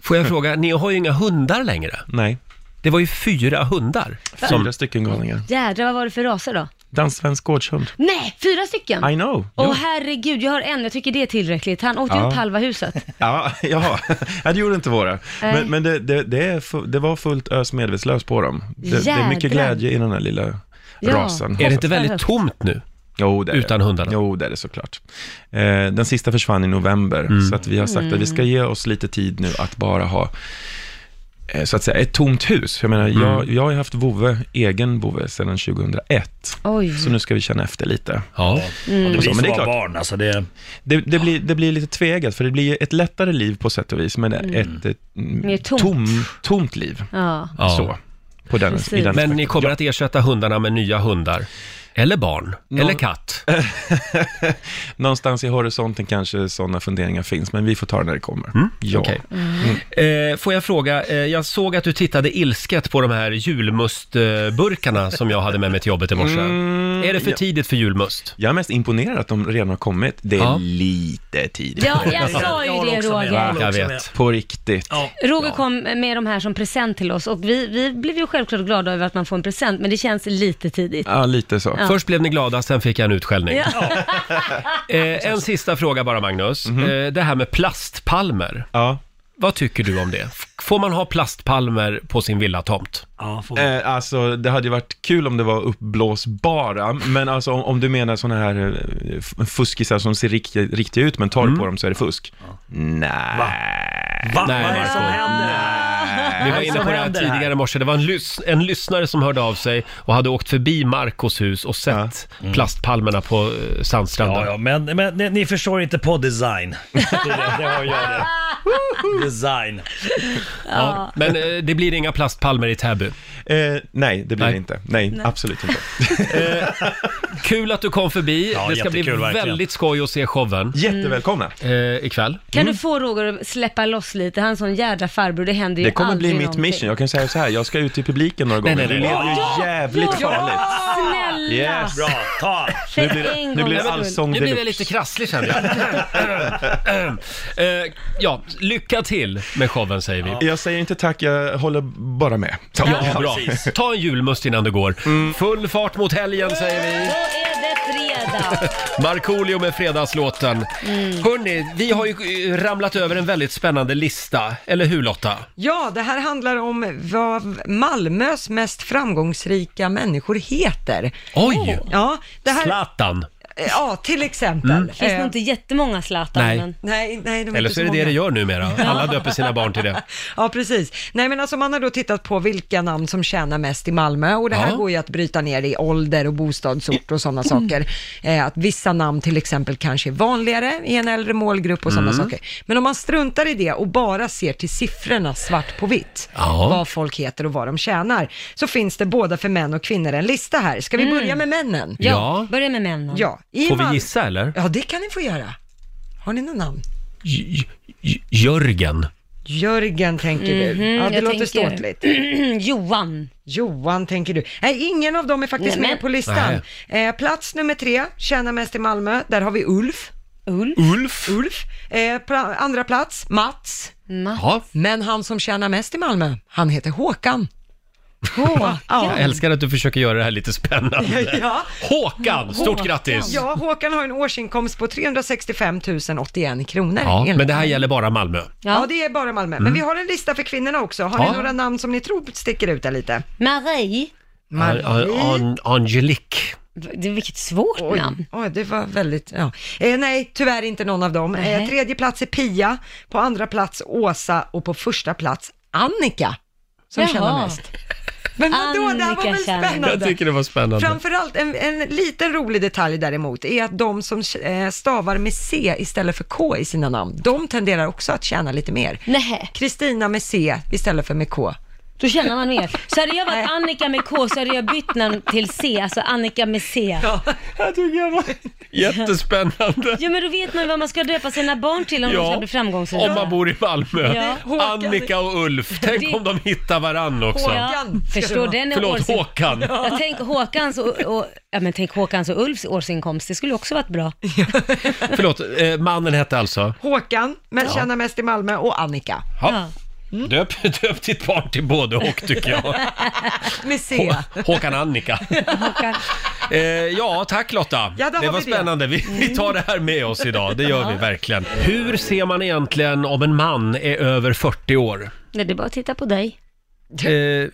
Speaker 1: Får jag fråga, ni har ju inga hundar längre?
Speaker 12: Nej.
Speaker 1: Det var ju fyra hundar.
Speaker 12: Fyra stycken galningar.
Speaker 2: Jädrar, vad var det för raser då?
Speaker 12: Danssvensk gårdshund.
Speaker 2: Nej, fyra stycken!
Speaker 12: I know.
Speaker 2: Åh
Speaker 12: Jo.
Speaker 2: herregud, jag har en, jag tycker det är tillräckligt. Han åkte
Speaker 12: Ja.
Speaker 2: upp
Speaker 12: *laughs*
Speaker 2: halva huset.
Speaker 12: Ja, jaha. Ja, det gjorde inte våra.
Speaker 2: Nej.
Speaker 12: Men, men det, det, det, är, fu- det var fullt ös medvetslös på dem. Det, det är
Speaker 2: Jädrar.
Speaker 12: mycket glädje i den här lilla
Speaker 2: Ja.
Speaker 12: rasen.
Speaker 1: Är det inte väldigt tomt nu?
Speaker 12: Jo, det är
Speaker 1: Utan
Speaker 12: det.
Speaker 1: hundarna?
Speaker 12: Jo, det är det såklart. Eh, den sista
Speaker 1: Mm.
Speaker 2: Mm.
Speaker 12: försvann i november, så att vi har sagt att vi ska ge oss lite tid nu att bara ha eh, så att säga, ett tomt hus. Jag menar, jag, jag har ju haft vovve, egen vovve, sedan 2001.
Speaker 2: Oj.
Speaker 12: Så nu ska vi känna efter lite.
Speaker 4: Ja,
Speaker 2: Mm.
Speaker 4: det
Speaker 12: Och så,
Speaker 4: blir
Speaker 12: men det är
Speaker 4: svåra
Speaker 12: klart.
Speaker 4: barn alltså. Det...
Speaker 12: Det, det, blir, det blir lite tveeggat, för det blir ju ett lättare liv på sätt och vis, men
Speaker 2: Mm.
Speaker 12: ett, ett
Speaker 2: Mer tomt.
Speaker 12: Tom, tomt liv.
Speaker 2: Ja.
Speaker 1: Ja.
Speaker 12: Så, på den, i den
Speaker 1: Men ni kommer att ersätta hundarna med nya hundar? Eller barn?
Speaker 12: Nå-
Speaker 1: Eller katt?
Speaker 12: Någonstans i horisonten kanske sådana funderingar finns, men vi får ta det när det kommer. Ja.
Speaker 1: Mm?
Speaker 12: Mm.
Speaker 1: okej. Eh, får jag fråga, eh, jag såg att du tittade ilsket på de
Speaker 12: *laughs*
Speaker 1: här julmustburkarna som jag hade med mig till jobbet i morse.
Speaker 12: Mm,
Speaker 1: är det för
Speaker 12: ja.
Speaker 1: tidigt för julmust?
Speaker 12: Jag är mest imponerad att de redan har kommit. Det är
Speaker 1: Ja.
Speaker 12: lite tidigt.
Speaker 2: Ja,
Speaker 12: *laughs*
Speaker 2: jag sa
Speaker 4: Jag
Speaker 2: ju
Speaker 4: håller
Speaker 2: det
Speaker 4: också med. Jag
Speaker 2: Roger.
Speaker 4: håller
Speaker 1: Jag
Speaker 4: också
Speaker 1: vet.
Speaker 4: med.
Speaker 12: På riktigt.
Speaker 4: Ja.
Speaker 2: Roger kom med de här som present till oss och vi, vi blev ju självklart glada över att man får en present, men det känns lite tidigt.
Speaker 12: Ja, lite så.
Speaker 2: Ja.
Speaker 1: Först blev ni glada, sen fick jag en utskällning.
Speaker 2: Ja. *laughs*
Speaker 1: Eh, en sista fråga bara Magnus. Eh, det här med plastpalmer.
Speaker 12: Mhm. Ja.
Speaker 1: Vad tycker du om det? F- Får man ha plastpalmer på sin villatomt?
Speaker 4: Ja, får...
Speaker 12: Eh, alltså, det hade ju varit kul om det var uppblåsbara, men alltså om, om du menar sådana här eh, f- fuskisar som ser riktiga, riktiga ut, men tar du på dem så är det fusk. Nej.
Speaker 4: Va? Va?
Speaker 1: Nej,
Speaker 4: Vad är det
Speaker 1: Marco.
Speaker 4: som händer?
Speaker 1: Vi var
Speaker 4: Vad
Speaker 1: inne
Speaker 4: som
Speaker 1: på det här
Speaker 4: händer här?
Speaker 1: tidigare i morse. Det var en, lys- en lyssnare som hörde av sig och hade åkt förbi Marcos hus och sett
Speaker 12: Mm.
Speaker 1: plastpalmerna på eh, sandstranden.
Speaker 4: Ja, ja, men, men ni, ni förstår inte på
Speaker 2: *laughs*
Speaker 4: design. Det, det, det har jag det. Design.
Speaker 1: Ja, Men eh, det blir inga plastpalmer i Täby.
Speaker 12: Eh, nej, det blir
Speaker 1: Nej. Eh,
Speaker 12: det inte. Nej, absolut
Speaker 1: *laughs*
Speaker 12: inte.
Speaker 1: Kul att du kom förbi.
Speaker 4: Ja,
Speaker 1: det ska bli
Speaker 4: jättekul, verkligen.
Speaker 1: väldigt skoj att se showen
Speaker 12: Jättevälkomna.
Speaker 1: eh, ikväll.
Speaker 2: Kan
Speaker 12: Mm.
Speaker 2: du få Roger att släppa loss lite? Han är en sån jädra farbror, det händer ju
Speaker 12: Det kommer
Speaker 2: aldrig
Speaker 12: bli mitt
Speaker 2: någonting.
Speaker 12: mission. Jag kan säga så här, jag ska ut i publiken några
Speaker 1: Nej,
Speaker 12: gånger.
Speaker 1: nej, nej.
Speaker 12: Det leder ju jävligt farligt.
Speaker 2: Snälla!
Speaker 12: Yes.
Speaker 4: Bra, ta.
Speaker 2: För
Speaker 12: Nu blir det,
Speaker 2: en
Speaker 12: nu blir
Speaker 2: gångs
Speaker 12: det
Speaker 2: skull.
Speaker 12: allsång
Speaker 1: Nu blir
Speaker 12: deluxe.
Speaker 1: jag lite krasslig känner jag. *laughs* Eh, ja, lycka till med showen säger vi.
Speaker 12: Jag säger inte tack, jag håller bara med. Mm.
Speaker 1: Ja, bra.
Speaker 4: precis.
Speaker 1: Ta en julmust innan du går. Full fart mot helgen säger vi.
Speaker 2: Då är det fredag.
Speaker 1: *laughs* Markoolio med fredagslåten.
Speaker 5: Mm.
Speaker 1: Hörni, vi har ju eh, ramlat över en väldigt spännande lista, eller hur Lotta?
Speaker 5: Ja, det här handlar om vad Malmös mest framgångsrika människor heter.
Speaker 1: Oj!
Speaker 5: Ja, det här,
Speaker 1: Oh, Zlatan!
Speaker 5: Eh, ja till exempel.
Speaker 2: Finns
Speaker 5: Eh,
Speaker 2: nog inte jättemånga Zlatan,
Speaker 1: Nej.
Speaker 2: men...
Speaker 5: Nej, nej, de
Speaker 1: Mm. Eller
Speaker 5: inte
Speaker 1: så är det
Speaker 5: många.
Speaker 1: det det gör numera. Alla döper sina barn till det.
Speaker 5: Ja, precis. Nej, men alltså man har då tittat på vilka namn som tjänar mest i Malmö och det här
Speaker 1: Ja.
Speaker 5: går ju att bryta ner i ålder och bostadsort och sådana saker. Eh, att vissa namn till exempel kanske är vanligare i en äldre målgrupp och sådana
Speaker 1: Mm.
Speaker 5: saker. Men om man struntar i det och bara ser till siffrorna svart på vitt,
Speaker 1: Ja.
Speaker 5: vad folk heter och vad de tjänar, så finns det både för män och kvinnor en lista här. Ska vi börja med männen?
Speaker 1: Mm. Ja.
Speaker 2: Börja med männen.
Speaker 5: Ja, i
Speaker 1: Får vi
Speaker 5: Mal-
Speaker 1: gissa eller?
Speaker 5: Ja, det kan ni få göra. Har ni något namn?
Speaker 1: J- J- Jörgen.
Speaker 5: Jörgen tänker du. Ja, det
Speaker 2: Mhm, jag
Speaker 5: låter
Speaker 2: tänker-
Speaker 5: ståtligt.
Speaker 2: *clears throat* Johan.
Speaker 5: Johan tänker du. Nej, ingen av dem är faktiskt
Speaker 2: Nej, men-
Speaker 5: med på listan. Eh, plats nummer tre, tjänar mest i Malmö. Där har vi Ulf.
Speaker 2: Ulf.
Speaker 1: Ulf.
Speaker 5: Ulf. Eh, pra- andra plats, Mats.
Speaker 2: Mats.
Speaker 1: Ja,
Speaker 5: Men han som tjänar mest i Malmö, han heter Håkan.
Speaker 1: jag
Speaker 5: Håkan.
Speaker 1: älskar att du försöker göra det här lite spännande.
Speaker 5: Ja.
Speaker 1: Håkan, stort
Speaker 2: Håkan.
Speaker 1: grattis!
Speaker 5: ja, Håkan har en årsinkomst på 365 081 kronor.
Speaker 1: Ja,
Speaker 5: enligt-
Speaker 1: men det här gäller bara Malmö.
Speaker 5: Ja.
Speaker 2: Ja.
Speaker 5: det är bara Malmö. Men vi har en lista för kvinnorna också. Har
Speaker 1: Ja.
Speaker 5: ni några namn som ni tror sticker ut där lite?
Speaker 2: Marie.
Speaker 1: An- An- Angelique.
Speaker 2: Det, vilket svårt
Speaker 5: Oj,
Speaker 2: namn.
Speaker 5: oj, det var väldigt, ja. Eh, nej, tyvärr inte någon av dem. Eh,
Speaker 2: Nej.
Speaker 5: tredje plats är Pia, på andra plats Åsa och på första plats Annika, som
Speaker 2: Jaha.
Speaker 5: tjänar mest. Men vadå, det här var väl
Speaker 2: Annika tjänar.
Speaker 1: Jag
Speaker 5: spännande?
Speaker 1: tycker det var spännande.
Speaker 5: Framförallt en, en liten rolig detalj däremot är att de som eh, stavar med C istället för K i sina namn, de tenderar också att tjäna lite mer.
Speaker 2: Nej,
Speaker 5: Kristina med C istället för med K.
Speaker 2: då känner man mer. Så hade jag varit Annika med K så hade jag bytt namn till C, alltså Annika med C.
Speaker 1: Jag tycker det var jättespännande.
Speaker 2: Jo men då vet man ju vad man ska döpa sina barn till om de ska bli framgångsrika.
Speaker 1: om man bor i Malmö.
Speaker 2: Ja.
Speaker 5: Håkan.
Speaker 1: Annika och Ulf, tänk
Speaker 2: Det-
Speaker 1: om de hittar varann också.
Speaker 2: Ja,
Speaker 5: Håkan.
Speaker 2: förstår den är
Speaker 1: Förlåt,
Speaker 2: årsin-
Speaker 1: Håkan.
Speaker 2: Jag tänk Håkans och, och, ja, men tänk Håkans och Ulfs årsinkomst, det skulle också varit bra.
Speaker 1: Förlåt, eh, mannen hette alltså?
Speaker 5: Håkan, men tjänar mest i Malmö, och Annika
Speaker 1: Ja.
Speaker 2: Ja.
Speaker 1: Döp, döp ditt barn till både och tycker
Speaker 5: *laughs*
Speaker 1: jag.
Speaker 5: med C.
Speaker 1: Håkan Annika.
Speaker 2: Håkan.
Speaker 1: Eh, ja, tack Lotta.
Speaker 5: Ja, där
Speaker 1: det
Speaker 5: har
Speaker 1: var
Speaker 5: vi det.
Speaker 1: spännande. Vi,
Speaker 2: Mm.
Speaker 1: vi tar det här med oss idag, det gör vi verkligen. Hur ser man egentligen om en man är över 40 år?
Speaker 2: Nej, det är bara att titta på dig.
Speaker 1: Eh,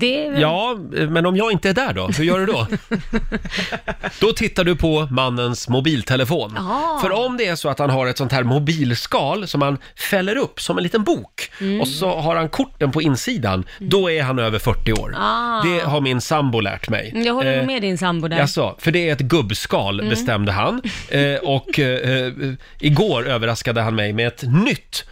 Speaker 2: Det är väl...
Speaker 1: Ja, men om jag inte är där då? Hur gör du
Speaker 2: *laughs*
Speaker 1: då? då tittar du på mannens mobiltelefon.
Speaker 2: Ah.
Speaker 1: För om det är så att han har ett sånt här mobilskal som han fäller upp som en liten bok
Speaker 2: Mm.
Speaker 1: och så har han korten på insidan, då är han över 40 år.
Speaker 2: Ah.
Speaker 1: Det har min sambo lärt mig.
Speaker 2: Jag håller
Speaker 1: Eh,
Speaker 2: med din sambo där.
Speaker 1: Jaså, för det är ett gubbskal
Speaker 2: Mm.
Speaker 1: bestämde
Speaker 2: *laughs*
Speaker 1: han. Eh, och eh, eh, igår överraskade han mig med ett nytt,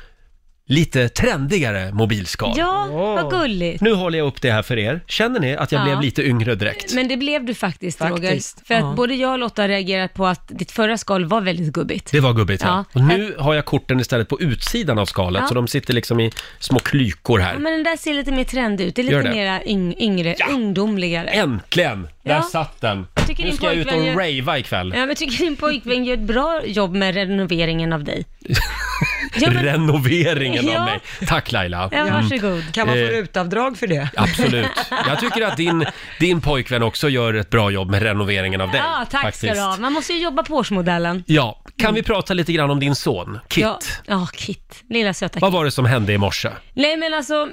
Speaker 1: lite trendigare mobilskal.
Speaker 2: Ja, vad gulligt.
Speaker 1: Nu håller jag upp det här för er. Känner ni att jag
Speaker 2: Ja.
Speaker 1: blev lite yngre direkt?
Speaker 2: Men det blev du faktiskt,
Speaker 5: Faktiskt,
Speaker 2: Roger. För att
Speaker 1: ja.
Speaker 2: både jag och Lotta har reagerat på att ditt förra skal var väldigt gubbigt.
Speaker 1: Det var gubbigt ja.
Speaker 2: Ja.
Speaker 1: Och nu har jag korten istället på utsidan av skalet
Speaker 2: Ja.
Speaker 1: så de sitter liksom i små klykor
Speaker 2: Ja,
Speaker 1: här.
Speaker 2: men den där ser lite mer trendig ut. Det är
Speaker 1: Gör
Speaker 2: lite
Speaker 1: det.
Speaker 2: mera yng, yngre, ungdomligare.
Speaker 1: Äntligen! Där
Speaker 2: Ja.
Speaker 1: satt den.
Speaker 2: Tycker
Speaker 1: Nu
Speaker 2: din
Speaker 1: ska jag ut och
Speaker 2: pojkvän gör-
Speaker 1: ravea ikväll.
Speaker 2: Ja, men jag tycker din pojkvän gör ett bra jobb med renoveringen
Speaker 1: *laughs*
Speaker 2: av dig.
Speaker 1: Renoveringen
Speaker 2: Ja.
Speaker 1: av mig. Tack Laila.
Speaker 2: Ja, varsågod.
Speaker 5: Kan man få
Speaker 1: Eh,
Speaker 5: rutavdrag för det?
Speaker 1: Absolut. Jag tycker att din, din pojkvän också gör ett bra jobb med renoveringen av dig.
Speaker 2: Ja, tack ska du ha. Man måste ju jobba på årsmodellen.
Speaker 1: Ja, kan vi prata lite grann om din son, Kit?
Speaker 2: Ja, ja, Kit. Lilla söta
Speaker 1: Vad var det som hände i morse?
Speaker 2: Nej men alltså,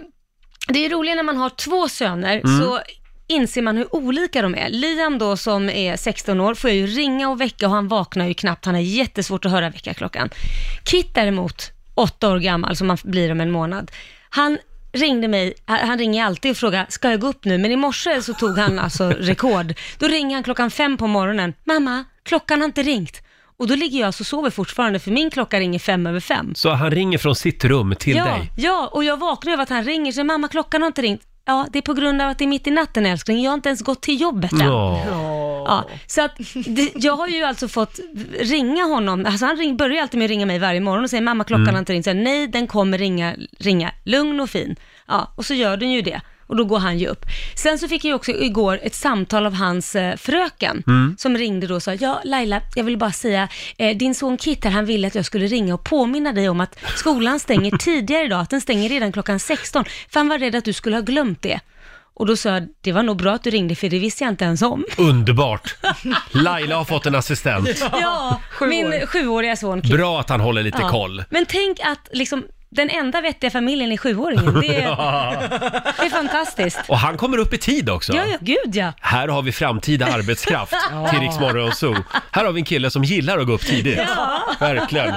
Speaker 2: det är ju roligt när man har två söner
Speaker 1: Mm.
Speaker 2: så inser man hur olika de är. Liam då som är 16 år får jag ju ringa och väcka och han vaknar ju knappt, han har jättesvårt att höra väckarklockan. Kit däremot, åtta år gammal som han blir om en månad, han ringde mig, han han ringer alltid och frågar, ska jag gå upp nu? Men i morse så tog han alltså rekord. Då ringer han klockan fem på morgonen, mamma, klockan har inte ringt. Och då ligger jag alltså och sover fortfarande för min klocka ringer fem över fem
Speaker 1: Så han ringer från sitt rum till
Speaker 2: ja,
Speaker 1: dig.
Speaker 2: Ja, och jag vaknar över att han ringer så mamma klockan har inte ringt. Ja, det är på grund av att det är mitt i natten älskling, jag har inte ens gått till jobbet än.
Speaker 1: Ja.
Speaker 2: Ja, så att det, jag har ju alltså fått ringa honom, alltså han ring, börjar alltid med att ringa mig varje morgon och säger mamma klockan
Speaker 13: Mm.
Speaker 2: har inte ringt, så jag, nej den kommer ringa, ringa, lugn och fin. Ja, och så gör den ju det och då går han ju upp. Sen så fick jag ju också igår ett samtal av hans eh, fröken
Speaker 13: Mm.
Speaker 2: som ringde då och sa, ja Laila, jag vill bara säga, eh, din son Kit här, han ville att jag skulle ringa och påminna dig om att skolan stänger tidigare idag, att den stänger redan klockan 16, för han var rädd att du skulle ha glömt det. Och då sa jag, det var nog bra att du ringde, för det visste jag inte ens om.
Speaker 1: Underbart! Laila har fått en assistent.
Speaker 2: Ja,
Speaker 5: sju
Speaker 2: min
Speaker 5: år.
Speaker 2: sjuåriga son Kit.
Speaker 1: Bra att han håller lite
Speaker 2: Ja.
Speaker 1: koll. *laughs*
Speaker 2: Men tänk att liksom, den enda vettiga familjen är sjuåringen. Det
Speaker 1: *laughs*
Speaker 2: är,
Speaker 1: Ja.
Speaker 2: det är fantastiskt.
Speaker 1: Och han kommer upp i tid också.
Speaker 2: Ja, ja, gud ja.
Speaker 1: Här har vi framtida arbetskraft
Speaker 2: *laughs* Ja.
Speaker 1: till Rix Morgon Zoo. Här har vi en kille som gillar att gå upp tidigt.
Speaker 2: Ja.
Speaker 1: Verkligen.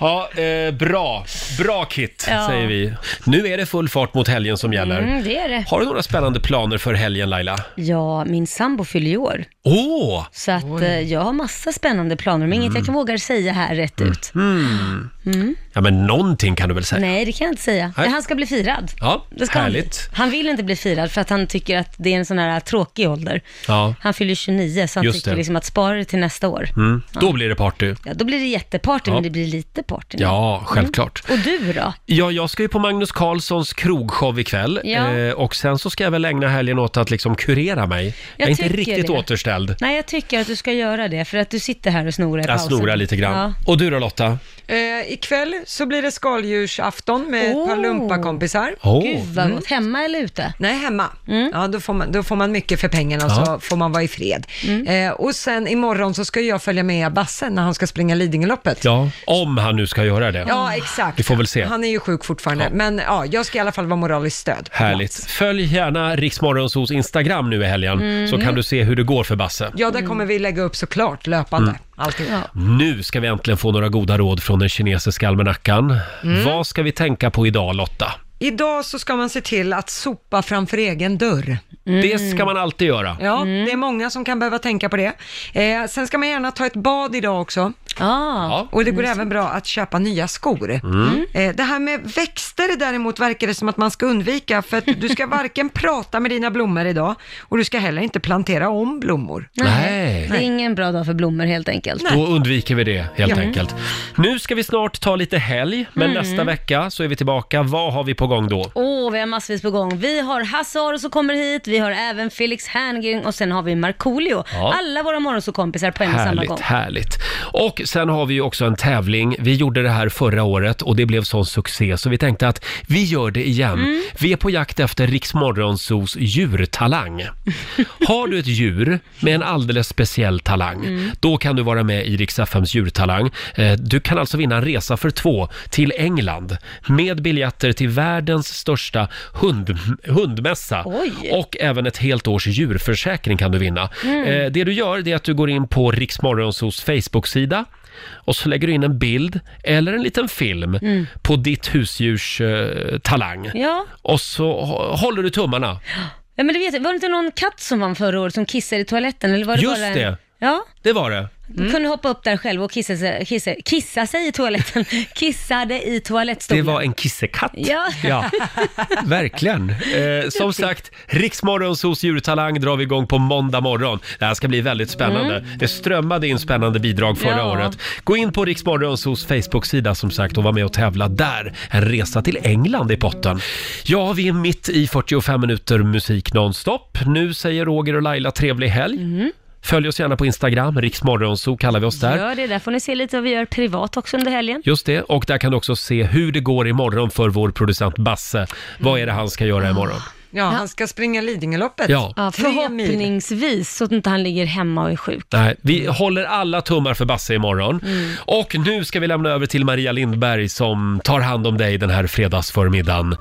Speaker 1: Ja, eh, bra. Bra Kit,
Speaker 2: Ja.
Speaker 1: säger vi. Nu är det full fart mot helgen som gäller.
Speaker 2: Mm, det är det.
Speaker 1: Har du några spännande planer för helgen Laila?
Speaker 2: Ja, min sambo fyller ju år.
Speaker 1: Åh!
Speaker 2: Så att eh, jag har massa spännande planer, men inget jag kan våga säga här rätt ut.
Speaker 1: Mm.
Speaker 2: Mm.
Speaker 1: Ja, men någonting kan du väl säga?
Speaker 2: Nej, det kan jag inte säga.
Speaker 1: Nej.
Speaker 2: Han ska bli firad.
Speaker 1: Ja,
Speaker 2: Det ska
Speaker 1: härligt.
Speaker 2: Han, han vill inte bli firad för att han tycker att det är en sån här tråkig ålder.
Speaker 1: Ja.
Speaker 2: Han fyller 29, så han
Speaker 1: Just
Speaker 2: tycker
Speaker 1: det.
Speaker 2: liksom att spara det till nästa år.
Speaker 1: Mm.
Speaker 2: Ja.
Speaker 1: Då blir det party.
Speaker 2: Ja, då blir det jätteparty,
Speaker 1: Ja.
Speaker 2: men det blir lite party. nu. Mm.
Speaker 1: Ja, självklart.
Speaker 2: Och du då?
Speaker 1: Ja, jag ska ju på Magnus Carlssons krogshow ikväll
Speaker 2: Ja.
Speaker 1: eh, och sen så ska jag väl ägna helgen åt att liksom kurera mig. Jag, är inte
Speaker 2: tycker
Speaker 1: riktigt
Speaker 2: det.
Speaker 1: återställd.
Speaker 2: Nej, jag tycker att du ska göra det, för att du sitter här och snorar i
Speaker 1: Jag
Speaker 2: pausen.
Speaker 1: snorar lite grann.
Speaker 2: Ja.
Speaker 1: Och du då Lotta?
Speaker 5: Eh, ikväll så blir det skaldjursafton med ett par
Speaker 2: Oh.
Speaker 5: lumpakompisar.
Speaker 1: Åh. Mm.
Speaker 2: Gud vad gott. Hemma eller ute?
Speaker 5: Nej, hemma. Ja, då, får man, då får man mycket för pengarna
Speaker 2: Ja.
Speaker 5: så får man vara i fred. Eh, och sen imorgon så ska jag följa med Basse när han ska springa Lidingöloppet.
Speaker 1: Ja, om han nu ska göra det.
Speaker 5: Ja, exakt.
Speaker 1: Vi får väl se.
Speaker 5: Han är ju sjuk fortfarande,
Speaker 1: Ja.
Speaker 5: men ja, jag ska i alla fall vara moraliskt stöd.
Speaker 1: Härligt. Följ gärna Riksmorgonsos Instagram nu i helgen
Speaker 5: Mm.
Speaker 1: så kan du se hur det går för Basse.
Speaker 5: Ja, där kommer vi lägga upp såklart löpande,
Speaker 1: Mm.
Speaker 5: alltid.
Speaker 1: Nu ska vi äntligen få några goda råd från den kinesiska almanackan.
Speaker 5: Mm.
Speaker 1: Vad ska vi tänka på idag Lotta?
Speaker 5: Idag så ska man se till att sopa framför egen dörr.
Speaker 1: Det ska man alltid göra.
Speaker 5: Mm. Ja, det är många som kan behöva tänka på det. Eh, sen ska man gärna ta ett bad idag också.
Speaker 1: Ja.
Speaker 5: Och det går även bra att köpa nya skor.
Speaker 1: Mm.
Speaker 5: Eh, det här med växter däremot verkar det som att man ska undvika, för att du ska varken *laughs* prata med dina blommor idag och du ska heller inte plantera om blommor.
Speaker 1: Nej.
Speaker 2: Det är ingen bra dag för blommor helt enkelt.
Speaker 1: Då undviker vi det helt
Speaker 2: Ja.
Speaker 1: enkelt. Nu ska vi snart ta lite helg, men
Speaker 2: Mm.
Speaker 1: nästa vecka så är vi tillbaka. Vad har vi på gång då?
Speaker 2: Åh, vi har massvis på gång. Vi har Hasse Aro som kommer hit, vi vi har även Felix Herngren och sen har vi Markoolio.
Speaker 1: Ja.
Speaker 2: Alla våra morgonsåkompisar på en och samma gång.
Speaker 1: Härligt, härligt. Och sen har vi ju också en tävling. Vi gjorde det här förra året och det blev sån succé så vi tänkte att vi gör det igen.
Speaker 2: Mm.
Speaker 1: Vi är på jakt efter Riksmorgonsos djurtalang. Har du ett djur med en alldeles speciell talang,
Speaker 13: Mm.
Speaker 1: då kan du vara med i Rix FMs djurtalang. Eh, Du kan alltså vinna en resa för två till England med biljetter till världens största hund, hundmässa. Och även ett helt års djurförsäkring kan du vinna.
Speaker 13: Mm.
Speaker 1: Eh, det du gör det är att du går in på Riksmorgonsos Facebook-sida och så lägger du in en bild eller en liten film
Speaker 2: Mm.
Speaker 1: på ditt husdjurs eh, talang.
Speaker 2: Ja.
Speaker 1: Och så hå- håller du tummarna.
Speaker 2: Ja men det vet jag, var det inte någon katt som vann förra året som kissade i toaletten? Eller var det
Speaker 1: Just
Speaker 2: bara en...
Speaker 1: det. Mm.
Speaker 2: Ja,
Speaker 1: Det var det.
Speaker 2: du kunde hoppa upp där själv och kissa sig, kissa, kissa sig i toaletten. *laughs* Kissade i
Speaker 1: Det
Speaker 2: toalettstolen.
Speaker 1: var en kissekatt.
Speaker 2: Ja.
Speaker 1: Ja, verkligen. Eh, som sagt, Riksmorgonsos djurtalang drar vi igång på måndag morgon. Det här ska bli väldigt spännande.
Speaker 13: Mm.
Speaker 1: Det strömmade in spännande bidrag förra
Speaker 13: Ja.
Speaker 1: året. Gå in på Riksmorgonsos Facebook-sida som sagt och var med och tävla där. En resa till England i potten. Ja, vi är mitt i 45 minuter musik nonstop. Nu säger Roger och Laila trevlig helg.
Speaker 13: Mm.
Speaker 1: Följ oss gärna på Instagram, Riksmorgonso kallar vi oss där.
Speaker 2: Gör det, där får ni se lite vad vi gör privat också under helgen.
Speaker 1: Just det, och där kan du också se hur det går imorgon för vår producent Basse. Vad är det han ska göra imorgon?
Speaker 5: Ja, han ska springa Lidingöloppet.
Speaker 1: Ja.
Speaker 5: Tre mil.
Speaker 2: förhoppningsvis så att inte han ligger hemma och är sjuk.
Speaker 1: Nej, vi håller alla tummar för Basse imorgon.
Speaker 2: Mm.
Speaker 1: Och nu ska vi lämna över till Maria Lindberg som tar hand om dig den här fredagsförmiddagen.